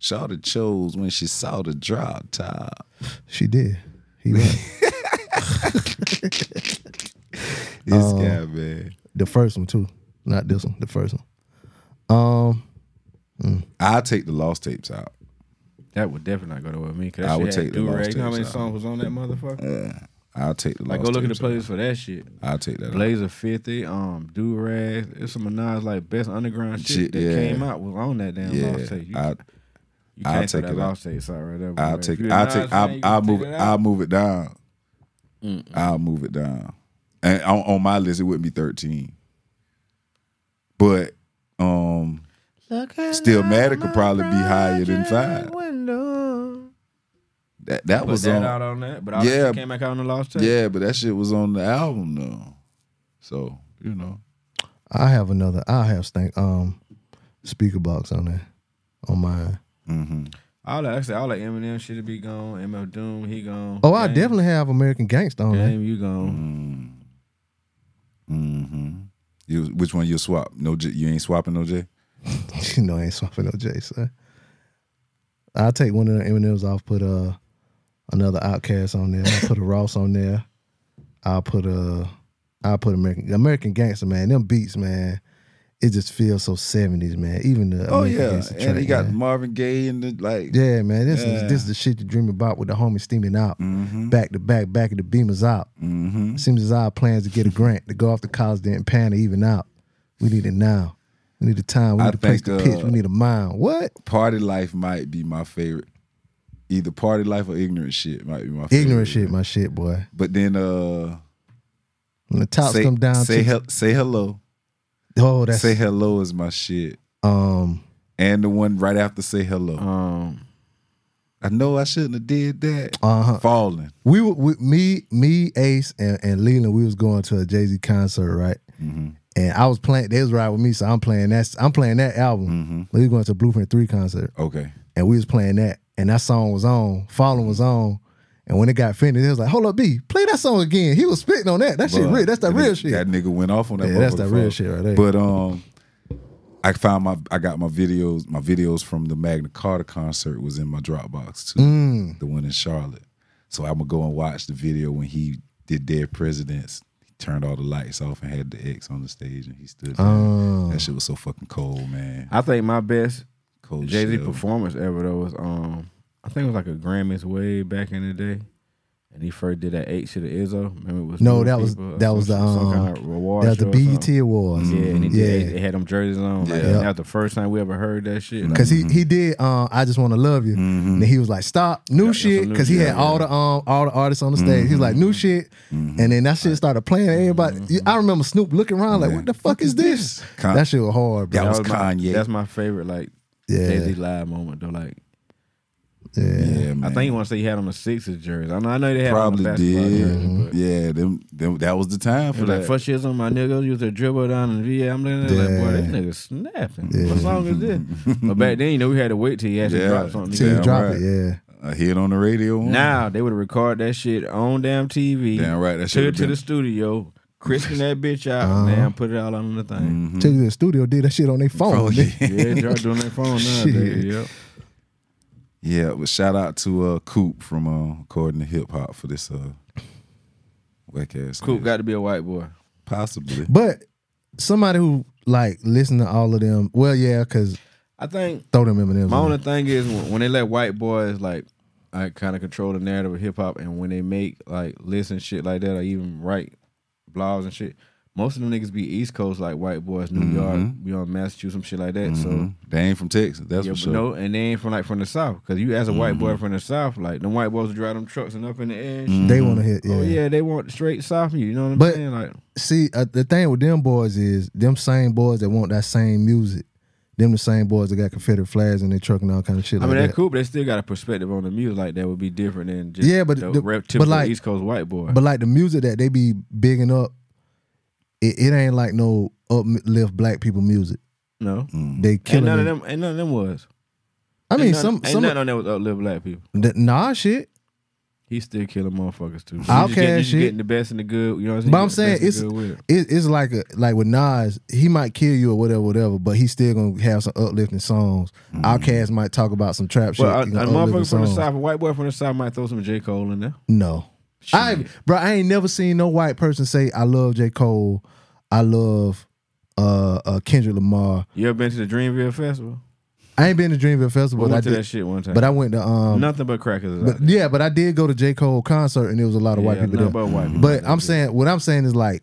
Speaker 2: Shawty chose when she saw the drop top.
Speaker 4: She did. He right.
Speaker 2: This
Speaker 4: Oh.
Speaker 2: guy, man.
Speaker 4: the first one too, not this one. The first one. Um,
Speaker 2: I'll take the lost tapes out.
Speaker 3: That would definitely not go to with me. Cause
Speaker 2: I
Speaker 3: I
Speaker 2: would
Speaker 3: would
Speaker 2: take the lost
Speaker 3: You know how many
Speaker 2: tapes out.
Speaker 3: songs was on that motherfucker?
Speaker 2: I'll take the
Speaker 3: like,
Speaker 2: lost
Speaker 3: go look at the
Speaker 2: tapes
Speaker 3: playlist for that shit.
Speaker 2: out. I'll take that out.
Speaker 3: Blazer 50, um, Do Rag. It's some Minaj, like, best underground shit,
Speaker 2: Shit,
Speaker 3: that
Speaker 2: yeah.
Speaker 3: came out was on that damn
Speaker 2: Yeah,
Speaker 3: lost tape. You,
Speaker 2: I-
Speaker 3: you
Speaker 2: I'll
Speaker 3: can't
Speaker 2: take
Speaker 3: that
Speaker 2: it out.
Speaker 3: lost tape side right there.
Speaker 2: I'll
Speaker 3: man.
Speaker 2: take
Speaker 3: If
Speaker 2: it.
Speaker 3: you a
Speaker 2: I'll
Speaker 3: Nas
Speaker 2: take.
Speaker 3: fan,
Speaker 2: I'll,
Speaker 3: you can
Speaker 2: I'll
Speaker 3: take
Speaker 2: move.
Speaker 3: it
Speaker 2: It
Speaker 3: out.
Speaker 2: I'll move it down. I'll move it down. And on, on my list, it wouldn't be thirteen. But um, still, Matic could probably be higher than five.
Speaker 3: Window.
Speaker 2: That that
Speaker 3: Put
Speaker 2: was
Speaker 3: that
Speaker 2: on.
Speaker 3: out on that, but all
Speaker 2: Yeah.
Speaker 3: that shit came back out on the lost tape.
Speaker 2: yeah, but that shit was on the album though. So you know,
Speaker 4: I have another. I have stank um speaker box on there on mine.
Speaker 2: Mm-hmm.
Speaker 3: All that, actually, all that Eminem shit be gone. MF Doom, he gone.
Speaker 4: Oh, I
Speaker 3: Damn,
Speaker 4: definitely have American Gangsta on there.
Speaker 3: Damn, you gone.
Speaker 2: Mm-hmm. you which one you swap? No, J, you ain't swapping no J.
Speaker 4: you know, I ain't swapping no J, sir. I'll take one of the Eminems off, put uh another Outcast on there. I'll put a Ross on there. I'll put a I'll put American American Gangster, man. Them beats, man. It just feels so 70s, man. Even the
Speaker 2: Oh
Speaker 4: American
Speaker 2: yeah,
Speaker 4: Gangsta
Speaker 2: and he
Speaker 4: track,
Speaker 2: got
Speaker 4: man.
Speaker 2: Marvin Gaye and the like.
Speaker 4: Yeah, man. This is
Speaker 2: Yeah.
Speaker 4: this is the shit you dream about with the homie steaming out. Back to back, back of the beamers out.
Speaker 2: Mm-hmm.
Speaker 4: Seems as our plans to get a grant to go off to college didn't pan or even out. We need it now. We need the time. We
Speaker 2: I
Speaker 4: need a place
Speaker 2: think,
Speaker 4: to pitch.
Speaker 2: uh,
Speaker 4: We need a mind. What?
Speaker 2: Party life might be my favorite. Either party life or ignorant shit might be my favorite.
Speaker 4: Ignorant shit, my shit, boy.
Speaker 2: But then uh
Speaker 4: When the tops
Speaker 2: say,
Speaker 4: come down
Speaker 2: say,
Speaker 4: to
Speaker 2: hel- say hello.
Speaker 4: oh, that's
Speaker 2: say hello is my shit.
Speaker 4: um
Speaker 2: And the one right after say hello.
Speaker 4: Uh-huh.
Speaker 3: Um,
Speaker 2: I know I shouldn't have did that.
Speaker 4: uh huh.
Speaker 2: Falling.
Speaker 4: We were with me, me, Ace, and, and Leland. We was going to a Jay Z concert, right?
Speaker 2: Mm-hmm.
Speaker 4: And I was playing. They was riding with me, so I'm playing that. I'm playing that album.
Speaker 2: Mm-hmm.
Speaker 4: We was going to Blueprint Three concert,
Speaker 2: Okay.
Speaker 4: and we was playing that. And that song was on. Falling was on. And when it got finished, it was like, "Hold up, B, play that song again." He was spitting on that. That shit
Speaker 2: Bruh,
Speaker 4: real. That's that real
Speaker 2: nigga-
Speaker 4: shit.
Speaker 2: That nigga went off on that.
Speaker 4: Yeah, that's that
Speaker 2: motherfucker.
Speaker 4: real shit right there.
Speaker 2: But um, I found my I got my videos. My videos from the Magna Carta concert was in my Dropbox too.
Speaker 4: Mm.
Speaker 2: The one in Charlotte. So I'm gonna go and watch the video when he did Dead Presidents. He turned all the lights off and had the X on the stage, and he stood. there.
Speaker 4: Oh.
Speaker 2: That shit was so fucking cold, man.
Speaker 3: I think my best
Speaker 2: Cold
Speaker 3: Jay Z
Speaker 2: Oh, shit.
Speaker 3: performance ever though was um I think it was like a Grammys way back in the day, and he first did that eight shit of Izzo. Remember it was
Speaker 4: No,
Speaker 3: New
Speaker 4: that was-
Speaker 3: People or
Speaker 4: that
Speaker 3: some
Speaker 4: was the,
Speaker 3: shit- some
Speaker 4: um,
Speaker 3: kind of reward.
Speaker 4: that was the E
Speaker 3: show or something.
Speaker 4: BET Awards.
Speaker 3: Yeah, and he
Speaker 4: yeah.
Speaker 3: did. They, they had them jerseys on. Like,
Speaker 2: Yeah.
Speaker 3: That was the first time we ever heard that shit. Like,
Speaker 4: Cause he he did uh, I just want to love you. And he was like, stop, new shit.
Speaker 3: new
Speaker 4: Cause he
Speaker 3: shit,
Speaker 4: had all the um all the artists on the stage. He was like, new shit. And then that shit started playing. Everybody, I remember Snoop looking around like, what the fuck is this?
Speaker 2: Con-
Speaker 4: that shit was hard, bro.
Speaker 2: That was
Speaker 3: my,
Speaker 2: Kanye.
Speaker 3: That's my favorite like
Speaker 4: Yeah.
Speaker 3: Jay Z live moment though. Like
Speaker 4: Yeah.
Speaker 2: Yeah, man.
Speaker 3: I think you want to say he had on a Sixers jersey. I know, I know they had
Speaker 2: probably
Speaker 3: on a basketball
Speaker 2: did. Mm-hmm.
Speaker 3: jersey, but
Speaker 2: Yeah, them, them, that was the time
Speaker 3: it
Speaker 2: for
Speaker 3: was like
Speaker 2: that.
Speaker 3: first years on my niggas used to dribble down in VA. I'm looking at it like, boy,
Speaker 4: Yeah.
Speaker 3: this nigga snapping. What song is this? but back then, you know, we had to wait till he actually
Speaker 2: Yeah.
Speaker 3: dropped something.
Speaker 4: Till you
Speaker 2: Damn
Speaker 4: drop
Speaker 2: right.
Speaker 4: it, yeah.
Speaker 2: a hit on the radio. one.
Speaker 3: Now they would have recorded that shit on damn TV.
Speaker 2: Damn right, that
Speaker 3: took
Speaker 2: shit Uh-huh.
Speaker 3: it to the studio, crisping that bitch out, and then put it all on the thing.
Speaker 2: Mm.
Speaker 4: Took it to the studio, did that shit on their phone.
Speaker 2: Oh,
Speaker 4: nigga.
Speaker 2: yeah.
Speaker 3: Yeah, y'all doing that phone now.
Speaker 4: Shit.
Speaker 3: Yep.
Speaker 2: yeah, but shout out to uh Coop from uh According to Hip Hop for this uh whack ass.
Speaker 3: Coop
Speaker 2: nigga.
Speaker 3: got to be a white boy.
Speaker 2: possibly.
Speaker 4: But somebody who like listen to all of them, well, yeah, because
Speaker 3: I think
Speaker 4: throw them Eminems.
Speaker 3: my
Speaker 4: in.
Speaker 3: only thing is when when they let white boys like I kind of control the narrative of hip hop, and when they make like lists and shit like that, or even write blogs and shit. Most of them niggas be East Coast like white boys, New
Speaker 4: Mm-hmm.
Speaker 3: York, beyond Massachusetts, some shit like that. So
Speaker 2: Mhm. They ain't from Texas. That's
Speaker 3: Yeah,
Speaker 2: for
Speaker 3: but
Speaker 2: sure.
Speaker 3: no, and they ain't from like from the south. Cause you as a white
Speaker 4: Mm-hmm.
Speaker 3: boy from the south, like them white boys drive them trucks and up in the air. And shit.
Speaker 4: They want to hit, yeah.
Speaker 3: Oh yeah, they want straight south. You know what I'm
Speaker 4: But-
Speaker 3: saying? Like
Speaker 4: See, uh, the thing with them boys is them same boys that want that same music. Them the same boys that got Confederate flags in their truck and all kind of shit
Speaker 3: I
Speaker 4: like
Speaker 3: mean,
Speaker 4: that.
Speaker 3: that's cool, but they still got a perspective on the music like that would be different than just
Speaker 4: Yeah, but
Speaker 3: the,
Speaker 4: the-
Speaker 3: rep-
Speaker 4: but
Speaker 3: typical
Speaker 4: like-
Speaker 3: East Coast white boy.
Speaker 4: But like the music that they be bigging up, it, it ain't like no uplift black people music.
Speaker 3: no,
Speaker 4: They
Speaker 3: and
Speaker 4: killing
Speaker 3: Mm. none
Speaker 4: it.
Speaker 3: of them, and none of them was.
Speaker 4: I mean,
Speaker 3: ain't none,
Speaker 4: some
Speaker 3: ain't
Speaker 4: some
Speaker 3: none on that was uplift black people.
Speaker 4: th- nah shit.
Speaker 3: He still killing motherfuckers too. You just
Speaker 4: Outcast
Speaker 3: get- you just
Speaker 4: shit.
Speaker 3: getting the best and the good. You know what I'm saying? You get the best
Speaker 4: But I'm saying
Speaker 3: and
Speaker 4: it's
Speaker 3: the good with it.
Speaker 4: it, it's like a like with Nas, he might kill you or whatever, whatever, but he's still gonna have some uplifting songs. Outkast might talk about some trap
Speaker 3: Mm-hmm.
Speaker 4: shit.
Speaker 3: Well, a, a
Speaker 4: you know, uplifting
Speaker 3: motherfucker from the
Speaker 4: songs.
Speaker 3: south, a white boy from the south might throw some J Cole in there.
Speaker 4: No. I bro, I ain't never seen no white person say I love J. Cole, I love uh, uh Kendrick Lamar.
Speaker 3: You ever been to the Dreamville Festival?
Speaker 4: I ain't been to Dreamville
Speaker 3: We
Speaker 4: Festival,
Speaker 3: went
Speaker 4: but I
Speaker 3: to that
Speaker 4: did,
Speaker 3: shit one time.
Speaker 4: but I went to um
Speaker 3: Nothing but crackers.
Speaker 4: but yeah, but I did go to J. Cole concert and it was a lot of white people there.
Speaker 3: But, white people.
Speaker 4: But I'm saying what I'm saying is like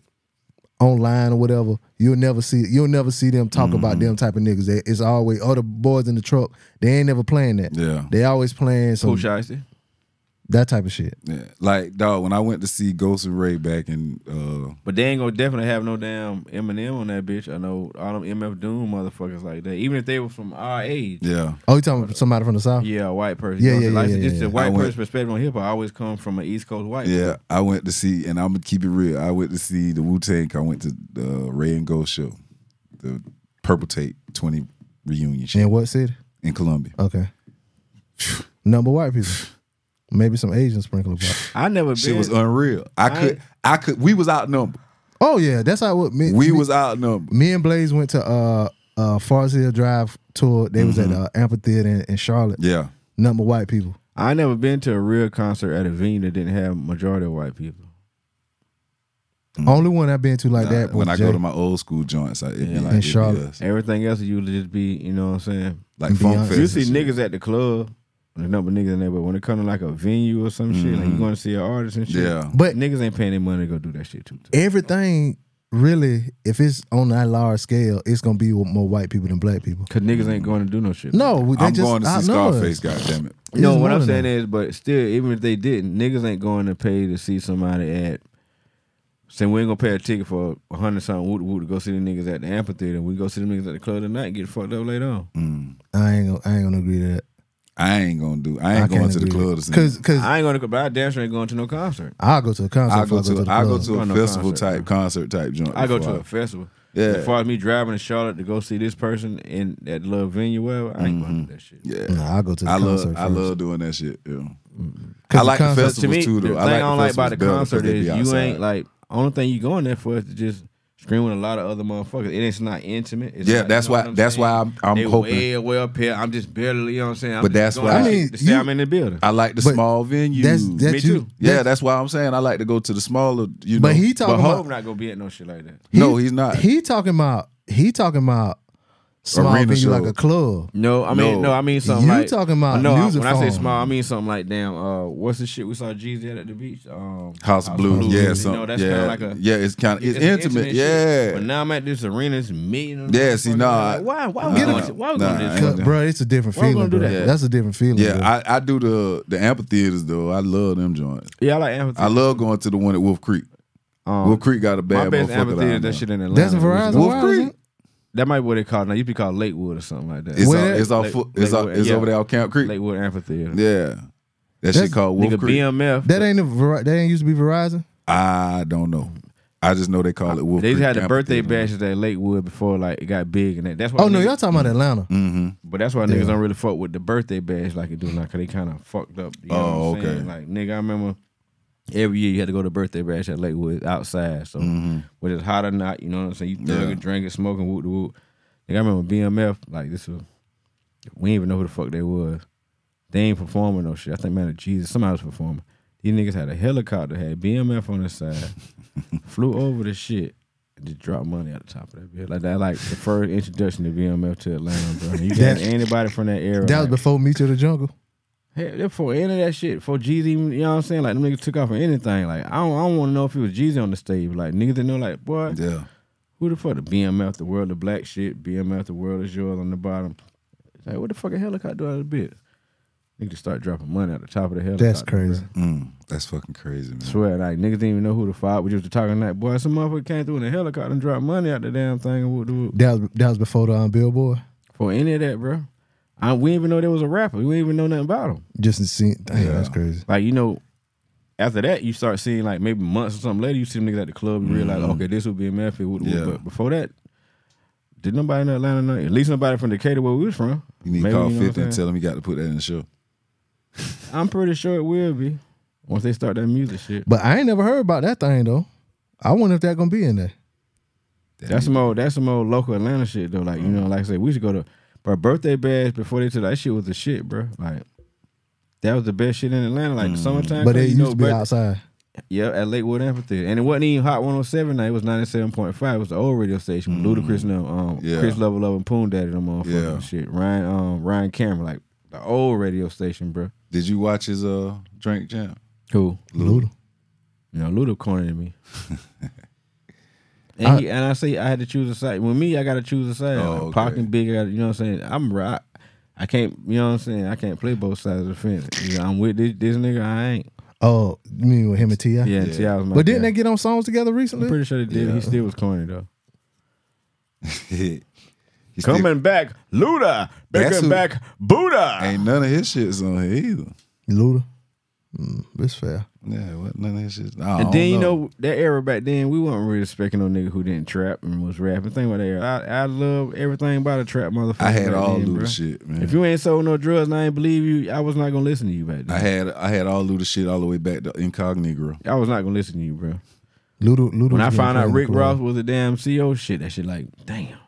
Speaker 4: online or whatever, you'll never see you'll never see them talk
Speaker 2: Mm-hmm.
Speaker 4: about them type of niggas. They- It's always oh the boys in the truck. They ain't never playing that.
Speaker 2: Yeah.
Speaker 4: They always playing some
Speaker 3: Pooh Shiesty.
Speaker 4: that type of shit.
Speaker 2: Yeah. Like dog, when I went to see Ghost and Ray back in uh
Speaker 3: But they ain't gonna definitely have no damn Eminem on that bitch. I know all them MF Doom motherfuckers like that. Even if they were from our age.
Speaker 2: yeah.
Speaker 4: Oh, you talking about somebody from the south?
Speaker 3: Yeah, a white person.
Speaker 4: Yeah,
Speaker 3: You know,
Speaker 4: yeah,
Speaker 3: like,
Speaker 4: yeah,
Speaker 3: Just
Speaker 4: yeah,
Speaker 3: the
Speaker 4: yeah.
Speaker 2: I
Speaker 3: white
Speaker 2: went-
Speaker 3: person perspective on hip hop always comes from an East Coast white.
Speaker 2: Yeah, I went to see, and I'm gonna keep it real. I went to see the Wu Tang. I went to the Ray and Go show, the Purple Tape 20 reunion shit
Speaker 4: In what city?
Speaker 2: in Columbia.
Speaker 4: Okay. Number white people. Maybe some Asian sprinkle about.
Speaker 3: I never been.
Speaker 2: Shit was unreal. I could, I could. We was outnumbered.
Speaker 4: Oh yeah, that's how it was. Me,
Speaker 2: We
Speaker 4: me-
Speaker 2: was outnumbered.
Speaker 4: me and Blaze went to uh uh Forest Hill Drive tour. They was at uh, amphitheater in, in Charlotte.
Speaker 2: Mm-hmm. Yeah,
Speaker 4: Number white people.
Speaker 3: I never been to a real concert at a venue that didn't have majority of white people.
Speaker 4: Only one I've been to like that was
Speaker 2: Mm-hmm. when I
Speaker 4: Jay.
Speaker 2: go to my old school joints, like it be like
Speaker 4: In
Speaker 2: it be
Speaker 4: Charlotte.
Speaker 2: us.
Speaker 3: Everything else you just be, you know what I'm saying?
Speaker 2: like funk
Speaker 4: Beyonce.
Speaker 2: fest.
Speaker 3: You
Speaker 2: and
Speaker 3: see
Speaker 2: shit.
Speaker 3: niggas at the club, there's number niggas in there, but when it comes to like a venue or some shit, like you going to see an artist and shit.
Speaker 2: Mm-hmm. Yeah,
Speaker 4: but
Speaker 3: Niggas ain't paying their money to go do that shit too.
Speaker 4: everything really, if it's on that large scale, it's gonna be with more white people than black people.
Speaker 3: Cause niggas ain't going to do no shit.
Speaker 4: No, they
Speaker 2: I'm
Speaker 4: just
Speaker 2: going to see
Speaker 4: outnumber us.
Speaker 2: Scarface. God damn it.
Speaker 4: It's
Speaker 3: no.
Speaker 4: just
Speaker 3: What
Speaker 4: more
Speaker 3: I'm
Speaker 4: than
Speaker 3: saying
Speaker 4: that.
Speaker 3: is, but still, even if they didn't, niggas ain't going to pay to see somebody at. Saying we ain't gonna pay a ticket for a hundred something woot woot to go see the niggas at the amphitheater. We go see the niggas at the club tonight, and get fucked up later on.
Speaker 2: Mm.
Speaker 4: I ain't gonna, I ain't gonna agree to that.
Speaker 2: I ain't gonna do. I ain't
Speaker 4: I
Speaker 2: going
Speaker 4: can't
Speaker 2: to the
Speaker 4: agree.
Speaker 2: club to see.
Speaker 4: Cause, cause
Speaker 3: I ain't gonna, but I damn sure ain't going to no concert.
Speaker 4: I'll go to a concert.
Speaker 2: I
Speaker 4: before
Speaker 2: go to.
Speaker 4: the
Speaker 2: I go
Speaker 4: club.
Speaker 2: to a
Speaker 3: Going to
Speaker 2: festival
Speaker 3: concert.
Speaker 2: type, concert type joint.
Speaker 3: I go to
Speaker 2: before
Speaker 3: a festival.
Speaker 2: Yeah.
Speaker 3: As far as me driving to Charlotte to go see this person in that little venue, whatever, I ain't
Speaker 2: Mm-hmm.
Speaker 3: going to do that shit.
Speaker 2: Yeah,
Speaker 4: Nah, I go to the
Speaker 2: I love.
Speaker 4: concert
Speaker 2: I
Speaker 4: first.
Speaker 2: love doing that shit. Yeah. I
Speaker 4: 'Cause
Speaker 2: like the
Speaker 4: concert-
Speaker 3: to
Speaker 2: festivals
Speaker 3: me,
Speaker 2: too,
Speaker 3: the
Speaker 2: though.
Speaker 3: thing
Speaker 2: I like
Speaker 3: I don't like
Speaker 2: festivals
Speaker 3: about the
Speaker 2: better because
Speaker 3: concert
Speaker 2: they be
Speaker 3: is you
Speaker 2: outside.
Speaker 3: ain't like only thing you going there for is to just scream with a lot of other motherfuckers. It is not intimate. It's
Speaker 2: Yeah,
Speaker 3: not-
Speaker 2: that's
Speaker 3: you know
Speaker 2: why-
Speaker 3: what
Speaker 2: that's why I'm- I'm
Speaker 3: they
Speaker 2: hoping-
Speaker 3: way way up here. I'm just barely, you know what I'm saying. I'm
Speaker 2: But
Speaker 3: just
Speaker 2: that's
Speaker 3: going
Speaker 2: why-
Speaker 3: to
Speaker 4: I mean,
Speaker 3: to say
Speaker 4: you-
Speaker 3: I'm in the building.
Speaker 2: I like the
Speaker 4: But
Speaker 2: small venues.
Speaker 4: That's that's
Speaker 3: Me
Speaker 4: you.
Speaker 3: too.
Speaker 2: yeah, that's why I'm saying I like to go to the smaller. You know,
Speaker 4: But he talking
Speaker 3: but
Speaker 4: about-
Speaker 3: hope not gonna be at no shit like that.
Speaker 4: He-
Speaker 2: no, he's not.
Speaker 4: He talking about he talking about small
Speaker 2: Arena
Speaker 4: venue like
Speaker 2: show.
Speaker 4: a club.
Speaker 3: No, I mean no,
Speaker 2: No.
Speaker 3: I mean something
Speaker 4: You
Speaker 3: like
Speaker 4: talking about
Speaker 3: no. I-
Speaker 4: music
Speaker 3: when I say
Speaker 4: form.
Speaker 3: small, I mean something like damn. Uh, what's the shit we saw Jeezy at at the beach? Um,
Speaker 2: House of Blues, yeah,
Speaker 3: You
Speaker 2: some,
Speaker 3: know, that's
Speaker 2: yeah,
Speaker 3: kind of like a
Speaker 2: yeah, it's kind of it's,
Speaker 3: an
Speaker 2: intimate,
Speaker 3: shit.
Speaker 2: yeah.
Speaker 3: But now I'm at this arena, it's million.
Speaker 2: Yeah, see, nah,
Speaker 3: like, why? Why
Speaker 2: nah,
Speaker 3: we going?
Speaker 2: nah,
Speaker 3: to- Why
Speaker 2: nah,
Speaker 3: we going to
Speaker 2: I
Speaker 3: this?
Speaker 2: ain't
Speaker 4: Cause,
Speaker 2: Yeah.
Speaker 4: bro, it's a different
Speaker 3: Why we
Speaker 4: feeling,
Speaker 3: gonna do
Speaker 4: bro.
Speaker 3: that?
Speaker 4: That's a different feeling. bro.
Speaker 2: yeah, I, I do the the amphitheaters though. I love them joints.
Speaker 3: Yeah, I like amphitheater.
Speaker 2: I love going to the one at Wolf Creek.
Speaker 3: Um,
Speaker 2: Wolf Creek got a
Speaker 3: my
Speaker 2: bad
Speaker 3: best
Speaker 2: motherfucker. down
Speaker 3: amphitheater. is That
Speaker 2: there.
Speaker 3: shit in Atlanta.
Speaker 4: that's Verizon.
Speaker 2: Wolf
Speaker 4: Verizon?
Speaker 2: Creek.
Speaker 3: That might be what they call it now. You be called Lakewood or something like that.
Speaker 2: It's
Speaker 4: Where
Speaker 2: all,
Speaker 4: that-
Speaker 2: it's all
Speaker 3: Lake-
Speaker 2: foot, it's, all,
Speaker 3: Lakewood,
Speaker 2: it's
Speaker 3: yeah.
Speaker 2: over there on Camp Creek.
Speaker 3: Lakewood Amphitheater.
Speaker 2: Yeah, that
Speaker 4: That's-
Speaker 2: shit called Wolf
Speaker 3: Nigga,
Speaker 2: Creek.
Speaker 3: BMF.
Speaker 4: That ain't a Ver- that ain't used to be Verizon.
Speaker 2: I don't know. I just know they call it Wolf
Speaker 3: they
Speaker 2: Creek.
Speaker 3: had the birthday
Speaker 2: Amphitheater.
Speaker 3: bashes at Lakewood before like it got big and that. That's why.
Speaker 4: Oh no,
Speaker 3: niggas-
Speaker 4: y'all talking about Atlanta.
Speaker 3: But that's why niggas don't really fuck with the birthday bash like it do now, cause they kind of fucked up. You know
Speaker 2: Oh,
Speaker 3: what I'm saying?
Speaker 2: okay.
Speaker 3: Like nigga, I remember every year you had to go to birthday bash at Lakewood outside. So
Speaker 2: Mm-hmm.
Speaker 3: whether it's hot or not, you know what I'm saying. You thugging, drinking, smoking, whoop de whoop. Nigga, I remember BMF like this was. We didn't even know who the fuck they was. They ain't performing no shit. I think man, Jesus, somebody was performing. These niggas had a helicopter, had BMF on the side, flew over the shit, and just dropped money at the top of that bitch. Like that, like the first introduction to BMF to Atlanta, bro. You got
Speaker 4: That-
Speaker 3: anybody from that era?
Speaker 4: That was
Speaker 3: like,
Speaker 4: before Meet You at the Jungle.
Speaker 3: Hey, that before any of that shit, before Jeezy, even- you know what I'm saying? Like them niggas took off on anything. Like I don't, I don't want to know if it was Jeezy on the stage. Like niggas didn't know. Like boy,
Speaker 2: Yeah,
Speaker 3: who the fuck the BMF, the world of black shit, BMF, the world is yours on the bottom. It's like what the fuck a helicopter do out of the bitch? Niggas just start dropping money at the top of the helicopter.
Speaker 4: That's crazy.
Speaker 3: bruh.
Speaker 2: Mm, that's fucking crazy, man.
Speaker 3: Swear, like niggas didn't even know who the fuck we just talking like, boy, some motherfucker came through in a helicopter and dropped money out the damn thing and whoop, whoop.
Speaker 4: That was that was before the um, Billboard.
Speaker 3: For any of that, bro. I, we didn't even know there was a rapper. We didn't even know nothing about him.
Speaker 4: Just to see, dang, that's crazy.
Speaker 3: Like you know, after that you start seeing like maybe months or something later you see them niggas at the club and realize okay this would be in Memphis. Would,
Speaker 2: Mm-hmm. Yeah.
Speaker 3: But before that, did nobody in Atlanta know? At least nobody from Decatur where we was from.
Speaker 2: You need to
Speaker 3: Maybe,
Speaker 2: call
Speaker 3: you know what
Speaker 2: 50
Speaker 3: I'm
Speaker 2: and
Speaker 3: saying?
Speaker 2: tell him you got to put that in the show.
Speaker 3: I'm pretty sure it will be once they start that music shit.
Speaker 4: But I ain't never heard about that thing though. I wonder if that gonna be in there.
Speaker 3: That's some old that's some old local Atlanta shit though. Like you
Speaker 2: Mm-hmm.
Speaker 3: know, like I said, we should go to our birthday bash before they took that shit was the shit, bro. Like. That was the best shit in Atlanta, like
Speaker 2: Mm-hmm.
Speaker 3: the summertime.
Speaker 4: But
Speaker 3: 'cause
Speaker 4: it
Speaker 3: you
Speaker 4: used
Speaker 3: know,
Speaker 4: to be
Speaker 3: birth-
Speaker 4: outside.
Speaker 3: Yeah, at Lakewood Amphitheater, and it wasn't even Hot 107 now. It was 97.5. It was the old radio station with Ludacris and them, um,
Speaker 2: Yeah.
Speaker 3: Chris Level Love and Poon Daddy, them motherfucking
Speaker 2: Yeah.
Speaker 3: shit. Ryan, um, Ryan Cameron, like the old radio station, bro.
Speaker 2: Did you watch his uh drink champ?
Speaker 3: Who?
Speaker 4: Luda.
Speaker 3: You know, Luda cornered me. and, he, and I say I had to choose a side. With me, I got to choose a side.
Speaker 2: Oh,
Speaker 3: like, Pac
Speaker 2: okay.
Speaker 3: and Big, I gotta- you know what I'm saying? I'm right. I can't, you know what I'm saying? I can't play both sides of the fence. You know, I'm with this, this nigga, I ain't.
Speaker 4: Oh, you mean with him and Ti?
Speaker 3: Yeah, T.I. was my
Speaker 4: But didn't
Speaker 3: guy.
Speaker 4: they get on songs together
Speaker 3: I'm
Speaker 4: recently?
Speaker 3: pretty sure they did. He still was corny, though.
Speaker 2: He still-
Speaker 3: Coming back, Luda.
Speaker 2: That's
Speaker 3: Bringing
Speaker 2: who-
Speaker 3: back, Buddha.
Speaker 2: ain't none of his shit's on here either.
Speaker 4: Luda. Mm, that's fair.
Speaker 2: Yeah, what none of his shit's. I
Speaker 3: and
Speaker 2: don't
Speaker 3: then you
Speaker 2: know.
Speaker 3: know that era back then, we weren't really respecting no nigga who didn't trap and was rapping. Think about that. Era. I I love everything about a trap motherfucker.
Speaker 2: I had
Speaker 3: back
Speaker 2: all
Speaker 3: then,
Speaker 2: Luda
Speaker 3: bruh.
Speaker 2: shit, man.
Speaker 3: If you ain't sold no drugs and I ain't believe you, I was not gonna listen to you back
Speaker 2: I
Speaker 3: then.
Speaker 2: had I had all Luda shit all the way back to Incognito.
Speaker 3: I, was not gonna listen to you, bro.
Speaker 4: Luda. Luda.
Speaker 3: When
Speaker 4: was
Speaker 3: I
Speaker 4: getting
Speaker 3: found
Speaker 4: played in
Speaker 3: out
Speaker 4: the
Speaker 3: Rick
Speaker 4: club.
Speaker 3: Ross was a damn CO shit, that shit like, damn.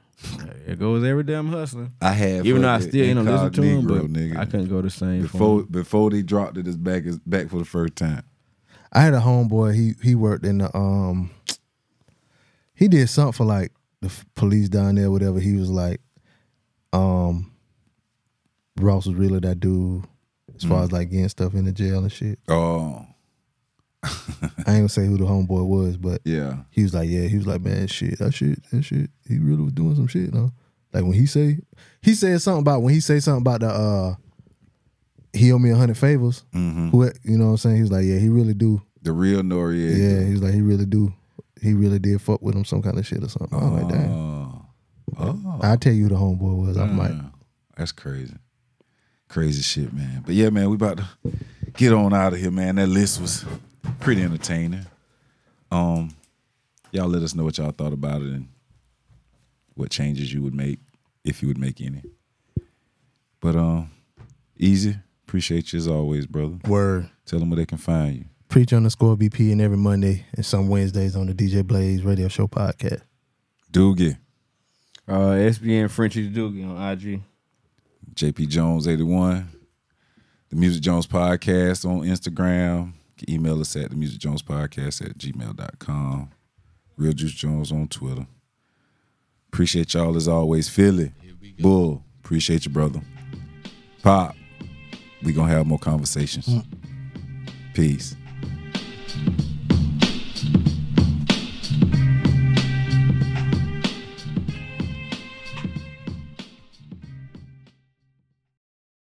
Speaker 3: There goes every damn hustler.
Speaker 2: I had
Speaker 3: Even though I
Speaker 2: fucking
Speaker 3: still ain't gonna listen to him, but
Speaker 2: Incognito, nigga.
Speaker 3: I couldn't go the same for
Speaker 2: before
Speaker 3: him.
Speaker 2: before they dropped it as back as back for the first time.
Speaker 4: I had a homeboy. He he worked in the um. He did something for like the f- police down there, whatever. He was like, um. Ross was really that dude, as far as like getting stuff in the jail and shit.
Speaker 2: Oh
Speaker 4: I ain't gonna say who the homeboy was, but
Speaker 2: yeah,
Speaker 4: he was like, yeah, he was like, man, shit, that shit, that shit. He really was doing some shit, though. Like when he say, he said something about when he say something about the uh, he owe me a hundred favors. Who, you know what I'm saying? He was like, yeah, he really do.
Speaker 2: the real
Speaker 4: Yeah,
Speaker 2: Noriega.
Speaker 4: he was like, he really do. He really did fuck with him some kind of shit or something. I'm like, damn.
Speaker 2: Oh, oh, Mm.
Speaker 4: I'll tell you who the homeboy was. I'm like,
Speaker 2: yeah. that's crazy, crazy shit, man. But yeah, man, we about to get on out of here, man. That list was pretty entertaining. Um, y'all let us know what y'all thought about it and what changes you would make if you would make any. But um, easy. Appreciate you as always, brother.
Speaker 4: word.
Speaker 2: Tell them where they can find you.
Speaker 4: Preach underscore BP and every Monday and some Wednesdays on the DJ Blaze Radio Show podcast.
Speaker 2: Doogie,
Speaker 3: Uh, SBN Frenchie Doogie on IG.
Speaker 2: JP Jones 81, the Music Jones Podcast on Instagram. You can email us at the Music Jones Podcast at gmail.com. Real Juice Jones on Twitter. Appreciate y'all as always. Philly, Bull, appreciate you, brother. Pop, we gonna have more conversations. Peace.